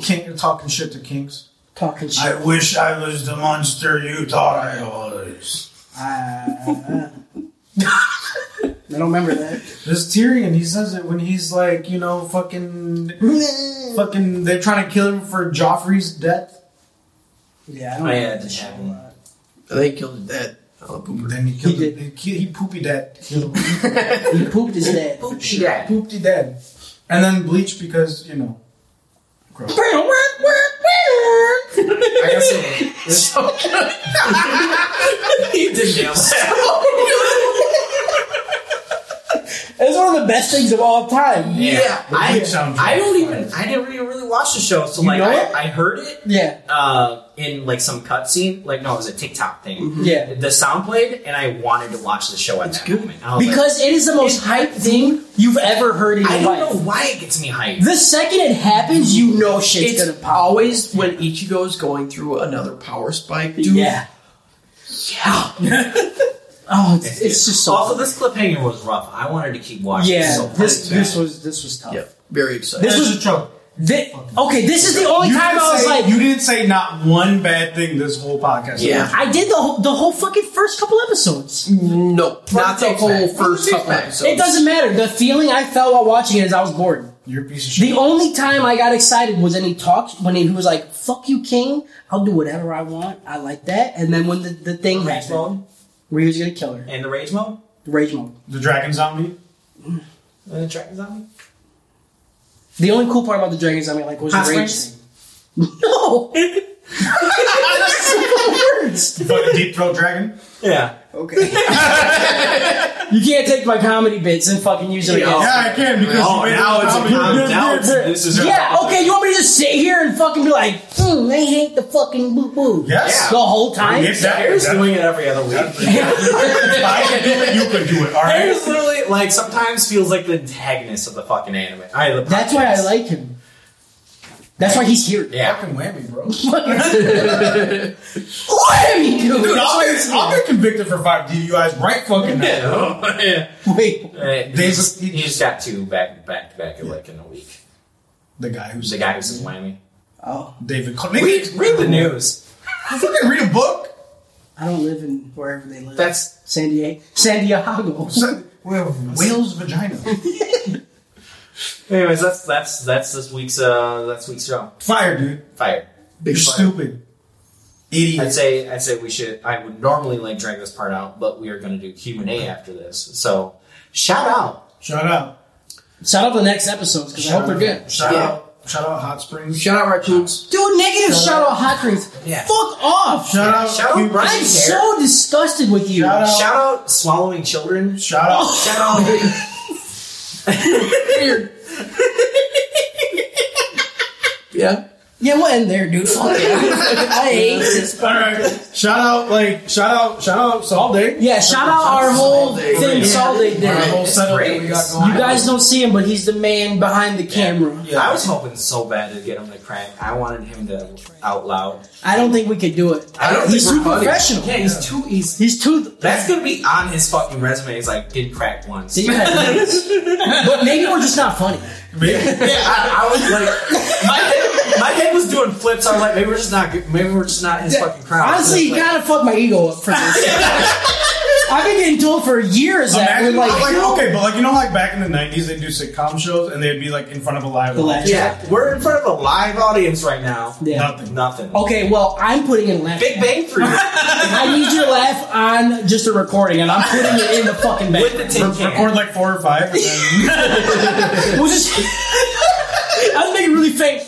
King talking shit to kings. talking shit." I wish I was the monster you thought I was. Uh, I don't remember that. This Tyrion, he says it when he's like, you know, fucking, fucking. They're trying to kill him for Joffrey's death. Yeah, I Oh, don't yeah, remember it that did show. happen. Uh, They killed his dad. Oh, Boomer. Then he killed. He He, did. he, ki- he poopy dad. Killed him. He pooped his dad. She died. Poopty dead. And then bleach because, you know. Gross. I gotta say, this- he did nail it. It's one of the best things of all time. Yeah. I, Bleach soundtrack. I don't even. I didn't even really watch the show, so You like know I, it? I heard it Yeah, uh, in like some cutscene. Like no, it was a TikTok thing. yeah. The sound played, and I wanted to watch the show at that good. moment. I was like, Because it is the most hyped thing you've ever heard in your I life. don't know why it gets me hyped. The second it happens, you know shit's It's, gonna pop. always when Ichigo is going through another power spike, dude. Yeah. Yeah. Oh, it's, it's just so. also, this cliffhanger was rough. I wanted to keep watching. yeah, so this bad. this was this was tough. Yeah. Very excited. This was a joke. thi- okay. This is the only You time didn't, I was say, like, you didn't say not one bad thing this whole podcast. Yeah. I did the whole, the whole fucking first couple episodes. no, not the takes whole back. first couple episodes. It doesn't matter. The feeling I felt while watching it is I was bored. You're a piece of shit. The only time I got excited was when he talked, when he was like, fuck you, King. I'll do whatever I want. I like that. And then when the, the thing rage happened, mode where he was going to kill her. and the rage mode Rage mode. The dragon zombie? and the dragon zombie. The only cool part about the Dragon Zombie like was Hot the rage springs? thing. No! That's the worst. Fucking deep throat dragon? Yeah. Okay. you can't take my comedy bits and fucking use them Yeah. against Yeah, I can because Oh, you made now it it's zombie. a- now it's- this is Oh, Yeah, okay, you want me to just sit here and fucking be like, hmm, they hate the fucking boo boo. Yes. The whole time? Yes, that- Harry's that- doing it every other week. If I can do it, you can do it. All right. Harry's literally like sometimes feels like the antagonist of the fucking anime. I, the That's why I like him. That's why he's here. Yeah. Fucking whammy, bro. What are you doing? Dude, I'll get, I'll get convicted for five DUIs right fucking now. yeah. Wait. They They just, just- he just got two back back to back like in a week. The guy who's The guy who's Mm-hmm. just whammy. Oh, David Cole. Read, read the news. Fucking read a book. I don't live in wherever they live. That's San Diego. San Diego. Well, whale's vagina. anyways. That's that's that's this week's uh that's week's show. Fire, dude. Fire. You're Big fire. stupid. I'd Idiot. say I'd say we should. I would normally like drag this part out, but we are going to do Q and A after this. So shout out. Shout out. Shout out the next episodes because I hope they're good. Shout Yeah. out. Shout out Hot Springs. Shout out raccoons. Dude, negative shout out hot drinks. Yeah. Fuck off. Shout out. Shout out Cube- Brian. I'm so disgusted with you. Shout out. Shout out swallowing children. Shout out. Shout out. Yeah. Yeah, we'll end there, dude. Fuck it. I hate this. All right. Shout out. Like shout out. Shout out. Salday. Yeah, shout out our whole Salt Lake. thing, Yeah. Salt Lake Our Day. whole It's setup great. that we got You going. guys don't see him, but he's the man behind the camera. Yeah. I was hoping so bad to get him to prank. I wanted him to out loud. I don't think we could do it. I don't He's think too we're funny. professional. Yeah, he's too. He's He's too. that's gonna be on his fucking resume. He's like didn't crack once. Did you have- but maybe we're just not funny. Yeah, I, I was like, my head, my head was doing flips. I was like, maybe we're just not, good- maybe we're just not his fucking crowd. Honestly, you Like, kind of fucked my ego up for this. I've been getting told for years that we're Imagine, like, like, okay, but like you know, like back in the nineties, they do sitcom shows and they'd be like in front of a live The audience. yeah, we're in front of a live audience right now. Yeah. Nothing. Nothing. okay, well, I'm putting in laugh. Big Bang Theory I need your laugh on just a recording, and I'm putting it in the fucking bank. with the tin Re- can. record like four or five. And then, We'll just. I'm making really fake.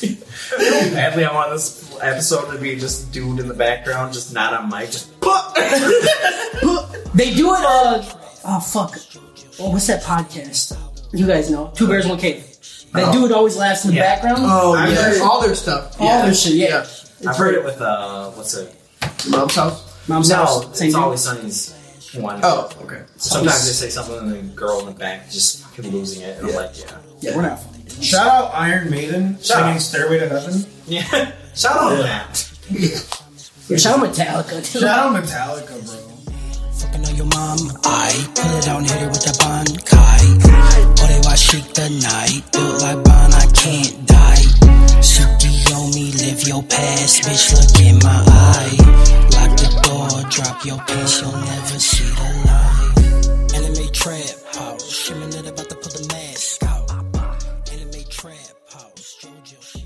Badly, I want this episode to be just dude in the background, just not on mic, just pop. they do it. Uh, oh fuck. Oh, what's that podcast? You guys know, Two Bears One Cave. That dude always laughs in the Yeah. background. Oh I've yeah, heard- all their stuff. All their shit, yeah. I've heard it with uh, what's it? Mom's house. Mom's No, house. Same it's dude. always Sunny's one. Oh, okay. Sometimes they say something and the girl in the back just fucking losing it, and I'm like, yeah. We're not funny. shout out Iron Maiden Shout singing out. "Stairway to Heaven." Yeah. Shout out to that. Yo, Shout out Metallica. too. Shout out Metallica, bro. Fucking on your mom, I pull it down, hit it with the bankai. Oh, they watch shake the night, built like Bon, I can't die. Suki on me, live your past, bitch, look in my eye. Lock the door, drop your pants, you'll never see the light. Anime trap house, shimmering it about to pull the mask out. Anime trap house, JoJo shit.